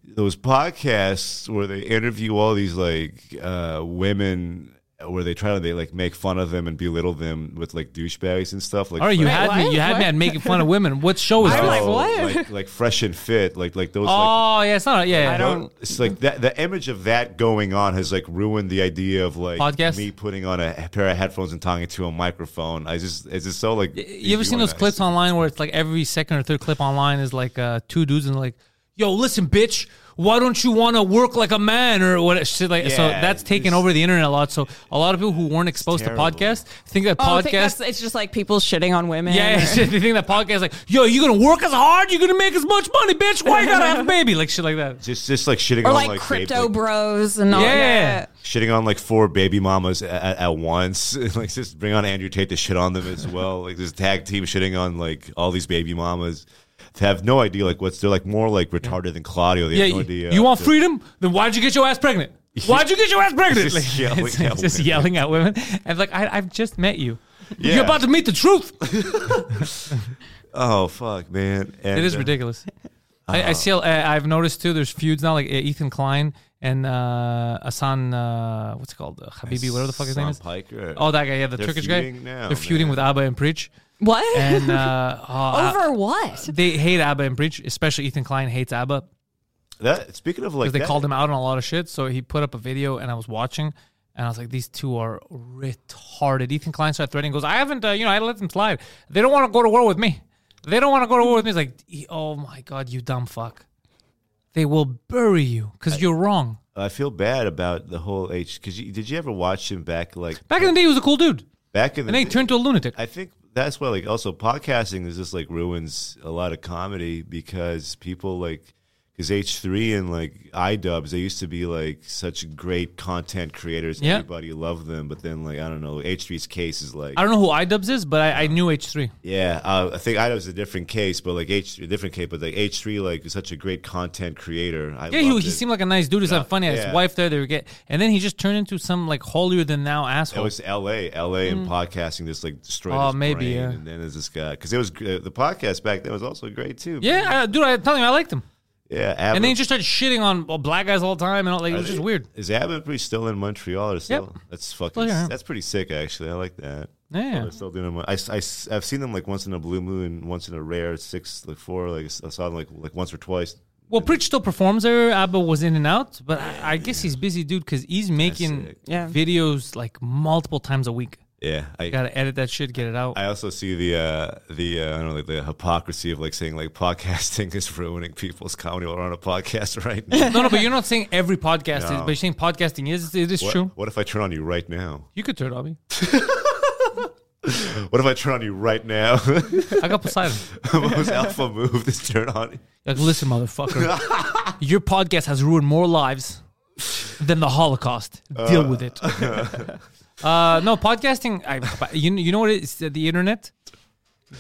S4: those podcasts where they interview all these like uh, women. Where they try to they like make fun of them and belittle them with like douchebags and stuff. Like,
S1: All right, you
S4: fre-
S1: had me.
S3: what?
S1: You had me
S3: What?
S1: at making fun of women. What show is
S3: I'm
S4: no,
S1: that?
S3: like, what?
S4: like like fresh and fit, like like those. like,
S1: oh yeah, it's not. Yeah,
S3: I
S1: yeah.
S3: don't-
S4: it's like that. The image of that going on has like ruined the idea of like
S1: Podcast?
S4: me putting on a pair of headphones and talking to a microphone. I just it's just so like.
S1: You ever seen those clips online where it's like every second or third clip online is like uh, two dudes and like, yo, listen, bitch, why don't you want to work like a man or what shit like? so
S4: Yeah,
S1: that's taken
S4: it's-
S1: over the internet a lot. So a lot of people who weren't exposed to
S4: terrible.
S1: podcasts think that
S3: Oh, I think that's-
S1: podcasts.
S3: it's just like people shitting on women.
S1: yeah,
S3: or-
S1: it's just- they think that podcasts like, yo, you gonna work as hard, you gonna make as much money, bitch. Why you gotta have a baby, like shit like that.
S4: Just just like shitting
S3: or
S4: on
S3: like,
S4: like,
S3: crypto
S4: babe, like,
S3: bros and all
S1: Yeah.
S3: that.
S4: shitting on like four baby mamas at, at once. like just bring on Andrew Tate to shit on them as well. Like this tag team shitting on like all these baby mamas. have no idea like what's they're like more like retarded than Claudio. They
S1: Yeah,
S4: have no
S1: you,
S4: idea.
S1: you want
S4: They're-
S1: freedom? Then why'd you get your ass pregnant? Why'd you get your ass pregnant?
S4: Just yelling
S1: it's-
S4: at
S1: it's just
S4: women.
S1: yelling at women. And like, I, I've just met you.
S4: Yeah.
S1: You're about to meet the truth.
S4: Oh fuck, man! And,
S1: It is
S4: uh, Uh-huh.
S1: ridiculous. I, I see. Uh, I've noticed too. There's feuds now, like uh, Ethan Klein and uh, Asan. Uh, what's it called? Uh, Habibi, whatever the fuck his name
S4: Sam
S1: is.
S4: Piker.
S1: Oh, that guy. Yeah, the
S4: They're
S1: Turkish guy.
S4: feuding now,
S1: They're feuding
S4: man.
S1: with Abba and Preach.
S3: What?
S1: And uh, oh, I-
S3: Over what?
S1: they hate Abba and Preach, especially Ethan Klein hates Abba
S4: that speaking of like
S1: because they
S4: that-
S1: called him out on a lot of shit. So he put up a video, and I was watching, and I was like, "These two are retarded." Ethan Klein started threatening, goes, "I haven't, uh, you know, I let them slide. They don't want to go to war with me. They don't want to go to war with me." It's like, "E- "Oh my god, you dumb fuck! They will bury you because you're wrong."
S4: I feel bad about the whole H. Because did you ever watch him back like
S1: Back in the day, he was a cool dude,
S4: back in the
S1: and then he
S4: day-
S1: turned to a lunatic.
S4: I think that's why, like, also podcasting is just like ruins a lot of comedy because people like, because H three and like iDubbbz, they used to be like such great content creators.
S1: Yeah.
S4: Everybody loved them, but then like I don't know, H 3s case is like,
S1: I don't know who iDubbbz is, but I, I knew H three.
S4: yeah, uh, I think iDubbbz is a different case, but like H a different case, but like H three like is such a great content creator. I
S1: Yeah, he,
S4: loved
S1: he
S4: it.
S1: seemed like a nice dude. He's like funny.
S4: yeah.
S1: His wife there, they were get, and then he just turned into some like holier than thou
S4: That
S1: asshole.
S4: was L.A. L.A. and podcasting just like destroyed.
S1: Mm. Oh,
S4: his
S1: maybe,
S4: brain,
S1: yeah.
S4: And then there's this guy because it was gr- the podcast back then was also great too.
S1: yeah, I, dude, I tell you, I liked him.
S4: yeah.
S1: and
S4: Abba-
S1: then he just started shitting on well, black guys all the time, and all, like it
S4: Are
S1: was just
S4: they-
S1: weird.
S4: Is Abbott Breeze still in Montreal? Or still? That's fucking.
S1: Still here.
S4: That's pretty sick, actually. I like that.
S1: Yeah,
S4: They're still doing them. I, have seen them like once in a blue moon, once in a rare six, like four. Like I saw them like like once or twice.
S1: well, Pritch still performs there. Abba was in and out, but I, I guess he's busy, dude, because he's making
S4: sick.
S3: Yeah.
S1: videos like multiple times a week.
S4: Yeah, I
S1: Got to edit that shit, get it out.
S4: I also see the uh, the uh, I don't know like the hypocrisy of like saying like podcasting is ruining people's comedy. We're on a podcast right now.
S1: no, no, but you're not saying every podcast is,
S4: No.
S1: but you're saying podcasting is. It is
S4: what,
S1: true.
S4: What if I turn on you right now?
S1: You could turn it on me.
S4: What if I turn on you right now?
S1: I got Poseidon.
S4: What was alpha move? This turn on.
S1: Like, listen, motherfucker, your podcast has ruined more lives than the Holocaust. Deal with it. uh, no, podcasting. I, but you you know what it is? The internet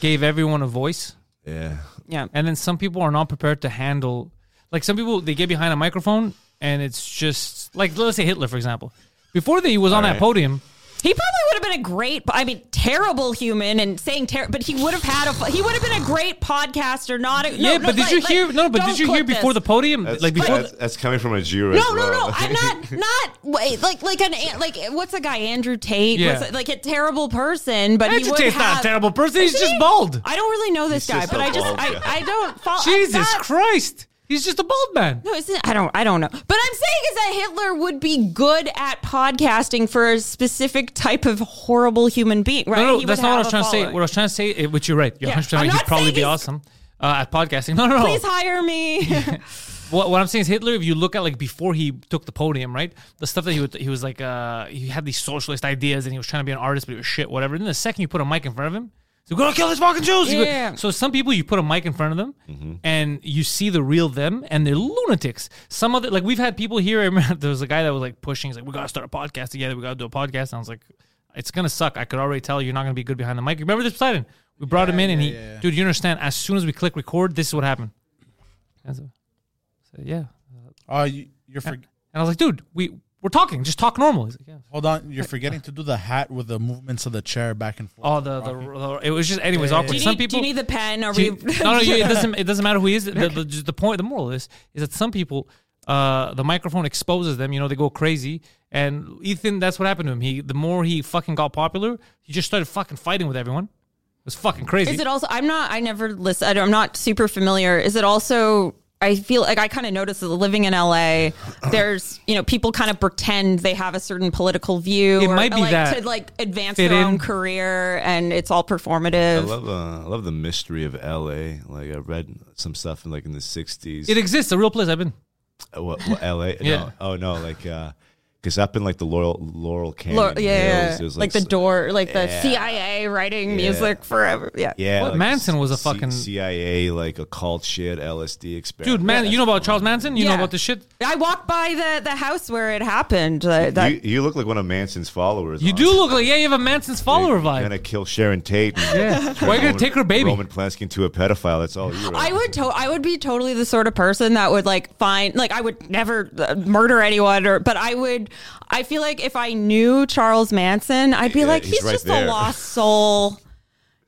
S1: gave everyone a voice,
S4: Yeah.
S3: Yeah.
S1: and then some people are not prepared to handle. Like some people, they get behind a microphone, and it's just like let's say Hitler, for example. Before that, he was on that
S4: right.
S1: podium.
S3: He probably would have been a great, I mean, terrible human and saying terrible, but he would have had a, he would have been a great podcaster, not a, no,
S1: yeah,
S3: no,
S1: but did
S3: like-
S1: you
S3: like,
S1: hear? No, but
S3: don't
S1: did you hear
S3: clip
S1: before
S3: this.
S1: the podium?
S4: That's,
S1: like before.
S4: that's, that's coming from a Jew. as
S3: No, no,
S4: well.
S3: no! I'm not, not wait, like, like an, an- like, what's a guy, Andrew Tate?
S1: Yeah.
S3: Was, like a terrible person, but he
S1: Andrew
S3: would
S1: Tate's
S3: have,
S1: not a terrible person. He's
S3: Is
S1: just
S3: he?
S1: bald.
S3: I don't really know this
S4: He's
S3: guy,
S4: just
S3: but
S4: a
S3: I just,
S4: bald
S3: I,
S4: guy.
S3: I don't follow.
S1: Jesus
S3: not,
S1: Christ. He's just a bald man.
S3: No, it's I don't. I don't know. But I'm saying is that Hitler would be good at podcasting for a specific type of horrible human being, right?
S1: No, no,
S3: He would
S1: that's not what I
S3: have
S1: was
S3: a
S1: trying to say.
S3: following.
S1: What I was trying to say, eh, which you're right, you're
S3: Yeah.
S1: 100.
S3: I'm
S1: percent right.
S3: not
S1: He'd probably
S3: saying
S1: be
S3: he's-
S1: awesome uh, at podcasting. No, no, no.
S3: Please hire me.
S1: What, what I'm saying is Hitler. If you look at like before he took the podium, right, the stuff that he would, he was like, uh, he had these socialist ideas and he was trying to be an artist, but he was shit, whatever. And then the second you put a mic in front of him. So go kill these fucking Jews. You go-
S3: Yeah.
S1: So some people you put a mic in front of them, and you see the real them, and they're lunatics. Some other like we've had people here. I remember there was a guy that was like pushing. He's like, "We gotta start a podcast together. We gotta do a podcast." And I was like, "It's gonna suck. I could already tell you're not gonna be good behind the mic." Remember this Poseidon? We brought him in, and he, dude, you understand? As soon as we click record, this is what happened. And so, so, yeah.
S5: Oh, you, you're for,
S1: And I was like, dude, we we're talking. Just talk normal. He's like, yeah.
S5: hold on. You're forgetting to do the hat with the movements of the chair back and forth.
S1: Oh, the, the, the it was just anyways awkward.
S3: do, you
S1: Some
S3: need,
S1: people
S3: do you need the pen? Are
S1: She-
S3: we?
S1: no, no, you- it doesn't. It doesn't matter who he is. The, the, just the point, the moral of this is that some people, uh, the microphone exposes them. You know, they go crazy. And Ethan, that's what happened to him. He, the more he fucking got popular, he just started fucking fighting with everyone. It was fucking crazy.
S3: Is it also? I'm not. I never listen. I don't- I'm not super familiar. Is it also? I feel like I kind of noticed that living in LA, there's you know people kind of pretend they have a certain political view.
S1: It might be
S3: like,
S1: that.
S3: to like advance
S1: Fit
S3: their
S1: in.
S3: own career, and it's all
S4: I
S3: performative.
S4: love uh, I love the mystery of L.A. Like I read some stuff in like in the '60s.
S1: It exists. A real place I've been.
S4: Uh, what, what LA?
S1: Yeah.
S4: No. Oh no, like because because up in like the Laurel Laurel Canyon,
S3: Lor- yeah,
S4: hills, there's,
S3: like, the
S4: s-
S3: door, like the CIA writing music forever. Yeah,
S4: Yeah,
S1: What, Manson was a
S4: C-
S1: fucking-
S4: CIA like occult shit, LSD experiment.
S1: Dude, man, you know about Charles Manson? You know
S3: Yeah.
S1: about the shit?
S3: I walked by the the house where it happened. Uh, that
S4: you, you look like one of Manson's followers.
S1: You do look like yeah, you have a Manson's follower
S4: You're
S1: vibe.
S4: gonna kill Sharon Tate. And
S1: Yeah.
S4: turn
S1: Why you gonna
S4: Roman-
S1: take her baby?
S4: Roman Polanski into a pedophile. That's all you. Are.
S3: I would to- I would be totally the sort of person that would like find like I would never uh, murder anyone or but I would I feel like if I knew Charles Manson I'd be
S4: Yeah,
S3: like
S4: he's
S3: he's,
S4: right
S3: just
S4: there."
S3: a lost soul.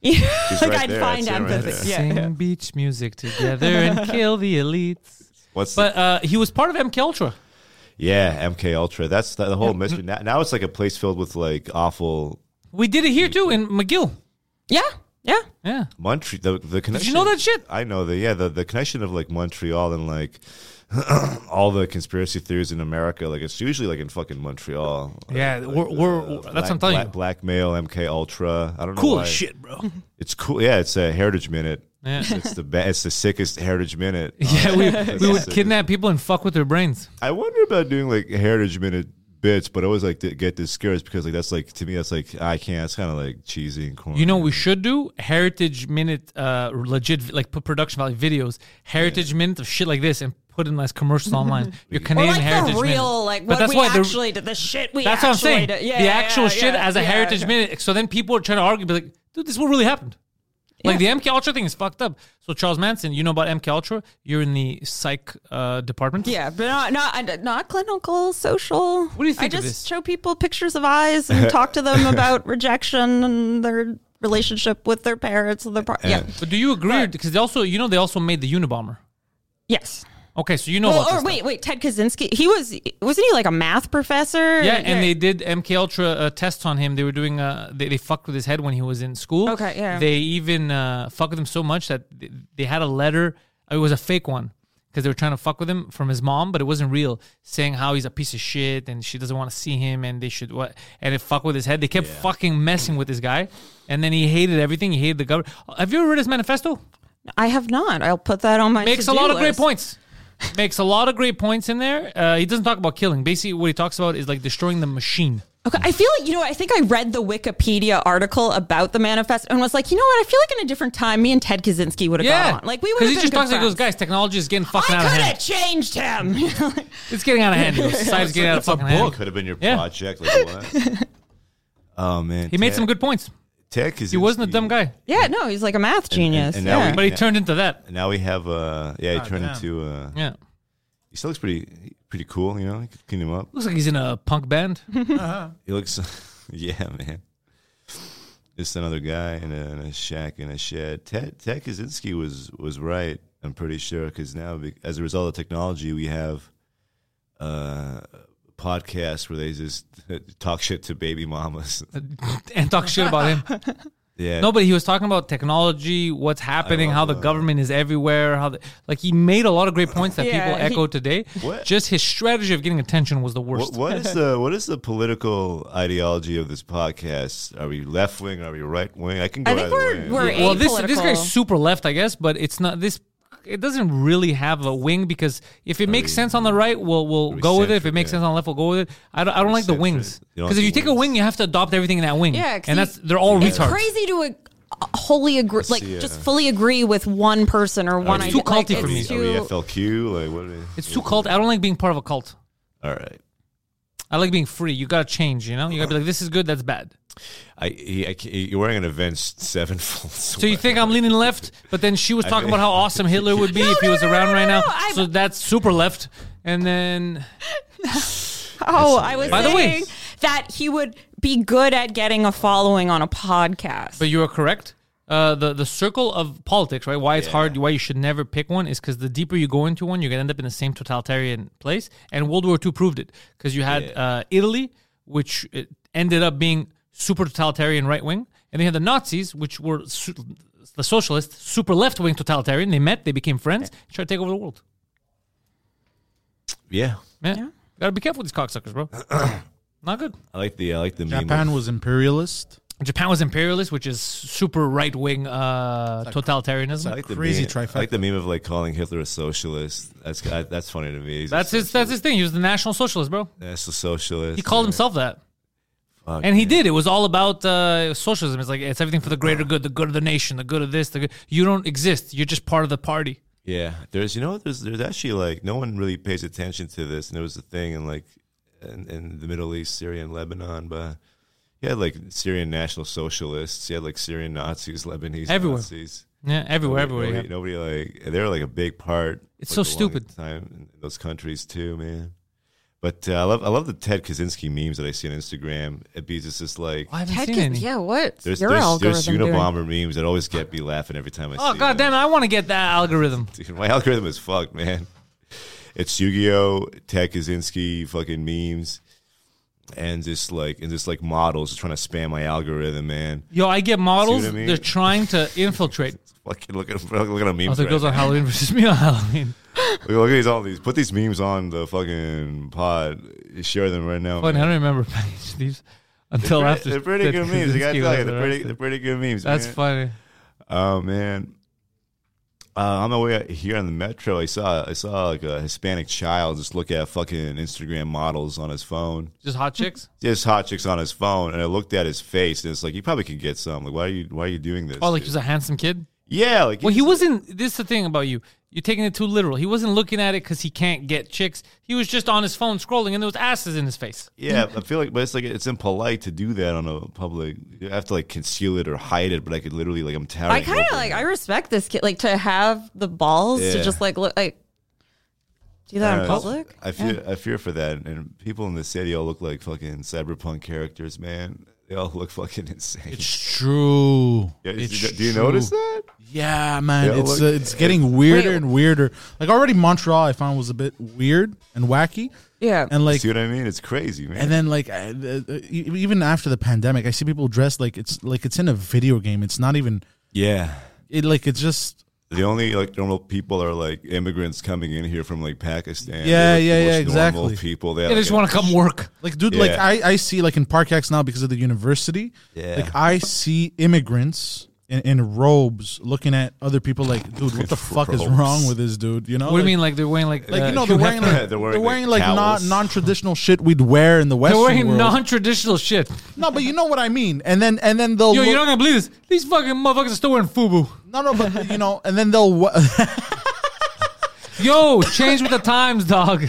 S3: Yeah, like
S4: right
S3: I'd
S4: there.
S3: find
S4: That's him right
S3: empathy.
S1: Sing beach music together and kill the elites.
S4: What's the-
S1: But uh, he was part of MK Ultra.
S4: yeah, MK Ultra. That's the, the whole mystery. Now, now it's like a place filled with like awful
S1: We did it here too in McGill.
S3: yeah. Yeah. Yeah.
S1: Yeah.
S4: Montreal. The, the connection.
S1: know that shit?
S4: I know the yeah the, the connection of like Montreal and like all the conspiracy theories in America. Like it's usually like in fucking Montreal.
S1: Yeah,
S4: Like,
S1: we're-
S4: the
S1: we're-
S3: uh,
S1: that's what I'm telling
S4: black-
S1: you.
S4: Blackmail, MK Ultra. I don't know.
S1: Cool
S4: why.
S1: as shit, bro.
S4: It's cool. Yeah, it's a Heritage Minute.
S1: Yeah.
S4: It's, it's the be- it's the sickest Heritage Minute.
S1: Yeah, we, we would
S4: sick.
S1: kidnap people and fuck with their brains.
S4: I wonder about doing like Heritage Minute bits, but I always like to get discouraged because like that's like to me that's like I can't. It's kind of like cheesy and corny.
S1: You know what we should do? Heritage Minute, uh, legit, like put production value videos, Heritage Minute of shit like this and put in as commercials online. Your
S3: Or
S1: Canadian
S3: like
S1: Heritage
S3: the real
S1: Minute.
S3: like
S1: But
S3: what
S1: that's
S3: we
S1: why the-
S3: actually did the shit we
S1: That's what
S3: actually
S1: I'm saying.
S3: did. Yeah,
S1: the
S3: yeah,
S1: actual
S3: yeah,
S1: shit as a
S3: yeah.
S1: heritage minute. So then people are trying to argue, be like, dude, this is what really happened. Like the MK Ultra thing is fucked up. So Charles Manson, you know about MK Ultra? You're in the psych uh, department.
S3: Yeah, but not not not clinical, social. What
S1: do you think
S3: I
S1: of
S3: just
S1: this?
S3: show people pictures of eyes and talk to them about rejection and their relationship with their parents and their par- yeah.
S1: But do you agree? Because they also, you know, they also made the Unabomber.
S3: Yes.
S1: Okay, so you know about
S3: well,
S1: this
S3: or
S1: stuff.
S3: wait, wait, Ted Kaczynski. He was wasn't he like a math professor?
S1: Yeah, and they did MK Ultra uh, tests on him. They were doing uh, they, they fucked with his head when he was in school.
S3: Okay, yeah.
S1: They even uh, fucked with him so much that th- they had a letter. It was a fake one because they were trying to fuck with him from his mom, but it wasn't real, saying how he's a piece of shit and she doesn't want to see him and they should what and it fucked with his head. They kept fucking messing with this guy, and then he hated everything. He hated the government. Have you ever read his manifesto?
S3: I have not. I'll put that on my
S1: makes a
S3: to-do
S1: lot of great
S3: list.
S1: points. Makes a lot of great points in there. Uh, he doesn't talk about killing. Basically, what he talks about is like destroying the machine.
S3: Okay, I feel like you know. I think I read the Wikipedia article about the manifest and was like, you know what? I feel like in a different time, me and Ted Kaczynski would have
S1: Yeah,
S3: gone on. Like we would
S1: because he
S3: have been
S1: just
S3: good
S1: talks like
S3: friends.
S1: those guys. Technology is getting fucking
S3: I
S1: out of
S3: could
S1: hand.
S3: have changed him.
S1: It's getting out of hand. dude. Society's getting out of fucking hand.
S4: could have been your
S1: Yeah.
S4: project. Like, what? oh man,
S1: He made
S4: Ted-
S1: some good points.
S4: Ted.
S1: He wasn't a dumb guy,
S3: yeah, no, he's like a math genius.
S4: and now
S3: yeah.
S4: we-
S1: but he
S4: Yeah.
S1: turned into that.
S4: And now we have uh yeah he turned
S5: damn.
S4: into uh
S1: Yeah,
S4: he still looks pretty pretty cool you know you could clean him up
S1: looks like he's in a punk band.
S4: he looks yeah man just another guy in a, in a shack in a shed Ted Ted Kaczynski was was right I'm pretty sure because now be- as a result of technology we have uh podcasts where they just talk shit to baby mamas
S1: and talk shit about him.
S4: yeah
S1: No, but he was talking about technology, what's happening, how the government is everywhere, how the, like he made a lot of great points that
S3: Yeah,
S1: people
S3: he-
S1: echo today.
S4: What?
S1: Just his strategy of getting attention was the worst.
S4: What, what is the what is the political ideology of this podcast? Are we left wing? Are we right wing? I can go
S3: I think
S4: either
S3: we're
S4: way.
S3: we're
S1: well, this this
S3: apolitical.
S1: guy's super left, I guess, but it's not this. It doesn't really have a wing because if it makes sense on the right, we'll we'll
S4: we
S1: go with it. If
S4: centric,
S1: it makes
S4: yeah.
S1: sense on the left, we'll go with it. I don't, I don't like the
S4: centric.
S1: wings
S4: You don't
S1: because
S4: like
S1: if you
S4: the
S1: take a wing,
S4: wings.
S1: you have to adopt everything in that wing.
S3: Yeah, 'cause
S1: and
S3: he-
S1: that's they're all
S3: It's
S1: retards.
S3: crazy to ag- wholly agree, like
S4: see,
S3: just
S4: uh, Oh,
S3: fully agree with one person or one
S4: it's
S1: too
S3: idea. Like,
S1: culty for
S4: Are
S3: it's
S4: we,
S1: me.
S4: are we FLQ? Like what? Are
S1: It's too cult. I don't like being part of a cult.
S4: All right.
S1: I like being free. You gotta change. You know, you gotta be like, this is good, that's bad.
S4: I, he, I can't- you're wearing an Avenged Sevenfold.
S1: So you think I'm leaning left, but then she was talking
S4: mean-
S1: about how awesome Hitler would be if he
S3: no,
S1: was
S3: no,
S1: around
S3: no,
S1: right now.
S3: no, no, I-
S1: so that's super left. And then
S3: Oh, I was
S1: By the way-
S3: saying that he would be good at getting a following on a podcast.
S1: But you are correct. Uh, the the circle of politics, right? Why it's hard, why you should never pick one, is because the deeper you go into one, you're gonna end up in the same totalitarian place. And World War II proved it because you had uh, Italy, which uh, ended up being super totalitarian right wing, and they had the Nazis, which were su- the socialists, super left wing totalitarian. They met, they became friends, tried to take over the world.
S4: Yeah,
S1: Man, gotta be careful with these cocksuckers, bro. Not good.
S4: I like the I like the meme
S5: Japan
S4: of-
S5: was imperialist.
S1: Japan was imperialist, which is super right wing uh, totalitarianism.
S4: I like the
S5: Crazy
S4: meme, I like
S5: trifecta.
S4: the meme of like calling Hitler a socialist. That's I, that's funny to me. He's a
S1: that's his. That's his thing. He was the national socialist, bro.
S4: That's a socialist.
S1: He called
S4: Yeah.
S1: himself that,
S4: Fuck,
S1: and he
S4: man.
S1: did. It was all about uh, socialism. It's like it's everything for the greater good, the good of the nation, the good of this. The good. You don't exist. You're just part of the party.
S4: Yeah, there's you know there's there's actually like no one really pays attention to this, and it was a thing in like in, in the Middle East, Syria and Lebanon, but you had like Syrian national socialists, you had like Syrian Nazis, Lebanese
S1: Everywhere.
S4: Nazis,
S1: Yeah, everywhere, everywhere.
S4: Nobody,
S1: yeah.
S4: nobody like they were like a big part.
S1: It's
S4: like,
S1: so
S4: the longest
S1: stupid.
S4: Time in those countries too, man. But uh, I love I love the Ted Kaczynski memes that I see on Instagram. It be just this like.
S1: Oh, I haven't
S3: Ted
S1: seen
S3: Kid-
S1: any.
S3: yeah, what?
S4: There's,
S3: Your
S4: there's,
S3: algorithm
S4: there's
S3: doing?
S4: Unabomber memes that always get me laughing every time I
S1: Oh
S4: see
S1: god damn!
S4: them.
S1: it, I want to get that algorithm.
S4: Dude, my algorithm is fucked, man. It's Yu-Gi-Oh, Ted Kaczynski, fucking memes, and just like and just like models trying to spam my algorithm, man.
S1: Yo, I get models.
S4: I mean?
S1: They're trying to infiltrate.
S4: Fucking look at look at our memes.
S1: Also, it
S4: right
S1: goes on
S4: now.
S1: Halloween versus me on Halloween.
S4: Look, look at these all these. Put these memes on the fucking pod. Share them right now.
S1: Funny, I
S4: man.
S1: don't remember these until
S4: They're,
S1: after.
S4: they're pretty
S1: Ted
S4: good memes. I gotta
S1: Kaczynski
S4: tell you,
S1: was
S4: they're pretty,
S1: arrested.
S4: they're pretty good memes.
S1: That's
S4: man.
S1: funny.
S4: Oh man. Uh, on my way out here on the metro, I saw I saw like a Hispanic child just look at fucking Instagram models on his phone.
S1: Just hot chicks.
S4: this hot chick's on his phone, and I looked at his face, and it's like you probably could get some. Like, why are you why are you doing this?
S1: Oh, like
S4: dude?
S1: he's a handsome kid.
S4: yeah, like
S1: Well, he wasn't. This is the thing about you. You're taking it too literal. He wasn't looking at it because he can't get chicks. He was just on his phone scrolling, and there was asses in his face.
S4: Yeah, I feel like, but it's like it's impolite to do that on a public. You have to like conceal it or hide it, but I could literally like I'm towering.
S3: I kind of
S4: over
S3: like.
S4: him.
S3: I respect this kid, like to have the balls
S4: Yeah.
S3: to just like look like do that in
S4: Uh,
S3: public.
S4: I fear I fear for that, and people in the city all look like fucking cyberpunk characters, man. They all look fucking insane.
S5: It's true.
S4: Yeah,
S5: It's
S4: do you- do you
S5: true.
S4: notice that?
S5: Yeah, man,
S4: Yeah,
S5: it's
S4: look-
S5: uh, it's getting weirder
S3: Wait.
S5: and weirder. Like already Montreal, I found was a bit weird and wacky,
S3: Yeah.
S5: and like
S4: See what I mean? It's crazy, man.
S5: and then like I- uh, uh, e- even after the pandemic, I see people dressed like it's like it's in a video game. It's not even
S4: yeah,
S5: it like it's just
S4: The only like normal people are like immigrants coming in here from like Pakistan. They're,
S5: Yeah,
S4: like,
S5: yeah,
S4: the
S5: yeah,
S4: most normal
S5: exactly.
S4: People they
S1: They just want to come work.
S5: like dude, like
S4: Yeah.
S5: I I see like in Park X now because of the university.
S4: Yeah.
S5: Like I see immigrants. In, in robes, looking at other people like, dude, what the fuck is
S4: Robes.
S5: wrong with this dude? You know,
S1: What do you
S5: Like-
S1: mean? Like they're wearing like
S5: Like
S1: uh,
S5: you know, they're wearing like,
S4: They're
S5: they're
S4: wearing,
S5: wearing,
S4: like,
S5: like, non
S4: towels.
S5: non traditional shit we'd wear in the
S1: they're
S5: Western
S1: wearing
S5: world.
S1: non-traditional shit.
S5: no, but you know what I mean. And then and then they'll
S1: Yo, you're
S5: look-
S1: not gonna believe this. These fucking motherfuckers are still wearing FUBU.
S5: no no, but you know, and then they'll wa-
S1: Yo, change with the times, dog.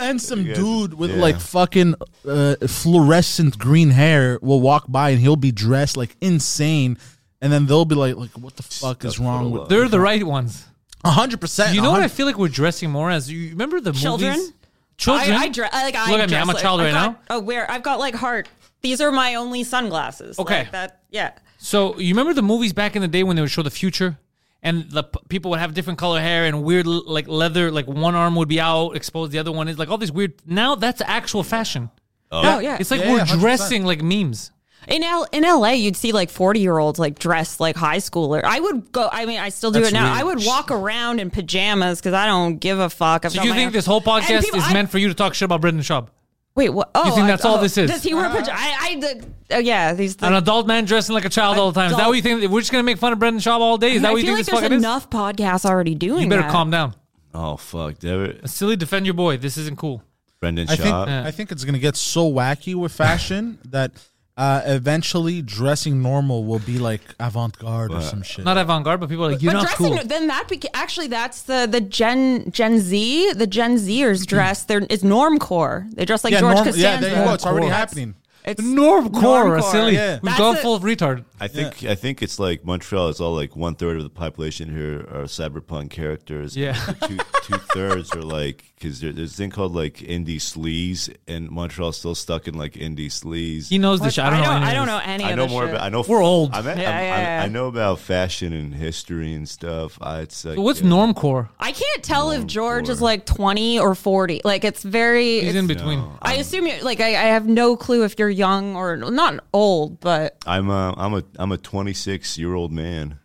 S5: and some
S4: guys-
S5: dude with
S4: yeah.
S5: like fucking uh, fluorescent green hair will walk by and he'll be dressed like insane. And then they'll be like, like, what the fuck is wrong with?
S1: They're the right ones.
S5: A hundred percent.
S1: You know what I
S5: 100
S1: feel like we're dressing more as? You remember the
S3: Children?
S1: movies? Children.
S3: I, I dre- I, like I
S1: Look at me,
S3: dress
S1: I'm a
S3: like-
S1: child
S3: I've
S1: right
S3: got,
S1: now.
S3: Oh, where I've got like heart. These are my only sunglasses.
S1: Okay.
S3: Like, that yeah.
S1: So you remember the movies back in the day when they would show the future, and the p- people would have different color hair and weird l- like leather, like one arm would be out exposed, the other one is like all these weird. Now that's actual fashion.
S3: Oh yeah.
S1: It's like
S5: Yeah,
S1: we're
S5: yeah, 100%.
S1: dressing like memes.
S3: In L- in LA, you'd see like forty year olds like dressed like high schooler. I would go. I mean, I still do
S5: That's
S3: it now.
S5: weird.
S3: I would walk around in pajamas because I don't give a fuck. I've
S1: So
S3: got
S1: you
S3: my
S1: think
S3: own-
S1: this whole podcast
S3: And people-
S1: is
S3: I-
S1: meant for you to talk shit about Brendan Schaub?
S3: Wait, what? Oh,
S1: think
S3: I-
S1: that's all
S3: oh,
S1: this is?
S3: Does he wear pajamas? I, I the, oh yeah, these. The,
S1: An adult man dressing like a child all the time. Is that
S3: Adult-
S1: what you think? We're just gonna make fun of Brendan Schaub all day? Is that
S3: I
S1: what you
S3: feel
S1: think
S3: like
S1: this
S3: there's
S1: fucking is?
S3: enough podcasts already doing.
S1: You better
S3: that.
S1: calm down.
S4: Oh fuck, David,
S1: Silly, defend your boy. This isn't cool.
S4: Brendan
S5: I think
S4: Schaub.
S5: I think it's gonna get so wacky with fashion that uh, eventually dressing normal will be like avant garde or some shit.
S1: Not avant garde, but people are like, you're
S3: But
S1: not
S3: dressing
S1: cool.
S3: then that beca- actually that's the the Gen Gen Z the Gen Zers
S1: Mm.
S3: dress they're it's normcore they dress like George
S5: norm-
S3: Costanza
S5: yeah, there you go. It's already
S1: Normcore.
S5: happening.
S3: It's
S1: Normcore, silly.
S5: yeah.
S1: We've
S3: That's
S1: gone
S3: a-
S1: full retard.
S4: I think I think it's like Montreal. It's all like one third of the population here are cyberpunk characters.
S1: Yeah.
S4: two two thirds are like because there, there's a thing called like indie sleaze, and Montreal's still stuck in like indie sleaze.
S1: He knows this shit.
S3: What?
S1: I don't know. any of
S3: I
S1: this.
S3: don't know any.
S4: I
S3: of
S4: know
S3: this
S4: more
S3: shit.
S4: about. I know
S1: We're old.
S4: I'm, I'm-
S3: Yeah,
S4: I'm-
S3: yeah, yeah.
S4: I know about fashion and history and stuff. I, it's like,
S1: So What's
S4: yeah.
S1: normcore?
S3: I can't tell if George is like 20 or 40. Like it's very.
S1: He's
S3: it's-
S1: in between.
S3: I assume you like I, I have no clue if you're young or not old, but
S4: I'm a I'm a I'm a 26 year old man.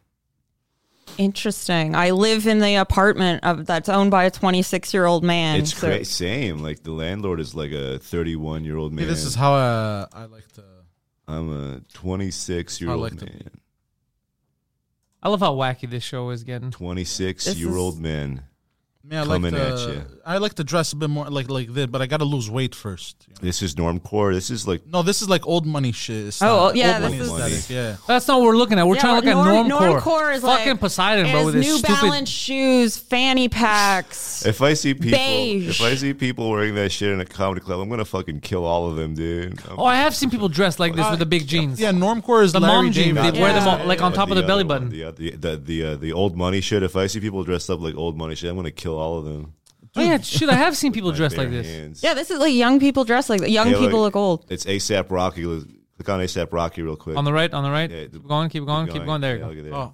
S3: interesting. I live in the apartment of that's owned by a 26 year old man.
S4: It's
S3: so-
S4: cra- same. Like the landlord is like a 31 year old man.
S5: Hey, this is how uh, I like to
S4: I'm a 26 year
S5: I like
S4: old
S5: the-
S4: man.
S1: I love how wacky this show is getting.
S4: 26
S3: This
S4: year
S3: is-
S4: old man.
S5: Man, I
S4: Coming
S5: like
S4: at
S5: to,
S4: ya.
S5: I like to dress a bit more like like this, but I got to lose weight first. you know?
S4: This is normcore. This is like
S5: No, this is like old money shit. It's
S3: Oh,
S5: not-
S3: well, yeah,
S5: old
S3: this
S5: money
S4: is-
S5: aesthetic, yeah.
S1: That's not what we're looking at. We're
S3: Yeah,
S1: trying to look
S3: norm-
S1: at normcore.
S3: normcore is
S1: fucking
S3: like,
S1: Poseidon, bro.
S3: is
S1: With his
S3: New
S1: stupid.
S3: Balance shoes, fanny packs.
S4: If I see people,
S3: Beige.
S4: if I see people wearing that shit in a comedy club, I'm gonna fucking kill all of them, dude. I'm
S1: Oh, I have seen people dressed like this with the big jeans.
S5: Yeah, normcore is
S1: The
S5: Larry
S1: mom jeans.
S5: David.
S1: They wear them
S3: Yeah.
S1: all, like on
S4: But
S1: top of the
S4: other
S1: belly
S4: one,
S1: button.
S4: the the the the, uh, the old money shit. If I see people dressed up like old money shit, I'm gonna kill all of them.
S1: Oh, yeah, shit. I have seen people
S4: My
S1: dressed
S4: bare
S1: like this.
S4: hands.
S3: Yeah, this is like young people dress like that. Young
S4: Hey,
S3: people look old.
S4: It's ASAP Rocky. Click on ASAP Rocky real quick.
S1: On the right, on the right.
S4: Yeah, the-
S1: keep going, keep going, keep going. There you
S4: Yeah,
S1: go.
S4: look at that.
S5: Oh.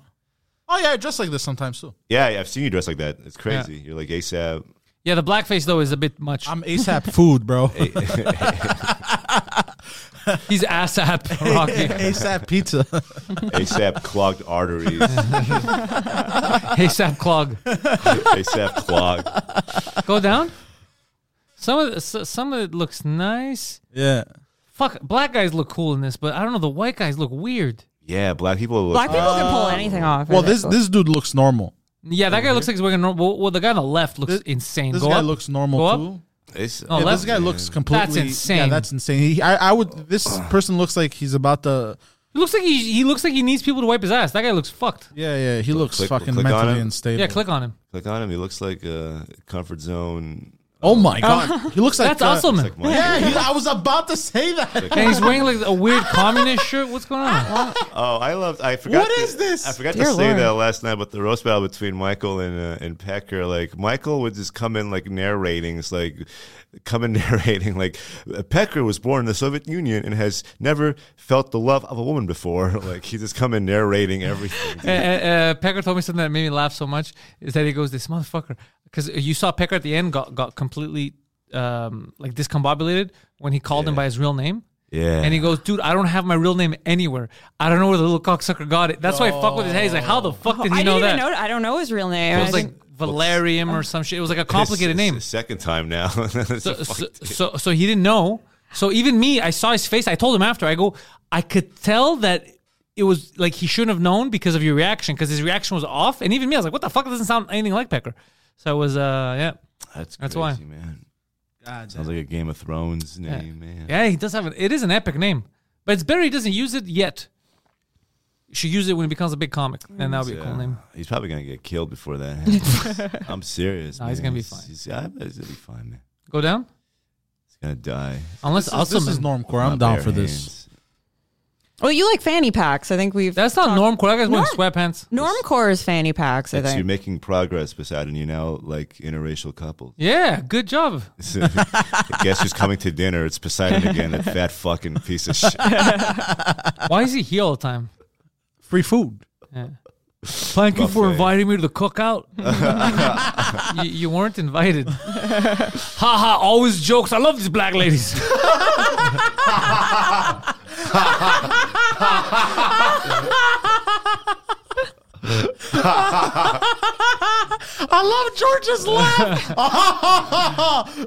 S5: oh, yeah, I dress like this sometimes too.
S4: Yeah, yeah, I've seen you dress like that. It's crazy. You're like ASAP.
S1: Yeah, the blackface though is a bit much.
S5: I'm ASAP food, bro.
S1: He's ASAP Rocky.
S5: ASAP pizza.
S4: ASAP clogged arteries.
S1: ASAP Clog.
S4: ASAP clogged.
S1: Go down. Some of the, s- some of it looks nice.
S5: yeah.
S1: Fuck, black guys look cool in this, but I don't know. The white guys look weird.
S4: Yeah, black people look.
S3: Black people can pull anything off.
S5: Well, this this dude looks normal.
S1: Yeah, that guy looks like he's wearing. Normal, well, the guy on the left looks
S5: This-
S1: insane.
S5: This
S1: Go
S5: guy
S1: up.
S5: looks normal
S1: Go up.
S5: too.
S4: It's-
S1: Oh,
S5: Yeah,
S1: left-
S5: this guy looks completely Yeah,
S1: insane.
S5: that's insane. He, I, I would. This person looks like he's about to.
S1: He looks like he, he looks like he needs people to wipe his ass. That guy looks fucked.
S5: Yeah, yeah. He looks
S4: click-
S5: fucking
S4: click on
S5: mentally
S4: him.
S5: unstable.
S1: Yeah, click on him.
S4: Click on him. He looks like a comfort zone.
S5: Oh my god, he looks like
S1: That's
S5: uh,
S1: awesome.
S4: Like Michael.
S5: Yeah, he, I was about to say that.
S1: And he's wearing like a weird communist shirt. What's going on?
S4: Oh, I loved. I forgot.
S5: What
S4: to-
S5: is this?
S4: I forgot
S3: Dear
S4: to say
S3: Lord.
S4: that last night, but the roast battle between Michael and uh, and Pecker, like Michael would just come in like narrating, it's like come in narrating, like Pecker was born in the Soviet Union and has never felt the love of a woman before. Like he just come in narrating everything.
S1: Uh, uh, Pecker told me something that made me laugh so much is that he goes, "This motherfucker," because you saw Pecker at the end got got completely um, like discombobulated when he called him by his real name.
S4: yeah,
S1: And he goes, dude, I don't have my real name anywhere. I don't know where the little cocksucker got it. That's why I fuck with his head. He's like, how the fuck did he
S3: I
S1: know
S3: didn't
S1: that?
S3: even know. I don't know his real name.
S1: It
S3: I
S1: was like
S3: didn't-
S1: Valerium or some shit. It was like a
S4: It's-
S1: complicated
S4: it's
S1: name.
S4: the second time now.
S1: so, so, so so he didn't know. So even me, I saw his face. I told him after. I go, I could tell that it was like he shouldn't have known because of your reaction, because his reaction was off. And even me, I was like, what the fuck? It doesn't sound anything like Pecker. So it was, uh, yeah,
S4: that's
S1: That's
S4: crazy,
S1: why.
S4: man. Sounds like a Game of Thrones name, man.
S1: yeah. He does have an. It is an epic name, but it's better he doesn't use it yet. You should use it when he becomes a big comic, and that would be a
S4: Yeah.
S1: cool name.
S4: He's probably gonna get killed before that. happens. I'm serious.
S1: No, he's
S4: man.
S1: gonna be fine.
S4: He's, I bet he's gonna be fine, man.
S1: Go down,
S4: He's gonna die.
S1: unless
S5: This is, this is
S1: Usselman-
S5: normcore.
S4: My
S5: I'm down
S4: bare
S5: for this.
S4: hands.
S3: Well, you like fanny packs. I think we've.
S1: That's not
S3: talked-
S1: normcore. That guy's wearing
S3: Norm-
S1: sweatpants.
S3: Normcore is fanny packs. I
S4: It's- you're
S3: think.
S4: making progress, Poseidon. You're now like interracial couple.
S1: Yeah, good job.
S4: Guess who's coming to dinner? It's Poseidon again, that fat fucking piece of shit.
S1: Why is he here all the time?
S5: Free food.
S1: Thank you for
S4: Buffet.
S1: inviting me to the cookout. you, you weren't invited. ha ha, always jokes. I love these black ladies.
S5: I love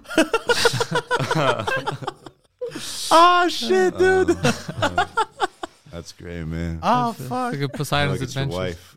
S5: George's laugh. Ah shit, dude.
S4: That's great, man.
S5: Oh fuck.
S1: Like a Poseidon's
S4: like it's your
S1: adventure.
S4: wife.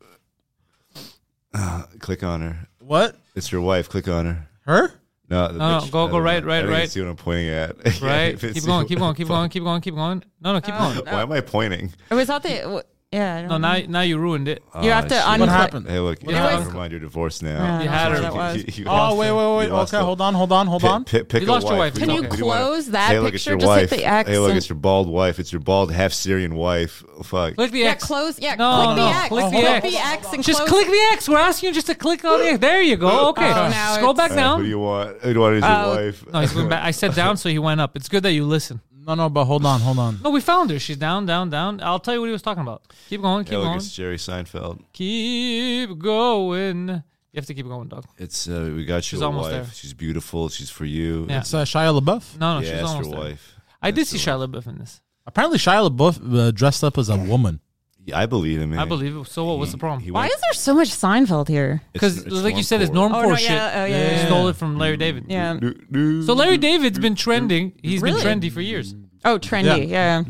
S4: Ah, click on her.
S5: What?
S4: It's your wife. Click on her.
S5: Her?
S4: No, the
S1: No, no,
S4: picture-
S1: go-
S4: I
S1: go
S4: don't
S1: right,
S4: know.
S1: right,
S4: I don't even
S1: right.
S4: See what I'm pointing at? Yeah,
S1: Right?
S4: if it's Ah.
S1: keep
S4: you-
S1: going, keep going, keep going, keep going, keep going. No, no, keep going.
S4: Why am I pointing?
S3: It was out there. w- Yeah. I don't
S1: No,
S3: know.
S1: now, now you ruined it.
S4: Ah.
S3: you have to.
S4: shit.
S3: unclick.
S5: What happened?
S4: Hey, look.
S1: was-
S4: Never mind. You're divorced now.
S3: Yeah,
S1: You had
S3: that's
S1: her.
S3: what that was.
S4: You- you
S5: Oh
S4: lost
S5: wait,
S4: her. You
S5: wait, wait.
S4: lost
S5: Okay,
S4: her.
S5: hold on, hold on, hold
S4: Pick-
S5: on.
S4: pick- pick
S1: You
S4: a
S1: lost your wife.
S4: wife. We
S1: Can
S4: don't-
S1: you
S4: we don't wanna-
S3: close that
S4: hey, look, it's
S3: picture?
S4: your
S3: Just hit
S4: wife.
S3: the X
S4: Hey, look,
S3: and-
S4: it's your bald wife. It's your bald half Syrian wife. Fuck.
S1: Click the
S3: Yeah,
S1: X.
S3: close. Yeah,
S1: No,
S3: click
S1: no,
S3: the X.
S1: click the X.
S3: and
S1: Just
S3: close-
S1: click the X. We're asking you just to click on the X. There you go. Okay.
S3: Oh, now
S1: Scroll
S3: it's-
S1: back
S4: All right,
S1: down.
S4: Who do you want? Who do you want as your
S3: Oh.
S4: wife?
S1: no, he's going back. I said down, so he went up. It's good that you listen.
S5: No, no, but hold on, hold on.
S1: No, we found her. She's down, down, down. I'll tell you what he was talking about. Keep going, keep
S4: Hey, look,
S1: going.
S4: it's Jerry Seinfeld.
S1: Keep going. You have to keep going, dog.
S4: It's uh, we got you
S1: She's
S4: a
S1: almost
S4: wife.
S1: there.
S4: She's beautiful. She's for you.
S1: Yeah.
S5: It's uh, Shia LaBeouf.
S1: No, no,
S4: yeah,
S1: she's
S4: that's
S1: almost
S4: your
S1: there.
S4: wife.
S1: I did see Shia LaBeouf in this.
S5: Apparently, Shia LaBeouf uh, dressed up as a woman.
S4: Yeah, I believe him. Man.
S1: I believe it. So what? What's the problem?
S3: Why is there so much Seinfeld here?
S1: Because, like you said, it's normcore
S3: Oh, no,
S1: shit.
S3: yeah, oh, yeah, yeah,
S1: Stole
S5: yeah.
S1: it from Larry David.
S3: Yeah.
S4: normal.
S1: So Larry David's been trending. He's
S3: Really? Mm-hmm.
S1: been trendy for years.
S3: Oh, trendy. Yeah.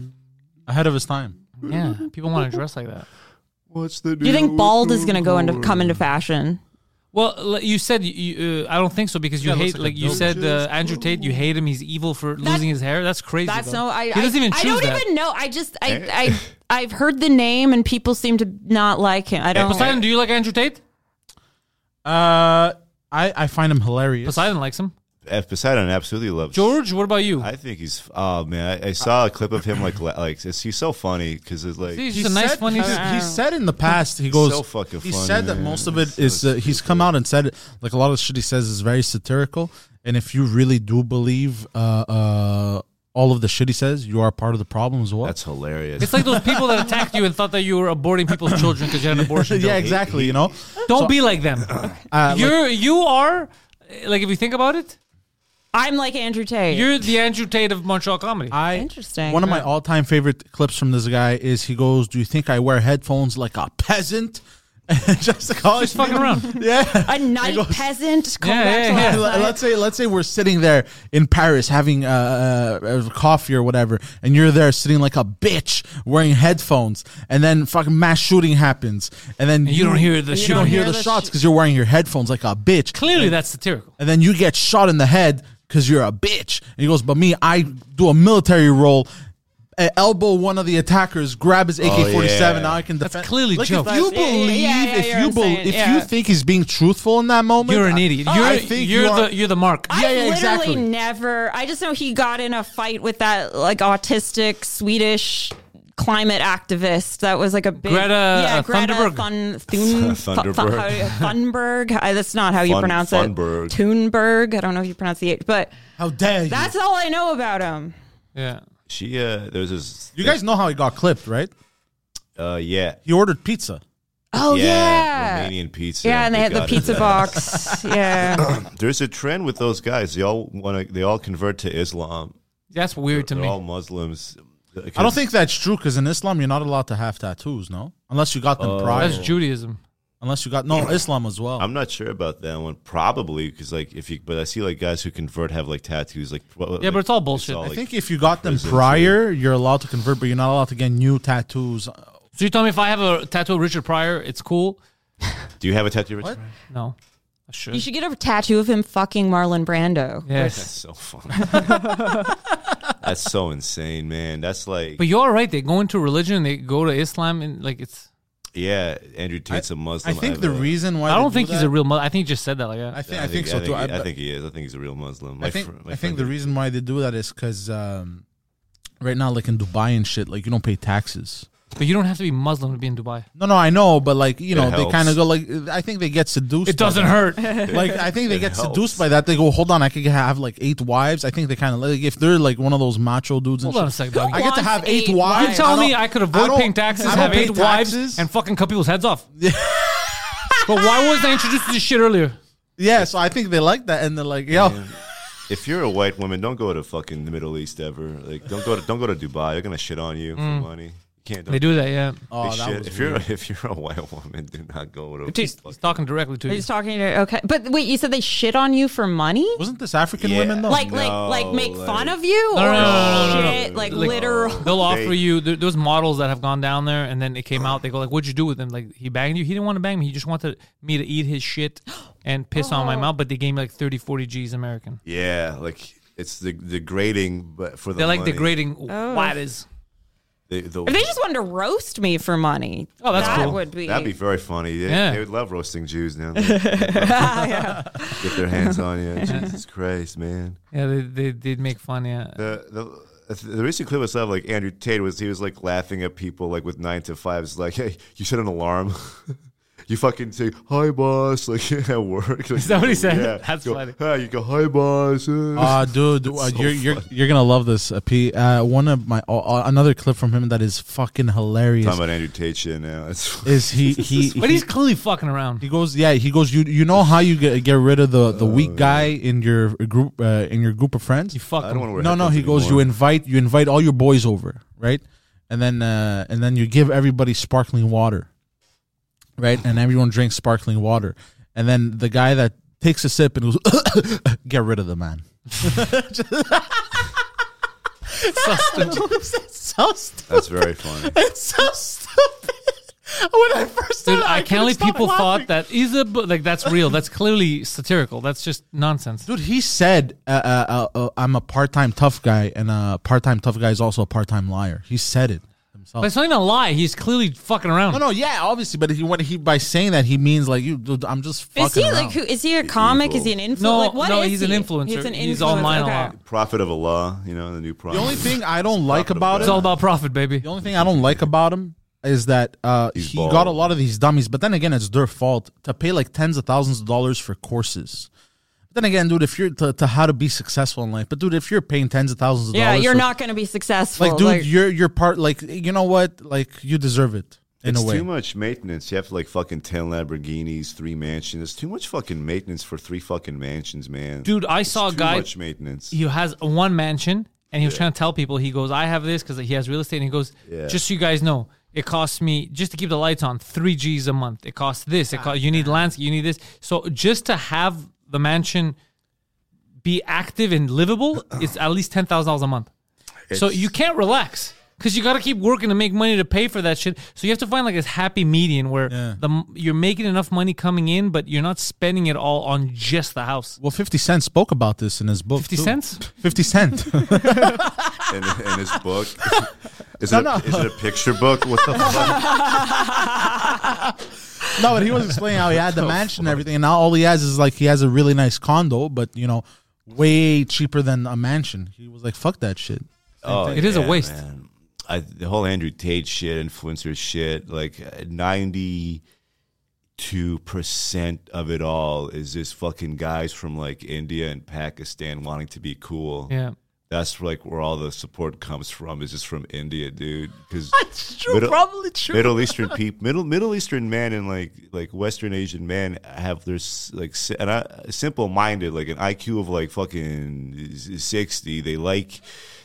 S5: ahead of his time.
S1: Yeah, people want to dress like that.
S4: What's the
S3: Do you think bald is going to go into come into fashion?
S1: Well, l- you said you, uh, I don't think so because you
S5: Yeah, it looks
S1: hate
S5: like a
S1: like, you
S5: dope.
S1: said uh, Andrew Tate. You hate him. He's evil for losing his hair. That's crazy.
S3: That's
S1: though.
S3: no. I
S1: he doesn't
S3: I,
S1: even
S3: I
S1: choose
S3: don't
S1: that.
S3: even know. I just
S4: Eh?
S3: I I I've heard the name and people seem to not like him. I don't.
S1: Poseidon, do you like Andrew Tate?
S5: Uh, I I find him hilarious.
S1: Poseidon likes him.
S4: F Poseidon absolutely loves
S1: George, what about you?
S4: I think he's. Oh man, I, I saw a clip of him like la- like it's, he's so funny because it's like
S1: See, he's
S5: He
S1: just a nice,
S5: said-
S1: funny.
S5: he's- He said in the past, he goes.
S4: so fucking
S5: he
S4: funny,
S5: said that
S4: man.
S5: most of it
S4: So
S5: is. Uh, he's come out and said like a lot of shit he says is very satirical. And if you really do believe uh, uh, all of the shit he says, you are part of the problem as well.
S4: that's hilarious.
S1: It's like those people that attacked you and thought that you were aborting people's children because you had an abortion.
S5: yeah,
S1: joke.
S5: exactly. you know,
S1: Don't be like them.
S5: uh, like,
S1: you're you are like if you think about it,
S3: I'm like Andrew Tate.
S1: you're the Andrew Tate of Montreal comedy.
S5: I
S3: Interesting.
S5: One of my all-time favorite clips from this guy is he goes, "Do you think I wear headphones like a peasant?" And just to call
S1: Just fucking around.
S5: Yeah.
S3: a night
S5: goes-
S3: peasant. Come
S1: Yeah,
S3: back
S1: yeah,
S3: to
S1: yeah.
S3: last
S5: Let-
S3: night.
S5: Let's say let's say we're sitting there in Paris having uh, uh, a coffee or whatever, and you're there sitting like a bitch wearing headphones, and then fucking mass shooting happens, and then
S1: you don't hear the
S5: you
S1: shit.
S5: don't hear the shots because you're wearing your headphones like a bitch,
S1: Clearly, that's satirical.
S5: and then you get shot in the head because you're a bitch. And he goes, but me, I do a military role. uh, Elbow one of the attackers, grab his AK forty seven.
S4: yeah.
S5: Now I can
S1: Oh, That's
S5: defend.
S1: clearly
S5: like,
S1: joke.
S5: If you
S3: Yeah, yeah, yeah,
S5: believe,
S3: yeah, yeah,
S5: if
S3: you're
S5: you believe,
S3: insane,
S5: if
S3: yeah.
S5: you think he's being truthful in that moment,
S1: You're an
S5: I-
S1: idiot.
S5: I
S1: You're
S5: think
S1: you're
S5: you are-
S1: the you're the mark.
S5: Yeah, yeah,
S3: I've literally
S5: exactly.
S3: never. I just know he got in a fight with that like autistic Swedish climate activist. That was like a big
S1: Greta,
S3: yeah,
S1: uh,
S3: Greta
S1: Thunderberg.
S3: Thun, Thun,
S4: Thunderberg.
S3: Thun- Thunberg. I, that's not how you
S4: Fun-
S3: pronounce
S4: Funberg.
S3: it. Thunberg. I don't know if you pronounce the H, but
S5: How dare you?
S3: that's all I know about him.
S1: Yeah.
S4: she uh, there was this.
S5: you guys know how he got clipped, right?
S4: uh, yeah,
S5: He ordered pizza.
S3: Oh yeah,
S4: Romanian pizza.
S3: yeah, and they had the
S4: got it.
S3: pizza box. yeah,
S4: There's a trend with those guys. They all want to. They all convert to Islam.
S1: That's weird to
S4: They're
S1: me.
S4: all Muslims. uh,
S5: I don't think that's true because in Islam you're not allowed to have tattoos, no, unless you got them prior.
S1: That's Judaism.
S5: Unless you got no Islam as well.
S4: Oh. I'm not sure about that one. Probably because like if you, but I see like guys who convert have like tattoos. Like
S1: Yeah, but it's all bullshit.
S4: all,
S5: I
S4: like,
S5: think if you got them
S4: prison
S5: prior, you're allowed to convert, but you're not allowed to get new tattoos.
S1: So you tell me if I have a tattoo of Richard Pryor, it's cool?
S4: Do you have a tattoo? Rich?
S5: What?
S1: No, I should.
S3: you should get a tattoo of him fucking Marlon Brando.
S4: That's
S1: yes,
S4: so funny. That's so insane, man. That's like
S1: but you're right. They go into religion. They go to Islam, and like it's.
S4: yeah. Andrew Tate's a
S5: I
S4: Muslim.
S5: think
S4: I've,
S5: the
S4: uh,
S5: reason why
S1: I
S5: they
S1: don't
S5: do
S1: think he's
S5: that-
S1: a real. Mu- I think he just said that like that.
S5: I think I think
S4: he-
S5: so too.
S4: I think,
S5: I,
S4: I think he is. I think he's a real Muslim. My
S5: I think,
S4: fr- my
S5: I think
S4: friend-
S5: the reason why they do that is because um, right now, like in Dubai and shit, like you don't pay taxes.
S1: But you don't have to be Muslim to be in Dubai.
S5: No, no, I know, but like you
S4: It
S5: know, they
S4: helps.
S5: kind of go like I think they get seduced.
S1: It doesn't
S5: by
S1: hurt.
S5: that. Like I think they
S4: It
S5: get
S4: helps.
S5: seduced by that. They go, hold on, I could have like eight wives. I think they kind of like if they're like one of those macho dudes. And
S1: Hold on a second.
S5: shit,
S1: dog.
S5: I get to
S3: wants
S5: have eight,
S3: eight
S5: wives.
S1: You're telling
S5: don't-
S1: me I could
S5: I
S1: avoid
S5: don't-
S1: paying taxes,
S5: I don't
S1: have
S5: pay
S1: eight
S5: taxes.
S1: wives, and fucking cut people's heads off? but why was I introduced to this shit earlier?
S5: Yeah, so I think they like that, and they're like, yo,
S4: if you're a white woman, don't go to fucking the Middle East ever. Like don't go to don't go to Dubai. They're gonna shit on you for money. You can't.
S1: They do that, yeah.
S4: they
S5: Mm. oh, that
S4: shit.
S5: was
S4: if you're if you're a white woman, do not go to.
S1: He's, he's talking directly to you.
S3: He's talking to okay, but wait, you said they shit on you for money?
S5: Wasn't this African
S4: Yeah.
S5: women though?
S3: like
S4: No,
S3: like like make
S4: like-
S3: fun of you
S1: No,
S3: or
S1: no, no, no, no, no, no.
S3: shit
S1: Like-
S3: like
S1: oh.
S3: literal
S1: They'll offer
S4: They-
S1: you there, there was models that have gone down there, and then it came out. They go like, "What'd you do with him? Like he banged you? He didn't want to bang me. He just wanted me to eat his shit and piss on
S5: Oh.
S1: my mouth." But they gave me like 30, 40 G's American.
S4: Yeah, like it's the degrading, but for the
S1: They're like
S4: money.
S1: degrading
S5: Oh.
S1: what is.
S4: They- the-
S3: if they just wanted to roast me for money
S1: Oh, that's
S3: that
S1: cool.
S3: would be,
S4: That'd be very funny. They,
S1: Yeah.
S4: they would love roasting Jews now. Get their hands on you. Jesus Christ, man.
S1: Yeah, they, they did make fun. Yeah,
S4: Uh, The the the recent clip I saw of like Andrew Tate was he was like laughing at people like with nine to fives like hey you set an alarm. You fucking say hi, boss, like at work. Is
S1: that what he said? That's funny.
S4: Hey, you go hi, boss. uh."
S5: Uh, dude, uh, you're, you're you're gonna love this, uh, P. Uh, one of my uh, uh, another clip from him that is fucking hilarious
S4: Talking about Andrew Tate shit now. It's,
S5: is he he
S1: but
S5: he,
S1: he's clearly fucking around.
S5: he goes yeah he goes you you know how you get get rid of the the
S4: Oh,
S5: weak guy in your group uh, in your group of friends
S1: You fuck
S4: I don't want
S1: him.
S4: to wear.
S5: no no
S4: headphones
S5: he goes you
S4: anymore.
S5: invite you invite all your boys over right and then uh, and then you give everybody sparkling water right and everyone drinks sparkling water and then the guy that takes a sip and goes get rid of the man
S1: Sustenance.
S5: so stupid.
S4: That's very funny.
S5: It's so stupid. When I first
S1: Dude,
S5: started,
S1: I can't believe
S5: couldn't stop
S1: people thought
S5: laughing.
S1: that is a bu- like that's real. That's clearly satirical. That's just nonsense.
S5: Dude, he said, uh, uh, uh, uh, "I'm a part-time tough guy, and a part-time tough guy is also a part-time liar." He said it himself.
S1: But it's not even a lie. He's clearly fucking around.
S5: no, no, yeah, obviously, but he when he by saying that he means like you. Dude, I'm just fucking.
S3: Is he
S5: around.
S3: like who? Is he a comic? Is he an influencer?
S1: No,
S3: like, what
S1: no,
S3: is
S1: he's
S3: he?
S1: an influencer.
S3: He's an influencer.
S1: He's online a
S3: okay.
S1: lot.
S4: Prophet of Allah, you know, the new prophet.
S5: The only thing I don't like about
S1: It's
S5: it,
S1: all about profit, baby.
S5: the only thing I don't like about him is that uh,
S4: He's
S5: he
S4: bald.
S5: got a lot of these dummies. But then again, it's their fault to pay like tens of thousands of dollars for courses. But then again, dude, if you're to, to how to be successful in life, but dude, if you're paying tens of thousands of
S3: Yeah,
S5: dollars,
S3: you're
S5: for-
S3: not going to be successful.
S5: like, dude, you're you're part like you know what, like you deserve it in
S4: it's
S5: a way.
S4: too much maintenance. You have like fucking ten Lamborghinis, three mansions. It's too much fucking maintenance for three fucking mansions, man.
S1: Dude, I
S4: It's
S1: saw a
S4: too
S1: guy-
S4: Much maintenance.
S1: He has one mansion, and he was trying to tell people. He goes, "I have this because he has real estate." And he goes,
S4: Yeah.
S1: "Just so you guys know, it costs me just to keep the lights on three G's a month. It costs this.
S5: Ah,
S1: It costs you need landscape. You need this. So just to have the mansion be active and livable, it's at least ten thousand dollars a month. so
S4: It's-
S1: you can't relax." Cause you gotta keep working to make money to pay for that shit, so you have to find like this happy median where the m- you're making enough money coming in, but you're not spending it all on just the house.
S5: Well, 50 Cent spoke about this in his book.
S1: 50
S5: too.
S1: cents?
S5: 50 Cent.
S4: in, in his book. Is it, A, is it a picture book? What the fuck?
S5: no, but he was explaining how he had the mansion and everything, and now all he has is like he has a really nice condo, but you know, way cheaper than a mansion. He was like, fuck that shit.
S4: Oh,
S1: It is a waste.
S4: man. I, the whole Andrew Tate shit, influencer shit, like ninety two percent of it all is just fucking guys from like India and Pakistan wanting to be cool.
S1: Yeah.
S4: That's like where all the support comes from. Is just from India, dude. Because
S5: That's true, probably true.
S4: Middle Eastern people, middle Middle Eastern men and like like Western Asian men have their s- like si- and I, simple minded like an IQ of like fucking s- sixty. They like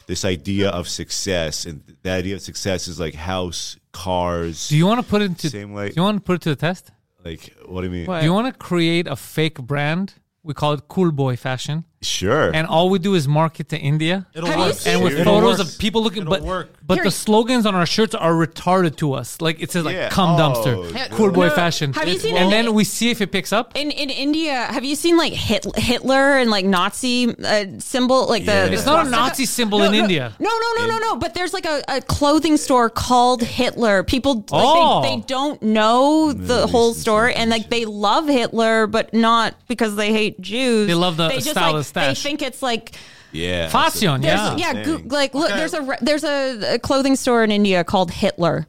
S4: this idea of success, and the idea of success is like house, cars.
S1: Do you want to put it into
S4: Same way-
S1: Do you want to put it to the test?
S4: like what do you mean?
S1: Do you want to create a fake brand? We call it Cool Boy Fashion,
S4: Sure.
S1: and all we do is market to India.
S3: Have you seen-
S1: and with
S4: It'll
S1: photos
S5: work.
S1: of people looking,
S5: It'll
S1: but
S5: work.
S1: but
S3: Here-
S1: the slogans on our shirts are retarded to us. Like it says like
S4: Yeah.
S1: "cum
S4: Oh,
S1: dumpster,"
S4: dude.
S1: "cool boy
S3: No,
S1: fashion,"
S3: have you seen
S1: and
S3: any-
S1: then we see if it picks up.
S3: in in India, have you seen like Hit- Hitler and like Nazi uh, symbol? Like the
S4: Yeah.
S3: the
S4: It's
S1: not a
S3: swastika?
S1: Nazi symbol
S3: No,
S1: in
S3: no,
S1: India.
S3: No, no, no, no, no. But there's like a, a clothing store called Hitler. People like,
S1: Oh.
S3: they, they don't know the
S4: Middle
S3: whole
S4: Eastern
S3: story,
S4: stuff
S3: and
S4: and
S3: like they love Hitler, but not because they hate Jews.
S1: They love the
S3: they just,
S1: style
S3: like,
S1: of stash.
S3: They think it's like
S4: yeah.
S1: Fashion,
S3: there's
S1: yeah.
S3: yeah,
S4: Dang.
S3: goo- like look there's a re- there's a, a clothing store in India called Hitler.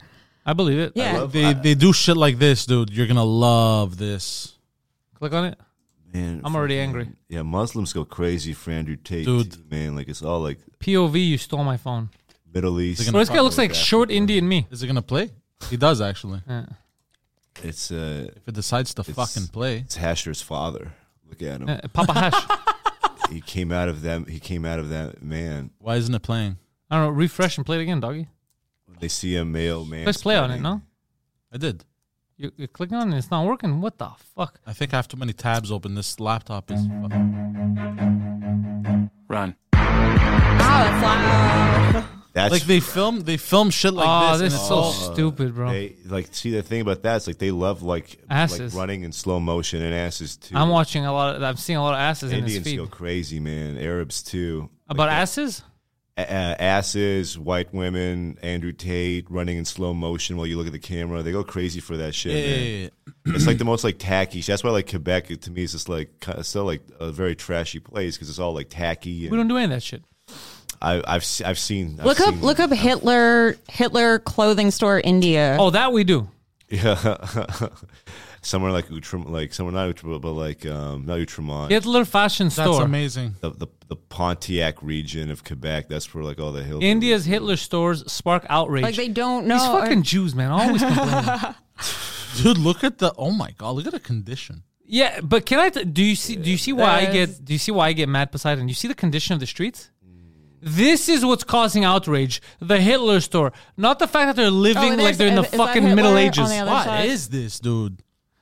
S1: I believe it.
S3: Yeah.
S5: They, they do shit like this, dude. You're gonna love this,
S1: Click on it.
S4: Man,
S1: I'm already
S4: fucking-
S1: angry.
S4: Yeah, Muslims go crazy for Andrew Tate,
S5: Dude.
S4: too, man. Like it's all like
S1: POV. You stole my phone.
S4: Middle East.
S1: Bro, this guy looks like short Indian me.
S5: Is it gonna play? He does actually.
S4: It's uh,
S5: If it decides to fucking play,
S4: it's Hasher's father. Look at him.
S1: Uh, Papa Hash.
S4: he came out of them. He came out of that man.
S5: why isn't it playing?
S1: I don't know. Refresh and play it again, doggy.
S4: They see a male man.
S1: Press play on it. No,
S5: I did.
S1: you, you click on it. It's not working. What the fuck?
S5: I think I have too many tabs open. This laptop is.
S2: Run.
S3: Wow, that's loud.
S4: That's
S5: Like they film, they film shit like
S1: oh,
S5: this.
S1: this, is
S5: and it's
S1: so
S5: all-
S1: stupid, bro.
S4: they like see the thing about that is like they love like
S1: Asses.
S4: like running in slow motion and asses too.
S1: I'm watching a lot. Of, I'm seeing a lot of asses in
S4: Indians
S1: this
S4: go
S1: feed.
S4: crazy, man. Arabs too.
S1: About asses?
S4: A- uh, asses, white women, Andrew Tate running in slow motion while you look at the camera. They go crazy for that shit.
S5: Yeah, yeah,
S4: man.
S5: yeah, yeah.
S4: it's like the most like tacky. That's why like Quebec to me is just like kind of still like a very trashy place because it's all like tacky.
S1: We
S4: And
S1: don't do any of that shit.
S4: I, I've se- I've seen I've
S3: Look up
S4: seen-
S3: look up Hitler Hitler clothing store India.
S1: Oh, that we do.
S4: Yeah, somewhere like Outram, like somewhere not Outram, but like um, not Outremont.
S1: Hitler Fashion
S5: That's
S1: Store.
S5: amazing.
S4: The, the the Pontiac region of Quebec. That's where like all the hills.
S1: India's Hitler stores spark outrage.
S3: like they don't know.
S1: These fucking Jews, man, always complaining.
S5: Dude, look at the. Oh my god, look at the condition.
S1: yeah, but can I? T- do you see? Do you see why I
S3: That is-
S1: get? Do you see why I get mad, Poseidon? You see the condition of the streets. This is what's causing outrage. The Hitler store, not the fact that they're living
S3: Oh,
S1: like
S3: there's-
S1: they're in the
S3: is that
S1: fucking
S3: Hitler
S1: Middle
S3: on
S1: Ages.
S3: the other
S5: What
S3: side.
S5: is this, dude?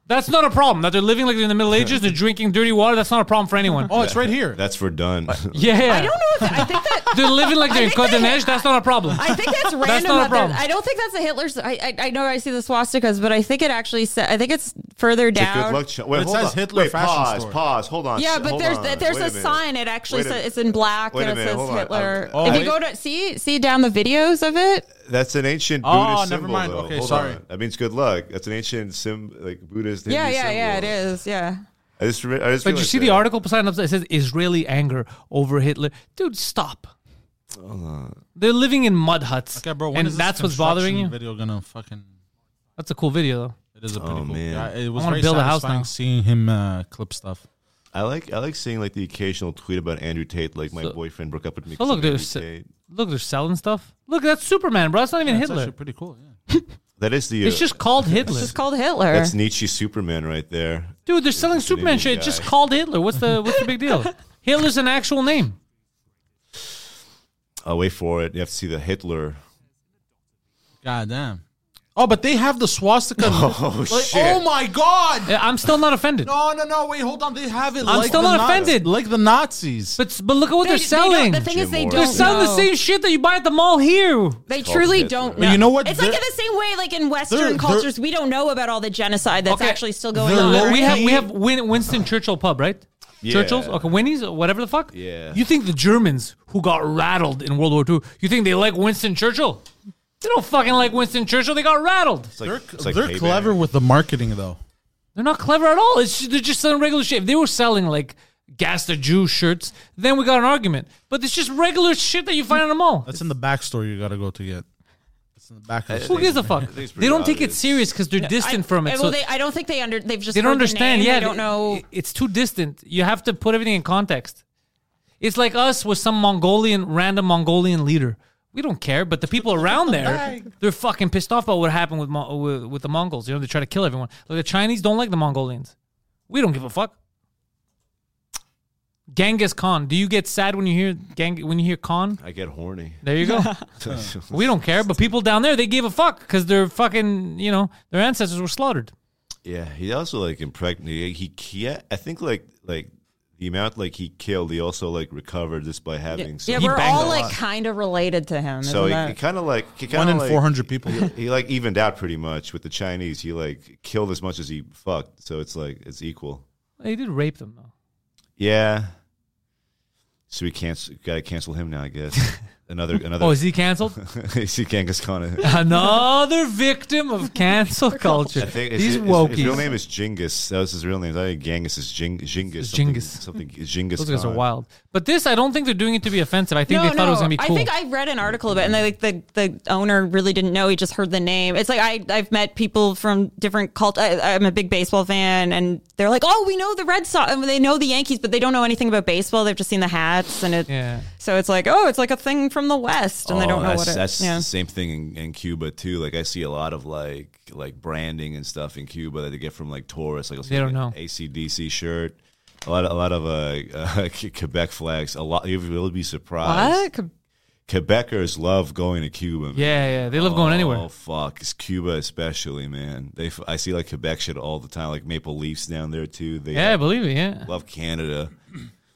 S1: That's not a problem. That they're living like they're in the Middle Ages, they're drinking dirty water. That's not a problem for anyone.
S5: Oh, it's right here.
S4: That's Verdun.
S1: yeah.
S3: I don't know if I think that.
S1: They're living like they're in
S3: think
S1: Côte
S3: they-
S1: d'Ivoire. That's not a problem.
S3: I think that's
S1: not
S3: random.
S1: a
S3: that they're-
S1: problem.
S3: I don't think that's a Hitler's. I, I I know I see the swastikas, but I think it actually. sa- I think it's further
S4: It's a
S3: down.
S4: good luck. Ch- Wait,
S5: It
S4: hold
S5: says
S4: on.
S5: Hitler
S4: Wait,
S5: fashion
S4: pause,
S5: store.
S4: pause. Hold on.
S3: Yeah,
S4: s-
S3: but
S4: hold
S3: there's
S4: on.
S3: there's
S4: Wait
S3: a
S4: minute.
S3: sign. It actually
S4: Wait a
S3: says
S4: minute.
S3: it's in black
S4: Wait a
S3: and it
S4: minute,
S3: says
S4: hold on.
S3: Hitler.
S1: Oh,
S4: I'm-
S3: if
S5: I-
S3: you go to see see down the videos of it,
S4: That's an ancient
S5: Oh,
S4: Buddhist
S5: never
S4: symbol,
S5: mind.
S4: though.
S5: Okay,
S4: Hold
S5: sorry.
S4: on. That means good luck. That's an ancient sim, like Buddhist.
S3: yeah,
S4: Hindu
S3: yeah, yeah, it
S4: symbol.
S3: is. Yeah,
S4: I just, re- I just
S1: But you
S4: realized
S1: see the
S4: that.
S1: article beside it says Israeli anger over Hitler. Dude, stop. They're living in mud huts.
S5: Okay, bro. when
S1: and
S5: is this
S1: that's what's bothering you.
S5: construction Video gonna fucking.
S1: That's a cool video though.
S5: It is a pretty
S4: Oh,
S5: cool.
S4: man.
S5: Yeah, it was
S1: I wanna
S5: very
S1: build a house
S5: satisfying
S1: now.
S5: Seeing him uh, clip stuff.
S4: I like, I like seeing like the occasional tweet about Andrew Tate. Like my
S1: So-
S4: boyfriend broke up with me.
S1: Oh,
S4: 'cause
S1: look,
S4: of
S1: they're
S4: Andrew
S1: s-
S4: Tate.
S1: look, they're selling stuff. Look, that's Superman, bro. That's not even
S5: That's
S1: Hitler.
S5: actually pretty cool. Yeah.
S4: That is the.
S1: It's
S4: uh,
S1: just called Hitler.
S3: it's just called Hitler.
S4: that's Nietzsche Superman right there.
S1: Dude, they're selling Superman
S4: Canadian
S1: shit. It's
S4: guy.
S1: just called Hitler. What's the what's the big deal? Hitler's an actual name.
S4: I'll wait for it. You have to see the Hitler.
S5: God damn. Oh, but they have the swastika.
S4: Oh
S5: Like,
S4: shit!
S5: oh my god.
S1: Uh, I'm still not offended.
S5: No, no, no. Wait, hold on. They have it.
S1: I'm
S5: like
S1: still
S5: the
S1: not
S5: Nazi-
S1: offended.
S5: Like the Nazis.
S1: But but look at what they're
S3: They- they don't-
S1: selling.
S3: the thing is, they
S4: Jim
S3: don't.
S4: They're
S1: They're selling the
S3: know.
S1: same shit that you buy at the mall here.
S3: They
S4: called
S3: truly
S4: Hitler.
S3: don't.
S4: But
S3: know.
S5: you know what?
S3: It's like in
S5: They're-
S3: the same way, like in Western
S5: they're-
S3: cultures, we don't know about all the genocide that's
S1: Okay.
S3: actually still going
S5: They're
S3: on.
S5: low-
S3: right?
S1: we have we
S5: Right.
S1: have Win- Winston Churchill pub, right?
S4: Yeah.
S1: Churchill's, okay, Winnie's, or whatever the fuck.
S4: Yeah.
S1: You think the Germans who got rattled in World War II, you think they like Winston Churchill? They don't fucking like Winston Churchill. They got rattled.
S4: It's like,
S5: they're
S4: it's like
S5: they're
S4: Payback.
S5: clever with the marketing though.
S1: They're not clever at all. It's they're just selling regular shit. If they were selling like gas the Jew shirts, then we got an argument. But it's just regular shit that you find in the mall.
S5: That's in the backstory you gotta go to get. It's in the back. Of the
S1: Who
S5: store.
S1: gives a fuck?
S4: I think it's
S1: They don't take it
S4: obvious.
S1: serious because they're distant
S3: I-
S1: from
S3: I-
S1: it.
S3: well,
S1: so
S3: they, I don't think they under. They've just
S1: they don't
S3: heard the
S1: understand.
S3: name,
S1: yeah,
S3: they don't know.
S1: it- It's too distant. You have to put everything in context. It's like us with some Mongolian, random Mongolian leader. We don't care, but the people around there, they're fucking pissed off about what happened with, Mo- with with the Mongols. You know, they try to kill everyone. Like the Chinese don't like the Mongolians. We don't give a fuck. Genghis Khan. Do you get sad when you hear Gang- when you hear Khan?
S4: I get horny.
S1: There you go. we don't care, but people down there they gave a fuck because their fucking you know their ancestors were slaughtered.
S4: Yeah, he also like impregnated. He, he, I think like like the amount like he killed, he also like recovered just by having.
S3: Yeah,
S4: some-
S1: He
S3: we're
S1: banged a
S3: all
S1: lot.
S3: like kind of related to him.
S4: so
S3: isn't
S4: he,
S3: that-
S4: kind of like he
S5: One
S4: kind
S5: in
S4: of like,
S5: four hundred people.
S4: He, he, like evened out pretty much with the Chinese. He like killed as much as he fucked, so it's like it's equal.
S1: They did rape them though.
S4: Yeah. So we can't. Gotta cancel him now, I guess. Another another.
S1: Oh, is he canceled?
S4: see Genghis Khan.
S1: Another victim of cancel culture.
S4: I think it's,
S1: These
S4: his,
S1: wokies.
S4: His real name is Genghis. That was his real name. I think Genghis is Jing, Genghis. something-
S1: Genghis.
S4: Something, Genghis.
S1: Those guys are
S4: Khan.
S1: wild. But this, I don't think they're doing it to be offensive. I think they
S3: no,
S1: thought
S3: no.
S1: it was gonna be cool.
S3: I think I read an article about, it, and they, like the the owner really didn't know. He just heard the name. It's like I I've met people from different cult. I, I'm a big baseball fan, and they're like, oh, we know the Red Sox, I mean, they know the Yankees, but they don't know anything about baseball. They've just seen the hats, and it.
S1: yeah.
S3: So it's like, oh, it's like a thing from the West, and they
S4: Oh,
S3: don't know
S4: that's,
S3: what it.
S4: That's
S3: yeah.
S4: the same thing in, in Cuba too. Like I see a lot of like like branding and stuff in Cuba that they get from like tourists. Like I'll see,
S1: They don't
S4: like,
S1: know.
S4: an ACDC shirt. A lot, of, a lot of uh, uh, Quebec flags. A lot, you will be surprised.
S3: What? Com-
S4: Quebecers love going to Cuba. man.
S1: Yeah, yeah. They love going
S4: Oh
S1: anywhere.
S4: fuck, it's Cuba especially, man. They, f- I see like Quebec shit all the time. Like Maple Leafs down there too. They
S1: Yeah, I believe it. Yeah.
S4: love Canada.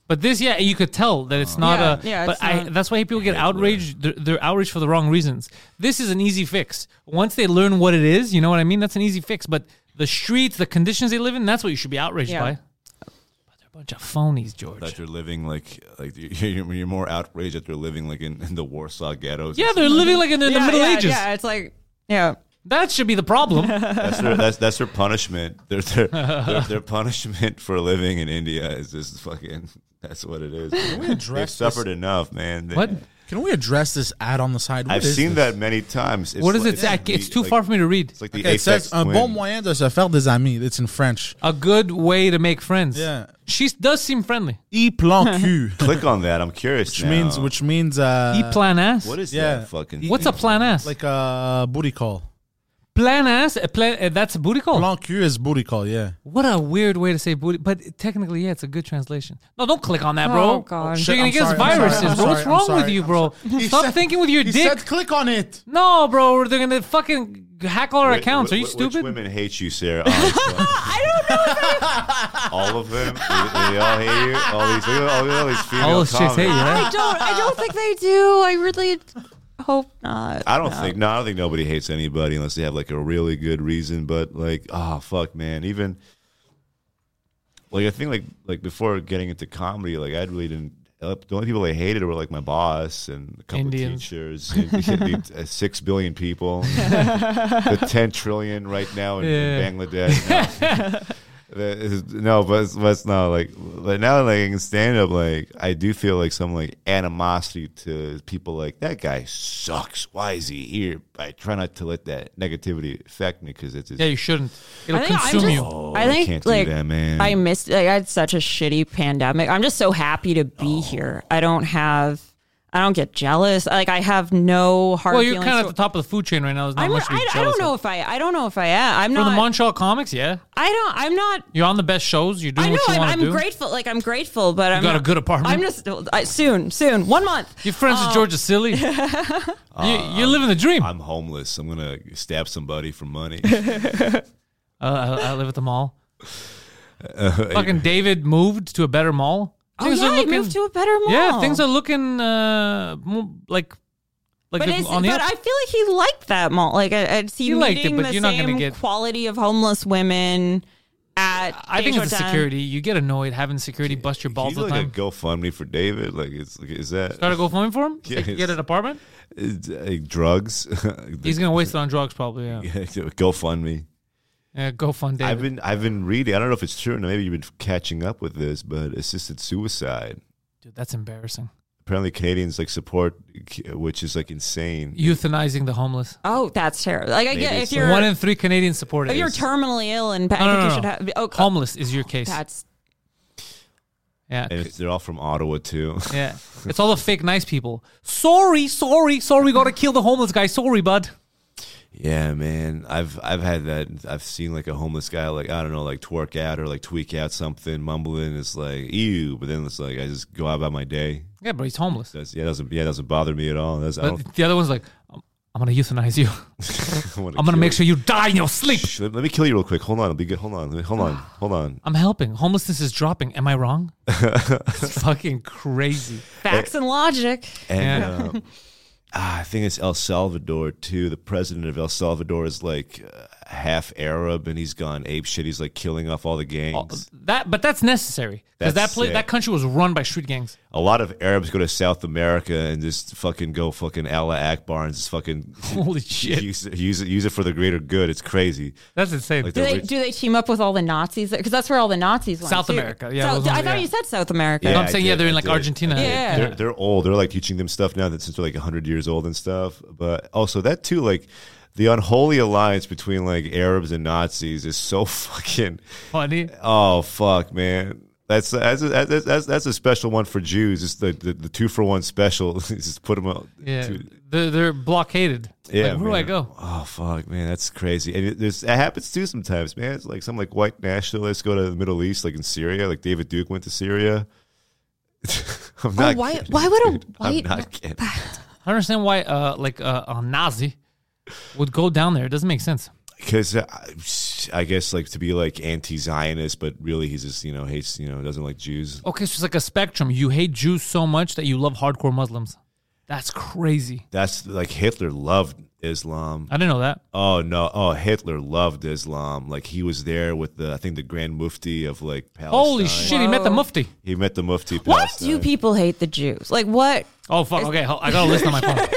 S1: But this, yeah, you could tell that it's not
S3: Yeah,
S1: a.
S3: yeah,
S1: but
S3: it's
S1: I,
S3: not-
S1: that's why people get outraged. They're, they're outraged for the wrong reasons. This is an easy fix. Once they learn what it is, you know what I mean. That's an easy fix. But the streets, the conditions they live in, that's what you should be outraged
S3: Yeah.
S1: by. But they're a bunch of phonies, George.
S4: That they're living like like you're, you're more outraged that they're living like in, in the Warsaw ghettos.
S1: yeah, they're living like in the, in the
S3: yeah,
S1: Middle
S3: yeah,
S1: Ages.
S3: Yeah, it's like yeah.
S1: That should be the problem.
S4: That's their that's that's their punishment. Their their, their their punishment for living in India is just fucking. That's what it is. man. They've
S5: address
S4: suffered enough, man. They-
S1: what?
S5: Can we address this ad on the side? What
S4: I've
S5: is
S4: seen
S5: this?
S4: that many times. It's
S1: What does
S4: like-
S1: it say? I
S4: like
S1: ca- It's
S4: the-
S1: too
S4: like-
S1: far for me to read.
S4: It's like the
S5: Okay, it
S4: apex
S5: says uh, un
S4: twin.
S5: bon moyen de se faire des amis. It's in French.
S1: A good way to make friends.
S5: Yeah.
S1: She does seem friendly.
S5: E plan cul,
S4: Click on that. I'm curious.
S5: which
S4: now.
S5: means which means uh,
S1: e plan ass.
S4: What is
S5: yeah.
S4: that fucking?
S1: What's a plan ass?
S5: like a booty uh, call.
S1: Plan ass, uh, plan, uh, that's a booty call.
S5: Blanc cul is booty call, yeah.
S1: What a weird way to say booty, but technically, yeah, it's a good translation. No, don't click on that, bro.
S3: Oh, God.
S1: You're
S5: Shit,
S1: gonna
S5: I'm
S1: get us
S5: sorry, I'm sorry,
S1: viruses,
S5: I'm
S1: bro. What's
S5: sorry, I'm
S1: wrong with
S5: sorry,
S1: you,
S5: I'm
S1: bro?
S5: sorry. He
S1: Stop
S5: said-
S1: thinking with your
S5: He
S1: dick.
S5: said, "Click on it."
S1: no, bro, they're gonna fucking hack all our
S4: Wh-
S1: accounts.
S4: wh-
S1: Are you
S4: wh-
S1: stupid?
S4: Which women hate you, Sarah? I don't know. all of them. They, they all hate you. All these, look at all, look at all these female
S1: All those chicks hate you,
S4: comments.
S1: right?
S3: I don't. I don't think they do. I really hope not.
S4: I don't think no, I don't think nobody hates anybody unless they have like a really good reason. But like, ah, fuck, man, even like I think like like before getting into comedy, like I really didn't. uh, The only people I hated were like my boss and a couple
S1: Indians.
S4: of teachers, and the- the, uh, six billion people, the ten trillion right now in,
S1: Yeah.
S4: in Bangladesh. The- No, but it's, but it's not like. But now, like in stand up, like I do feel like some like animosity to people. Like that guy sucks. Why is he here? I try not to let that negativity affect me because it's. Just,
S1: Yeah, you shouldn't. It'll
S3: I think I'm
S1: consume
S3: just-
S1: you.
S4: oh,
S3: I think
S4: can't
S3: like
S4: do that, man.
S3: I missed. Like, I had such a shitty pandemic. I'm just so happy to be
S1: Oh.
S3: here. I don't have. I don't get jealous. Like I have no hard.
S1: Well, you're
S3: feelings
S1: kind of at
S3: to-
S1: the top of the food chain right now. There's not
S3: I'm,
S1: much to be
S3: I, I
S1: jealous
S3: don't know
S1: Of.
S3: if I. I don't know if I am. I'm
S1: For the
S3: not.
S1: Montreal comics, yeah,
S3: I don't. I'm not.
S1: you're on the best shows. You're doing
S3: I know.
S1: what you
S3: I'm,
S1: want
S3: I'm
S1: to do.
S3: grateful. Like I'm grateful, but I'm
S1: got a
S3: not-
S1: good apartment.
S3: I'm just I, soon. Soon. One month.
S1: Your friends
S3: Oh.
S1: with Georgia Silly. you, you're living the dream.
S4: I'm homeless. I'm gonna stab somebody for money.
S1: Uh, I, I live at the mall.
S4: Uh,
S1: Fucking David moved to a better mall.
S3: Oh yeah, I moved to a better mall.
S1: Yeah, things are looking uh, mo- like like
S3: But,
S1: they're
S3: is,
S1: on the
S3: but
S1: up.
S3: I feel like he liked that mall. Like I, I'd see
S1: He liked it,
S3: meeting
S1: but
S3: the
S1: you're not
S3: same
S1: gonna get-
S3: quality of homeless women at.
S1: I think it's the
S3: Desjardins.
S1: security. You get annoyed having security bust your
S4: Can
S1: balls
S4: you
S1: all the
S4: like
S1: time.
S4: a GoFundMe for David? Like, is, is that
S1: Gotta go phone for him. so he can
S4: Yes.
S1: get an apartment.
S4: is, uh, drugs?
S1: He's gonna waste it on drugs probably. Yeah,
S4: GoFundMe.
S1: yeah go fund David.
S4: I've been I've been reading. I don't know if it's true, and maybe you've been catching up with this, but assisted suicide.
S1: Dude, that's embarrassing.
S4: Apparently, Canadians like support, which is like insane.
S1: Euthanizing the homeless.
S3: Oh, that's terrible. Like I
S4: Maybe
S3: get
S4: it's
S3: if you're
S1: One in three Canadians support
S3: if
S1: it.
S3: you're
S1: It's-
S3: terminally ill and I
S1: no, no,
S3: think you
S1: no,
S3: should
S1: no.
S3: have. Oh, co-
S1: homeless is your case.
S3: that's
S1: yeah,
S4: And it's, they're all from Ottawa too.
S1: yeah. It's all the fake nice people. Sorry, sorry, sorry. Gotta kill the homeless guy. Sorry, bud.
S4: yeah, man. I've I've had that. I've seen like a homeless guy, like I don't know, like twerk out or like tweak out something, mumbling. It's like ew, but then it's like I just go out about my day.
S1: Yeah, but he's homeless.
S4: That's, yeah, doesn't yeah it doesn't bother me at all. That's, I don't
S1: But the other one's like, I'm, I'm gonna euthanize you.
S4: wanna
S1: I'm gonna
S4: kill
S1: make
S4: you.
S1: sure you die in your sleep.
S4: Shh, let, let me kill you real quick. Hold on, I'll be good. Hold on, hold on, hold on.
S1: I'm helping. Homelessness is dropping. Am I wrong? it's fucking crazy.
S3: facts and logic.
S4: And
S1: Yeah.
S4: um, ah, I think it's El Salvador too. The president of El Salvador is like uh, half Arab, and he's gone ape shit. He's like killing off all the gangs.
S1: That, but that's necessary because that
S4: That's
S1: pla-
S4: sick.
S1: that country was run by street gangs.
S4: A lot of Arabs go to South America and just fucking go fucking Allah Akbar and just fucking
S1: Holy shit,
S4: use, it- use it use it for the greater good. It's crazy.
S1: that's insane.
S4: Like
S3: Do
S4: they're
S3: they
S4: rich-
S3: do they team up with all the Nazis? Because that's where all the Nazis went.
S1: South
S3: too.
S1: America. Yeah,
S3: So-
S1: those ones,
S3: I thought
S1: yeah.
S3: you said South America.
S4: Yeah,
S1: I'm
S4: I
S1: saying, yeah,
S4: did,
S1: they're in
S4: I
S1: like
S4: did.
S1: Argentina.
S4: I did.
S3: Yeah.
S4: They're, they're old. They're like teaching them stuff now that since they're like 100 years old and stuff. But also, that too, like the unholy alliance between like Arabs and Nazis is so fucking.
S1: Funny.
S4: Oh, fuck, man. That's that's a, that's, that's that's a special one for Jews. It's the, the, the two for one special. Just put them out.
S1: Yeah,
S4: to-
S1: they're, they're blockaded.
S4: yeah.
S1: like, where do I
S4: man.
S1: go?
S4: Oh fuck, man, that's crazy. And it, there's, it happens too sometimes, man. It's like some like white nationalists go to the Middle East, like in Syria. Like David Duke went to Syria. I'm not.
S3: Oh, why-
S4: kidding,
S3: why would a
S4: dude.
S3: white-
S4: I'm not kidding.
S1: I don't understand why, uh, like uh, a Nazi would go down there. It doesn't make sense.
S4: because uh, I guess like to be like anti-Zionist, but really he's just you know hates you know doesn't like Jews.
S1: Okay, so it's like a spectrum. You hate Jews so much that you love hardcore Muslims. That's crazy.
S4: That's like Hitler loved Islam.
S1: I didn't know that.
S4: Oh no! Oh, Hitler loved Islam. Like he was there with the I think the Grand Mufti of like Palestine.
S1: Holy shit, he met the Mufti.
S4: He met the Mufti. of
S3: Why
S4: Palestine.
S3: do people hate the Jews? Like what?
S1: Oh fuck. Okay, ho- I got a list on my phone.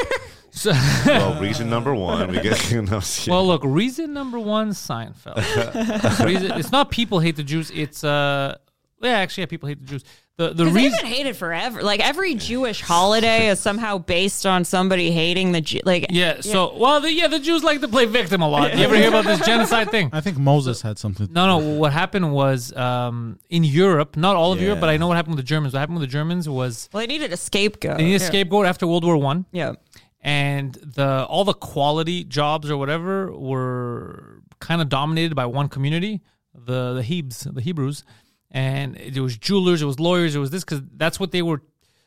S1: So,
S4: Well, reason number one, we get. no, I'm just kidding.
S1: well, look. Reason number one, Seinfeld. reason, it's not people hate the Jews. It's uh, yeah, actually, yeah, people hate the Jews. The the
S3: Because they've
S1: reason
S3: been hated forever. Like every Jewish holiday is somehow based on somebody hating the Jew. Like
S1: Yeah, so well, the, yeah, the Jews like to play victim a lot. You ever hear about this genocide thing?
S5: I think Moses had something.
S1: No, no. What happened was um, in Europe, not all of Europe,
S4: Yeah.
S1: but I know what happened with the Germans. What happened with the Germans was
S3: well, they needed a scapegoat.
S1: they needed a scapegoat after World War One,
S3: yeah.
S1: and the all the quality jobs or whatever were kind of dominated by one community, the the Hebes, the Hebrews, and it was jewelers, it was lawyers, it was this because that's what they were,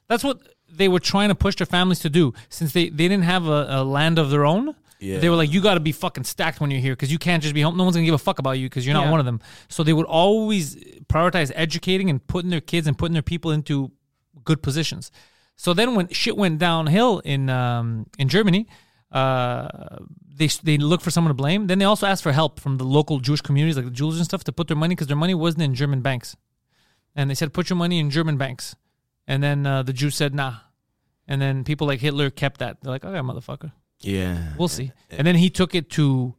S1: that's what they were trying to push their families to do since they they didn't have a, a land of their own.
S4: Yeah.
S1: They were like, you got to be fucking stacked when you're here because you can't just be home. No one's gonna give a fuck about you because you're not
S3: Yeah.
S1: one of them. So they would always prioritize educating and putting their kids and putting their people into good positions. So then when shit went downhill in um, in Germany, uh, they they looked for someone to blame. Then they also asked for help from the local Jewish communities, like the Jews and stuff, to put their money because their money wasn't in German banks. And they said, put your money in German banks. And then uh, the Jews said, nah. And then people like Hitler kept that. They're like, okay, motherfucker.
S4: Yeah.
S1: We'll see. And then he took it to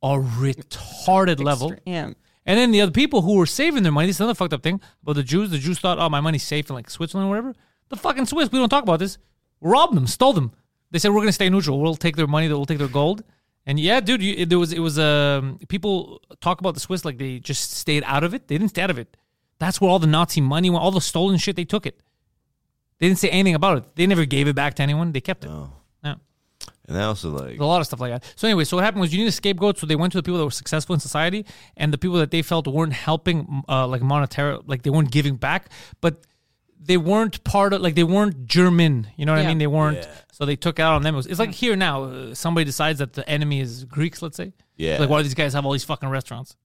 S1: a retarded level.
S3: Yeah.
S1: And then the other people who were saving their money, this is another fucked up thing about the Jews. The Jews thought, oh, my money's safe in like Switzerland or whatever. The fucking Swiss, we don't talk about this, robbed them, stole them. They said, we're going to stay neutral. We'll take their money, we'll take their gold. And yeah, dude, you, it, there was, it was, um, people talk about the Swiss like they just stayed out of it. They didn't stay out of it. That's where all the Nazi money went, all the stolen shit, they took it. They didn't say anything about it. They never gave it back to anyone. They kept it.
S4: Oh.
S1: Yeah.
S4: And that also like
S1: There's a lot of stuff like that. So anyway, so what happened was you need a scapegoat. So they went to the people that were successful in society and the people that they felt weren't helping, uh, like monetary, like they weren't giving back, but they weren't part of, like they weren't German. You know what I
S3: Yeah. Hmm.
S1: mean? They weren't. So they took it out on them. It was, it's like here now, uh, somebody decides that the enemy is Greeks. Let's say,
S4: Yeah.
S1: like why do these guys have all these fucking restaurants?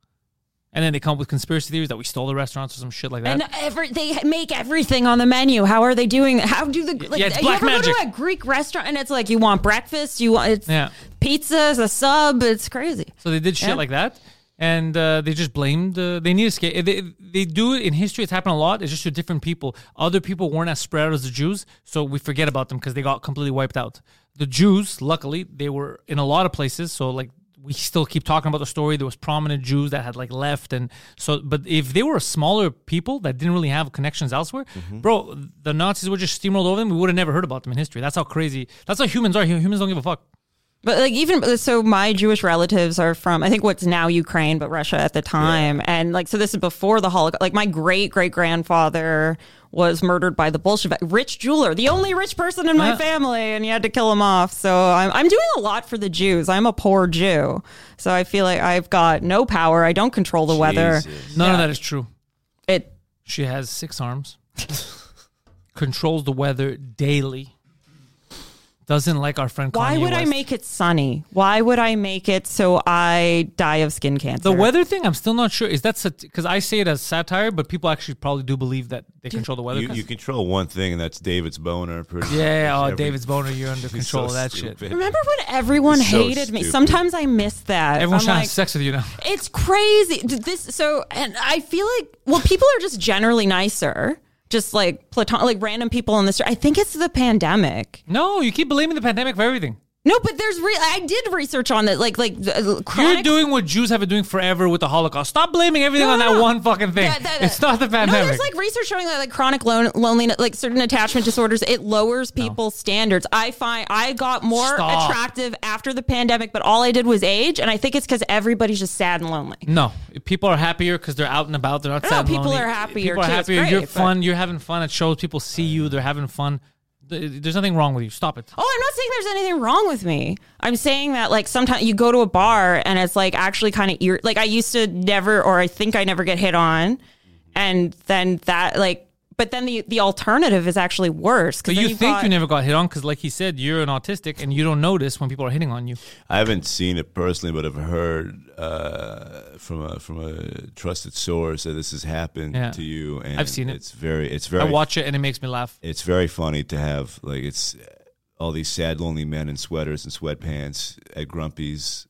S1: And then they come up with conspiracy theories that we stole the restaurants or some shit like that.
S3: And every, they make everything on the menu. How are they doing? that? How do the like?
S1: Yeah, it's
S3: you
S1: black
S3: ever go
S1: magic.
S3: to a Greek restaurant and it's like you want breakfast, you want it's
S1: Yeah.
S3: pizza, it's a sub. It's crazy.
S1: So they did shit
S3: Yeah.
S1: like that, and uh, they just blamed. Uh, they need to escape. They, they do it in history. It's happened a lot. It's just to different people. Other people weren't as spread out as the Jews, so we forget about them because they got completely wiped out. The Jews, luckily, they were in a lot of places. So like we still keep talking about the story. There was prominent Jews that had like left, and so. But if they were a smaller people that didn't really have connections elsewhere, bro, the Nazis would just steamrolled over them. We would have never heard about them in history. That's how crazy. That's how humans are. Humans don't give a fuck.
S3: But like even uh, so, my Jewish relatives are from I think what's now Ukraine, but Russia at the time, and like so this is before the Holocaust. Like my great great grandfather was murdered by the Bolshevik rich jeweler, the only rich person in my
S1: Yeah.
S3: family, and you had to kill him off. So I'm I'm doing a lot for the Jews. I'm a poor Jew, so I feel like I've got no power. I don't control the weather.
S4: Jesus.
S1: None of that is true.
S3: It
S1: She has six arms, controls the weather daily, doesn't like our friend.
S3: why
S1: Kanye
S3: would I
S1: West.
S3: make it sunny? Why would I make it so I die of skin cancer?
S1: the weather thing? I'm still not sure. Is that because I say it as satire, but people actually probably do believe that they control the weather.
S4: you,
S1: 'cause-
S4: you control one thing and that's David's boner pretty
S1: yeah, oh,
S4: every-
S1: David's boner, you're under
S4: He's
S1: control of
S4: so
S1: that shit.
S4: stupid.
S3: Remember when everyone
S4: It's so
S3: hated me?
S4: stupid.
S3: Sometimes I miss that.
S1: Everyone's
S3: I'm
S1: trying to
S3: like,
S1: have sex with you now.
S3: It's crazy. This so, and I feel like well, people are just generally nicer. Just like platon, like random people on the street. I think it's the pandemic.
S1: No, you keep blaming the pandemic for everything.
S3: No, but there's real. I did research on that. Like, like the-
S1: You're
S3: chronic.
S1: doing what Jews have been doing forever with the Holocaust. Stop blaming everything
S3: No,
S1: on
S3: no,
S1: that
S3: no.
S1: one fucking thing.
S3: That- that-
S1: it's not the pandemic.
S3: No, there's like research showing that like chronic lon- loneliness, like certain attachment disorders, it lowers people's standards. I find I got more
S1: Stop.
S3: attractive after the pandemic, but all I did was age, and I think it's because everybody's just sad and lonely.
S1: No, people are happier because they're out and about. They're not
S3: No,
S1: sad. and
S3: people
S1: lonely.
S3: are happier
S1: People are
S3: too. It's
S1: happier.
S3: great,
S1: you're
S3: but-
S1: fun. You're having fun at shows. People see you. They're having fun. Th- There's nothing wrong with you. Stop it.
S3: Oh, I'm not saying there's anything wrong with me. I'm saying that like sometimes you go to a bar and it's like actually kind of ear like I used to never or I think I never get hit on, and then that like but then the the alternative is actually worse.
S1: But
S3: 'cause then
S1: you
S3: you've
S1: think
S3: got-
S1: you never got hit on because, like he said, you're an autistic and you don't notice when people are hitting on you.
S4: I haven't seen it personally, but I've heard uh, from a from a trusted source that this has happened
S1: Yeah.
S4: to you. And
S1: I've seen it.
S4: It's very, it's very,
S1: I watch it and it makes me laugh.
S4: it's very funny to have like it's all these sad, lonely men in sweaters and sweatpants at Grumpy's.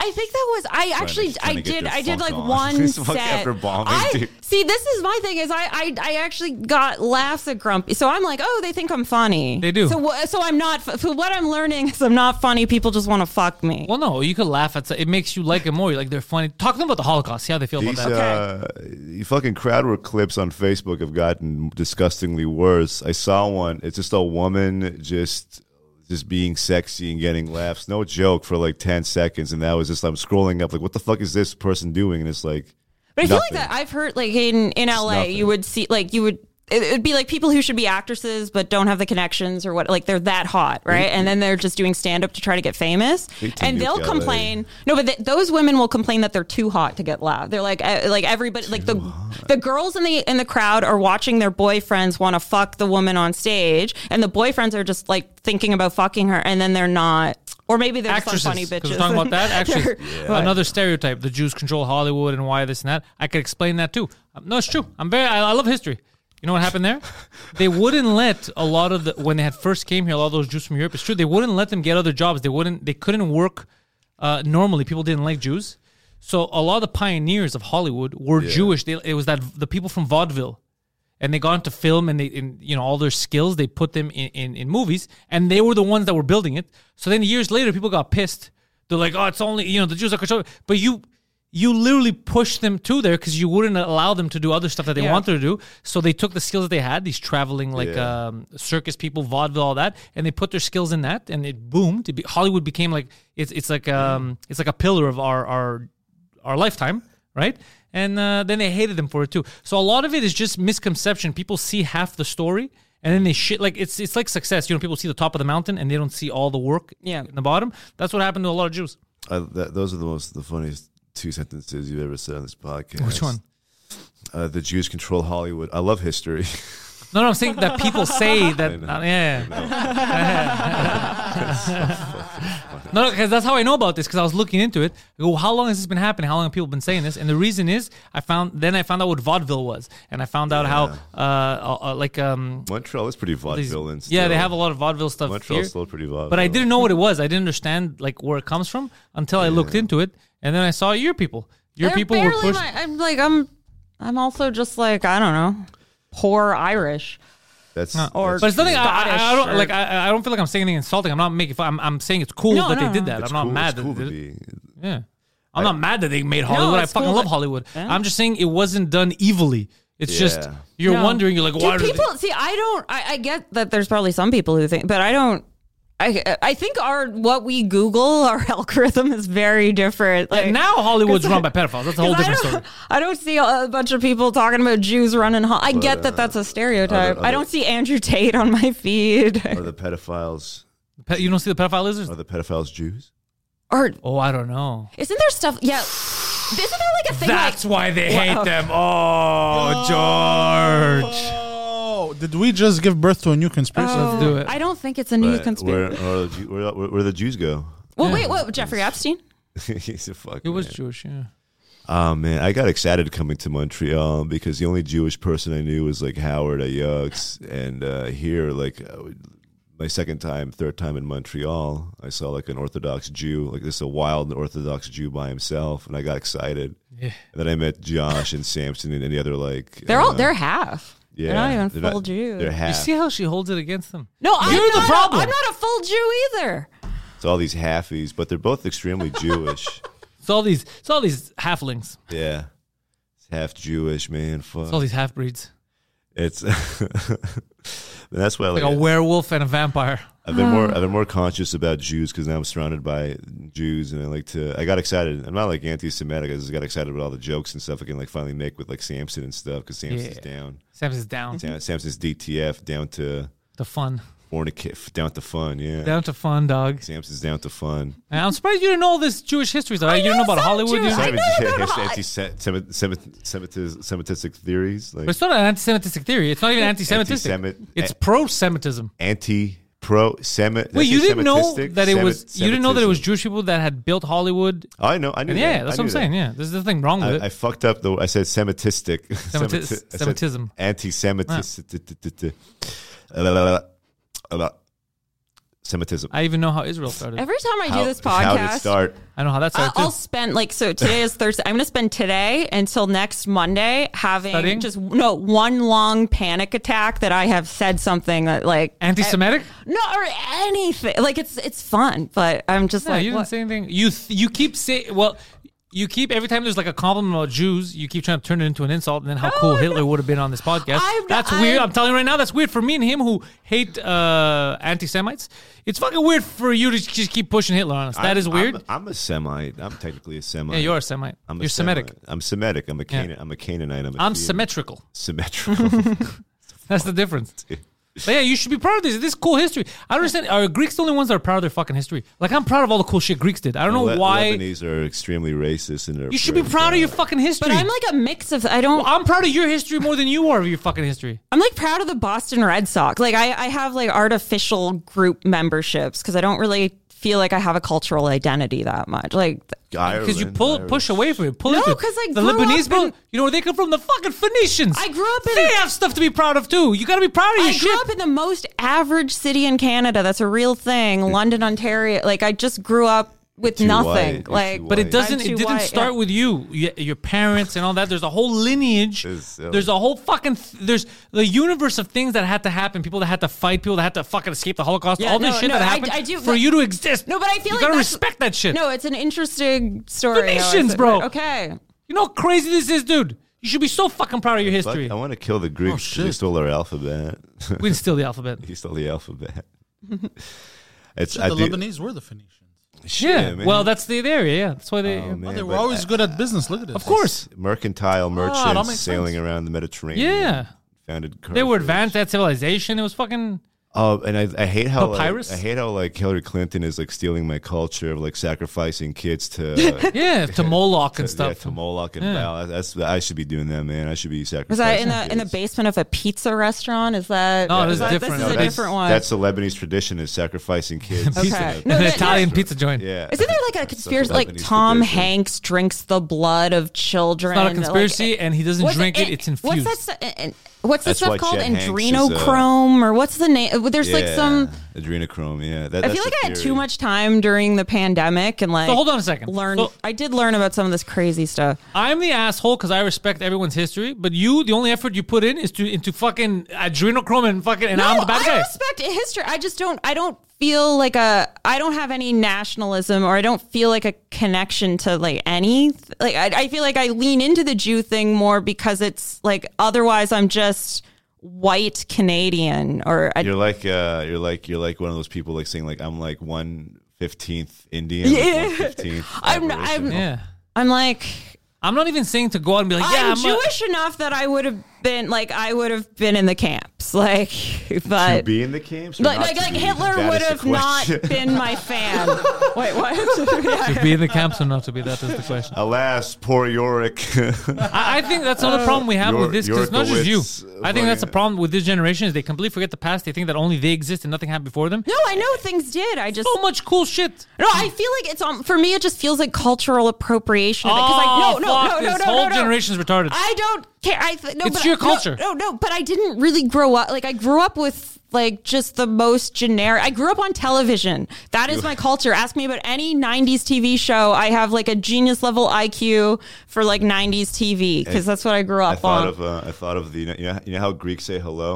S3: I think that was I actually
S4: trying
S3: I
S4: to get
S3: did
S4: their
S3: I
S4: funk
S3: did like
S4: on.
S3: one
S4: It's fuck
S3: set.
S4: after bombing,
S3: I-
S4: dude.
S3: see, this is my thing is I, I I actually got laughs at Grumpy, so I'm like, oh, they think I'm funny.
S1: They do.
S3: So wha- so I'm not. f- So what I'm learning is I'm not funny. People just want to fuck me.
S1: Well, no, you could laugh at. It makes you like it more. You're like they're funny. Talk to them about the Holocaust. See how they feel
S4: These
S1: about that.
S4: uh, you fucking crowd work clips on Facebook have gotten disgustingly worse. I saw one. It's just a woman just just being sexy and getting laughs. No joke for like ten seconds, and that was just I'm scrolling up like, what the fuck is this person doing? And it's like,
S3: But I feel like
S4: Nothing.
S3: that I've heard like in in LA,
S4: nothing.
S3: you would see like you would it, it'd be like people who should be actresses but don't have the connections or what like they're that hot right and then they're just doing stand up to try to get famous
S4: Big to
S3: and
S4: Nuke
S3: they'll
S4: LA.
S3: complain no but th- those women will complain that they're too hot to get laughed they're like uh, like everybody like the the girls in the in the crowd are watching their boyfriends want to fuck the woman on stage and the boyfriends are just like thinking about fucking her and then they're not or maybe they're just
S1: actresses.
S3: like funny
S1: 'cause
S3: bitches
S1: We're talking about that. Actresses.
S3: They're-
S1: Another stereotype: the Jews control Hollywood and why this and that. I could explain that too. Um, No, it's true. I'm very. I, I love history. You know what happened there? They wouldn't let a lot of the when they had first came here. A lot of those Jews from Europe. It's true. They wouldn't let them get other jobs. They wouldn't. They couldn't work uh, normally. People didn't like Jews. So a lot of the pioneers of Hollywood were Jewish. They, it was that the people from vaudeville and they got into film and they and, you know all their skills they put them in, in in movies and they were the ones that were building it so then years later people got pissed they're like oh it's only you know the jews are controlling but you you literally pushed them to there because you wouldn't allow them to do other stuff that they
S3: Yeah.
S1: wanted to do so they took the skills that they had these traveling like
S4: Yeah.
S1: um, circus people vaudeville all that and they put their skills in that and it boomed it be, hollywood became like it's it's like um it's like a pillar of our our our lifetime, right? And uh, then they hated them for it too. So a lot of it is just misconception. People see half the story and then they shit like it's it's like success. You know, people see the top of the mountain and they don't see all the work
S3: Yeah.
S1: in the bottom. That's what happened to a lot of Jews.
S4: I, Uh, that, those are the most the funniest two sentences you've ever said on this podcast.
S1: Which one?
S4: Uh, the Jews control Hollywood. I love history.
S1: No, no, I'm saying that people say that.
S4: know.
S1: uh, yeah. no, no, because that's how I know about this. Because I was looking into it. I go, how long has this been happening? How long have people been saying this? And the reason is, I found then I found out what vaudeville was, and I found out how, uh, uh, uh, like, um,
S4: Montreal is pretty
S1: these-
S4: vaudeville. and
S1: yeah, they
S4: still-
S1: have a lot of vaudeville stuff
S4: Montreal's
S1: here.
S4: still pretty vaudeville.
S1: But I didn't know what it was. I didn't understand like where it comes from until I looked into it, and then I saw your people. Your
S3: they're
S1: people were
S3: barely
S1: pushed.
S3: my- I'm like I'm I'm also just like I don't know poor Irish
S4: That's
S3: or-
S4: that's
S1: But it's nothing. I, I, I
S3: Scottish
S1: don't
S3: or-
S1: like. I, I don't feel like I'm saying anything insulting. I'm not making. Fun. I'm, I'm saying it's cool
S3: No,
S1: that
S3: no,
S1: they did
S3: no.
S1: that.
S4: It's
S1: I'm not
S4: cool-
S1: mad
S4: it's
S1: that
S4: cool
S1: they
S4: to
S1: did it.
S4: be.
S1: Yeah, I'm not mad that they made Hollywood. I
S3: it's
S1: fucking
S3: cool
S1: love
S3: that-
S1: Hollywood. I'm just saying it wasn't done evilly. It's just
S4: Yeah.
S1: you're
S3: No.
S1: wondering. You're like,
S3: Do
S1: why are
S3: people see? I don't. I, I get that there's probably some people who think, but I don't. I I think our what we Google our algorithm is very different. Like
S1: they? Now Hollywood's run by pedophiles. That's a whole
S3: 'cause I
S1: different
S3: don't,
S1: story.
S3: I don't see a bunch of people talking about Jews running. Ho- I get that that's a stereotype.
S4: uh, other-
S3: I don't see Andrew Tate on my feed.
S4: Are the pedophiles
S1: Pe- you don't see the pedophile lizards?
S4: are the pedophiles Jews?
S3: Or
S1: Oh, I don't know.
S3: isn't there stuff? Yeah, isn't there like a thing?
S1: That's
S3: like,
S1: why they hate them. Oh, George.
S5: Oh, did we just give birth to a new conspiracy?
S4: Uh,
S1: Let's do it.
S3: oh, I don't think it's a new
S4: But
S3: conspiracy.
S4: Where, are the, Jew- where, where, where the Jews go?
S3: Well, wait, what? Jeffrey Epstein?
S4: He's a fuck.
S1: It was
S4: man.
S1: Jewish. Yeah.
S4: Oh man, I got excited coming to Montreal um, because the only Jewish person I knew was like Howard at Yucks, and uh, here like I would- my second time, third time in Montreal, I saw like an Orthodox Jew, like this is a wild Orthodox Jew by himself, and I got excited. Yeah. And then I met Josh and Samson and any other like
S3: They're
S4: uh,
S3: all they're half.
S4: yeah,
S3: they're not even
S4: they're
S3: full Jews.
S4: They're half.
S1: You see how she holds it against them.
S3: No, I'm
S1: You're the
S3: not a-
S1: problem.
S3: I'm not a full Jew either.
S4: it's all these halfies, but they're both extremely Jewish.
S1: It's all these. It's all these halflings.
S4: Yeah, it's half Jewish, man.
S1: It's all
S4: Fuck,
S1: these half breeds.
S4: it's. And that's why I
S1: Like a werewolf and a vampire.
S4: I've been more I've been more conscious about Jews because now I'm surrounded by Jews and I like to I got excited. I'm not like anti-Semitic. I just got excited about all the jokes and stuff I can like finally make with like Samson and stuff because Samson's
S1: Yeah.
S4: down.
S1: Samson's down.
S4: Sam, Samson's DTF down to
S1: The fun.
S4: fornicate down to fun. Yeah,
S1: Down to fun, dog.
S4: Samson's down to fun.
S1: And I'm surprised you didn't know all this Jewish history. Though. You don't know
S3: know
S1: about
S3: some
S1: Hollywood. You
S3: Jews.
S1: don't-
S3: I know about Hol-
S4: Semitistic theories
S1: But
S4: like
S1: it's not an anti-Semitic theory. It's not even anti-Semitistic.
S4: Anti-Semit-
S1: It's
S4: a-
S1: pro-Semitism.
S4: anti pro Semit.
S1: Wait, you didn't know that it was you didn't know that it was Jewish people that had built Hollywood.
S4: Oh, I know. I knew.
S1: And yeah,
S4: that.
S1: that's
S4: I
S1: what I'm
S4: knew that.
S1: saying. Yeah, there's nothing wrong with
S4: I, I
S1: it.
S4: fucked up though. I said semitistic.
S1: Semiti- Semitism.
S4: Anti-Semitism. Semitism.
S1: I, even know how Israel started.
S3: Every time I do this
S4: How did it
S3: podcast,
S4: start?
S1: I know how that
S3: I-
S1: started
S3: I'll
S1: too.
S3: spend like so today is Thursday. I'm going to spend today until next Monday having
S1: Studying?
S3: just no one long panic attack that I have said something that like
S1: Anti-Semitic?
S3: no or anything. Like it's it's fun, but I'm just
S1: No,
S3: like
S1: you didn't
S3: what-
S1: say anything. You th- you keep saying well. You keep every time there's like a compliment about Jews, you keep trying to turn it into an insult, and then how cool Hitler would have been on this podcast.
S3: I'm-
S1: that's weird.
S3: I'm-
S1: I'm telling you right now, that's weird for me and him who hate uh, anti-Semites. It's fucking weird for you to just keep pushing Hitler on us. That is
S4: I'm-
S1: weird.
S4: I'm, I'm a Semite. I'm technically a Semite.
S1: yeah, you are a Semite.
S4: I'm a
S1: You're Semitic.
S4: Semite. I'm Semitic. I'm a Canaan. I'm a Canaanite. I'm, a
S1: I'm
S4: Thean.
S1: symmetrical.
S4: Symmetrical.
S1: That's the difference. But yeah, you should be proud of this. This is cool history. I don't understand. Are Greeks the only ones that are proud of their fucking history? Like I'm proud of all the cool shit Greeks did. I don't know
S4: Le-
S1: why.
S4: Lebanese are extremely racist in their.
S1: You should be proud of your fucking history.
S3: But I'm like a mix of I don't
S1: I'm proud of your history more than you are of your fucking history.
S3: I'm like proud of the Boston Red Sox. Like I, I have like artificial group memberships because I don't really feel like I have a cultural identity that much. Like
S1: Because you pull push away from it. Pull
S3: No,
S1: it to-
S3: 'cause I
S1: the
S3: grew
S1: Lebanese
S3: up
S1: bro,
S3: in-
S1: you know where they come from? The fucking Phoenicians.
S3: I grew up in-
S1: They have stuff to be proud of too. You gotta be proud of your
S3: I
S1: shit.
S3: grew up in the most average city in Canada. That's a real thing. London, Ontario. Like I just grew up with
S4: too
S3: nothing.
S4: white. You're
S3: Like
S4: too
S1: But it
S4: white.
S1: doesn't.
S3: I'm
S1: It
S3: too
S1: didn't
S3: white,
S1: start
S3: yeah.
S1: with you, y- your parents, and all that. There's a whole lineage.
S4: It's silly.
S1: There's a whole fucking. Th- there's the universe of things that had to happen. People that had to fight. People that had to fucking escape the Holocaust.
S3: Yeah,
S1: all this
S3: no,
S1: shit
S3: no,
S1: that
S3: I-
S1: happened
S3: I do-
S1: for you to exist.
S3: No, but I feel
S1: you
S3: like
S1: gotta
S3: that's-
S1: respect that shit.
S3: No, it's an interesting story.
S1: Phoenicians,
S3: Alex.
S1: bro.
S3: Okay.
S1: you know how crazy this is, dude. You should be so fucking proud of your history. Oh,
S4: I want to kill the Greeks. 'cause they
S5: shit.
S4: stole our alphabet.
S1: we can steal the alphabet.
S4: he stole the alphabet. It's
S5: Shit,
S4: I
S5: the
S4: do-
S5: Lebanese were the Phoenicians.
S4: shit,
S1: Yeah.
S4: man.
S1: well, that's the area. Yeah. That's why they.
S4: Oh, man,
S5: they were
S4: but
S5: always good at business. Look at this.
S1: of course. Ah,
S4: mercantile merchants
S5: that makes
S4: sailing
S5: sense.
S4: around the Mediterranean.
S1: Yeah.
S4: founded.
S1: They were
S4: Carthage.
S1: advanced at civilization. It was fucking.
S4: Oh, and I, I hate how like,
S1: Papyrus?
S4: I hate how like Hillary Clinton is like stealing my culture of like sacrificing kids to. uh,
S1: Yeah. To Moloch and
S4: Yeah,
S1: stuff.
S4: to Moloch and Baal. That's I should be doing that, man. I should be sacrificing.
S3: Was that in the in the
S4: kids.
S3: basement of a pizza restaurant? Is that
S1: No,
S3: is
S1: Oh, this is
S3: that-
S1: different.
S3: This
S1: No,
S3: is a
S4: that's,
S3: different one.
S4: That's the Lebanese tradition is sacrificing kids.
S1: Pizza.
S3: Okay. No,
S1: An
S3: that-
S1: Italian
S3: yeah.
S1: pizza joint.
S4: Yeah.
S3: Isn't there like a
S4: That's
S3: conspiracy?
S4: such a
S3: Like
S4: Lebanese
S3: Tom
S4: tradition.
S3: Hanks drinks the blood of children.
S1: It's not a
S3: like-
S1: conspiracy, and he doesn't
S3: What's
S1: drink it,
S3: eh,
S1: it's
S3: What's
S1: infused.
S3: that? stu- eh, eh, What's the
S4: That's
S3: stuff
S4: why
S3: called?
S4: Chet Hanks is, uh,
S3: Adrenochrome, or what's the name? There's like
S4: Yeah,
S3: some.
S4: adrenochrome. Yeah, that,
S3: I feel
S4: that's
S3: like
S4: the
S3: I had too
S4: theory.
S3: much time during the pandemic, and like.
S1: So hold on a second.
S3: Learn.
S1: So-
S3: I did learn about some of this crazy stuff.
S1: I'm the asshole because I respect everyone's history, but you, the only effort you put in is to into fucking adrenochrome and fucking, and
S3: no,
S1: I'm the bad
S3: I
S1: guy.
S3: respect history. I just don't. I don't feel like a. I don't have any nationalism, or I don't feel like a connection to like any. Like I, I feel like I lean into the Jew thing more because it's like otherwise I'm just white Canadian, or I,
S4: You're like uh, you're like you're like one of those people like saying like I'm like one fifteenth Indian.
S3: Yeah.
S4: Like fifteenth.
S3: I'm- I'm-
S1: yeah,
S3: I'm like
S1: I'm not even saying to go out and be like, yeah,
S3: I'm,
S1: I'm, a-
S3: Jewish enough that I would have been like I would have been in the camps, like
S4: to
S3: but.
S4: be in the camps. or
S3: Like,
S4: not
S3: like,
S4: to
S3: like
S4: be?
S3: Hitler
S4: That
S3: would
S4: is the
S3: have not
S4: question.
S3: been my fan. Wait, what?
S1: to be in the camps or not to be. That is the question.
S4: Alas, poor Yorick.
S1: I, I think that's another problem we have
S4: Uh, Your-
S1: with this because it's not just you.
S4: Yorkowitz,
S1: I think that's the
S4: fucking-
S1: problem with this generation is they completely forget the past. They think that only they exist and nothing happened before them.
S3: No, I know things did. I just
S1: So much cool shit.
S3: No, I feel like it's um, for me. It just feels like cultural appropriation. Because I
S1: Oh,
S3: no, no,
S1: fuck,
S3: no, no,
S1: this
S3: no, no,
S1: whole
S3: no.
S1: generation's retarded.
S3: I don't care. I th- no,
S1: It's
S3: but
S1: your
S3: I-
S1: culture.
S3: No, no, no, but I didn't really grow up. Like I grew up with like just the most generic. I grew up on television. That is my culture. Ask me about any '90s TV show. I have like a genius level IQ for like '90s TV because that's what I grew
S4: I
S3: up
S4: thought
S3: on.
S4: of uh, I thought of the you know, you know how Greeks say hello.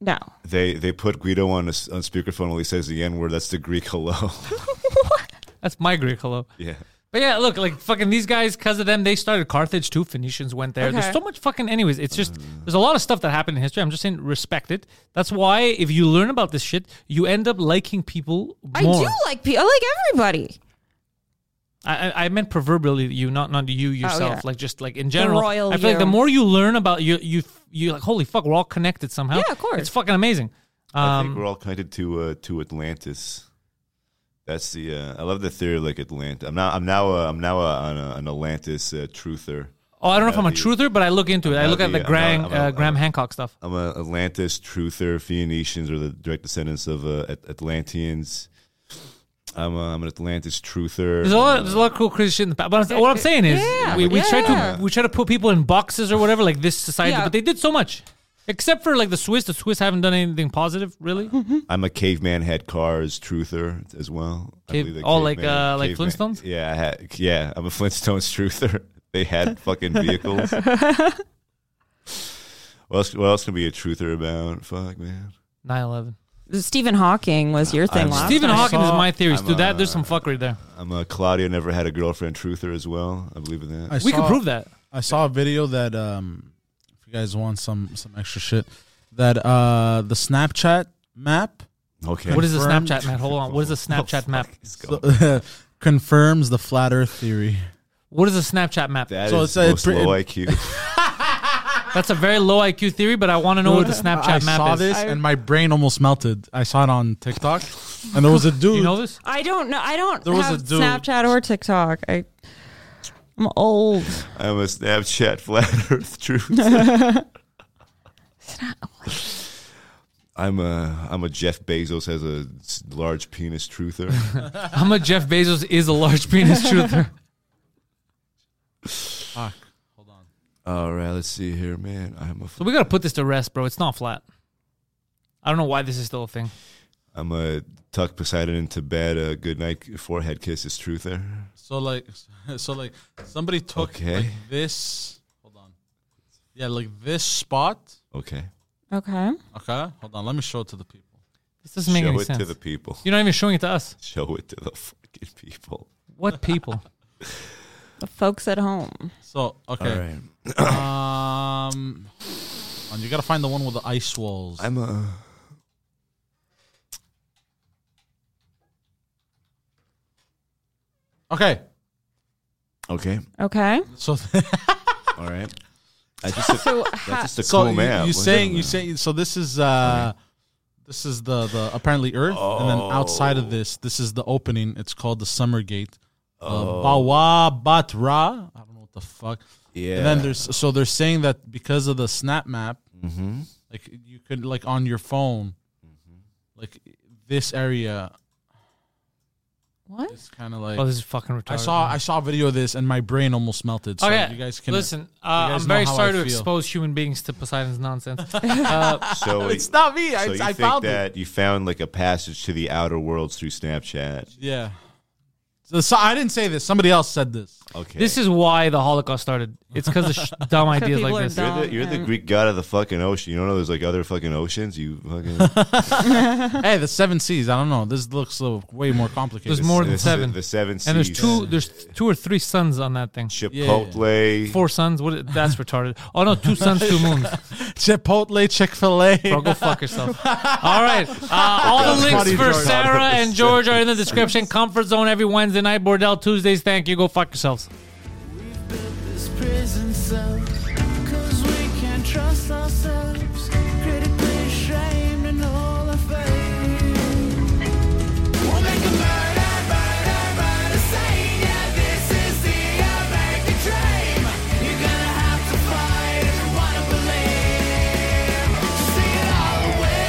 S3: no,
S4: They they put Guido on a s on speakerphone while he says the N word. That's the Greek hello.
S1: That's my Greek hello.
S4: yeah.
S1: But yeah, look, like fucking these guys, because of them, they started Carthage too. Phoenicians went there. There's
S3: Okay.
S1: so much fucking, anyways, it's just, there's a lot of stuff that happened in history. I'm just saying, respect it. That's why if you learn about this shit, you end up liking people more.
S3: I do like people. I like everybody.
S1: I, I- I meant proverbially you, not not you yourself.
S3: Oh, yeah.
S1: Like just like in general,
S3: royal
S1: I feel like the
S3: you.
S1: more you learn about you, you, you like holy fuck, we're all connected somehow.
S3: Yeah, of course.
S1: It's fucking amazing. Um,
S4: I think we're all connected to uh, to Atlantis. That's the uh, I love the theory of like Atlantis. I'm now I'm now uh, I'm now uh, on a, an Atlantis uh, truther.
S1: Oh, I don't know if I'm a
S4: the-
S1: truther, but I look into it. I
S4: now
S1: look at
S4: the-
S1: the
S4: I'm
S1: Graham,
S4: not- I'm
S1: uh,
S4: not-
S1: Graham
S4: I'm-
S1: Hancock stuff.
S4: I'm an Atlantis truther. Phoenicians are the direct descendants of uh, At- Atlanteans. I'm, uh, I'm an Atlantis truther.
S1: There's a lot. There's a lot of cool crazy shit in the past. But what I'm saying is,
S3: Yeah,
S1: we, we
S3: yeah,
S1: try
S3: yeah.
S1: to we try to put people in boxes or whatever, like this society.
S3: Yeah.
S1: But they did so much, except for like the Swiss. The Swiss haven't done anything positive, really.
S4: I'm a caveman had cars truther as well. I
S1: Cave-
S4: believe that
S1: oh, like,
S4: caveman-
S1: uh, like Flintstones?
S4: Yeah, I had, yeah. I'm a Flintstones truther. They had fucking vehicles. what else? What else can be a truther about? Fuck man.
S1: 9/11.
S3: Stephen Hawking was your thing
S4: I'm-
S3: last.
S1: Stephen
S3: time.
S1: Hawking is
S4: saw-
S1: my theory.
S4: I'm,
S1: Dude, that there's
S4: uh,
S1: some fuckery there.
S4: I'm a Claudia never had a girlfriend truther as well. I believe in that.
S5: I
S1: We can
S5: saw-
S1: prove that.
S5: I saw a video that um, if you guys want some some extra shit, that uh, the Snapchat map
S4: okay.
S1: What is the
S5: Confirmed. Oh,
S1: Snapchat map? Hold on. What is the Snapchat map?
S4: Let's go.
S5: confirms the flat Earth theory.
S1: What is a Snapchat map?
S4: That
S5: So
S4: is
S5: it's, uh,
S4: most
S5: pre-
S4: low IQ.
S1: That's a very low IQ theory, but I want to know where the Snapchat
S5: I
S1: map
S5: saw
S1: is.
S5: this and my brain almost melted. I saw it on TikTok, and there was a dude.
S1: You know this?
S3: I don't know. I don't
S5: There was
S3: have
S5: a dude-
S3: Snapchat or TikTok. I, I'm old.
S4: I'm a Snapchat flat Earth truth. I'm a I'm a Jeff Bezos has a s- large penis truther.
S1: How much Jeff Bezos is a large penis truther?
S5: Fuck. Hold on.
S4: All right, let's see here, man. I'm a f-
S1: So we gotta put this to rest, bro. It's not flat. I don't know why this is still a thing.
S4: I'm a tuck Poseidon into bed. A good night forehead kiss is truther.
S5: So like, so like, somebody took
S4: Okay.
S5: like this. Hold on. Yeah, like this spot.
S4: Okay,
S3: Okay.
S5: Okay, hold on. Let me show it to the people.
S1: This doesn't make
S4: show
S1: any
S4: it
S1: sense.
S4: to the people.
S1: You're not even showing it to us.
S4: Show it to the fucking people.
S1: What people?
S3: The folks at home.
S5: So okay,
S4: right,
S5: um, and you gotta find the one with the ice walls.
S4: I'm a.
S5: okay,
S4: Okay,
S3: Okay.
S5: so
S4: all right. I just a,
S3: So
S4: that's
S3: ha-
S4: just a
S5: so
S4: cool
S5: you,
S4: map.
S5: you
S4: Look at
S5: saying you
S4: that.
S5: saying so this is uh, this is the the apparently Earth, and then outside of this, this is the opening. It's called the Summer Gate. Uh,
S4: Oh.
S5: Bawa Batra. I don't know what the fuck.
S4: yeah.
S5: And then there's so they're saying that because of the snap map,
S4: Mm-hmm.
S5: like you could like on your phone,
S4: Mm-hmm.
S5: like this area
S3: what?
S5: is kind of like.
S1: Oh, this is fucking retarded.
S5: I saw I saw a video of this and my brain almost melted. So
S1: Oh yeah,
S5: you guys can
S1: listen. Uh,
S5: guys
S1: I'm
S5: know
S1: very
S5: how
S1: sorry
S5: I
S1: to
S5: feel.
S1: expose human beings to Poseidon's nonsense.
S4: so
S5: It's not me. I,
S4: So you
S5: I
S4: think
S5: found it.
S4: that you found like a passage to the outer worlds through Snapchat?
S5: Yeah. So, so I didn't say this. Somebody else said this.
S4: Okay,
S1: this is why the Holocaust started. It's because of sh- dumb ideas
S3: people
S1: like
S3: are
S1: this.
S3: dumb.
S4: you're, the, you're the
S1: Mm.
S3: Yeah.
S4: Greek god of the fucking ocean. You don't know there's like other fucking oceans. You fucking
S5: hey, the seven C's. I don't know. This looks a little, way more complicated.
S1: There's more than
S4: This-
S1: seven.
S4: The, seven seas.
S1: And there's two. There's two or three suns on that thing.
S4: Chipotle.
S1: Four suns. What? That's retarded. Oh no, two suns, two moons.
S5: Chipotle, Chick Fil
S1: Bro,
S5: A.
S1: go fuck yourself. All right. Uh, all the links
S5: funny,
S1: for
S5: George.
S1: Sarah and George are in the description. Comfort Zone every Wednesday night. Bordel Tuesdays. Thank you. Go fuck yourselves.
S2: this prison cell Cause we can't trust ourselves Critically ashamed in all our faith We'll make a murder, murder, murder scene Yeah, this is the American dream You're gonna have to fight if you wanna believe To see it all the way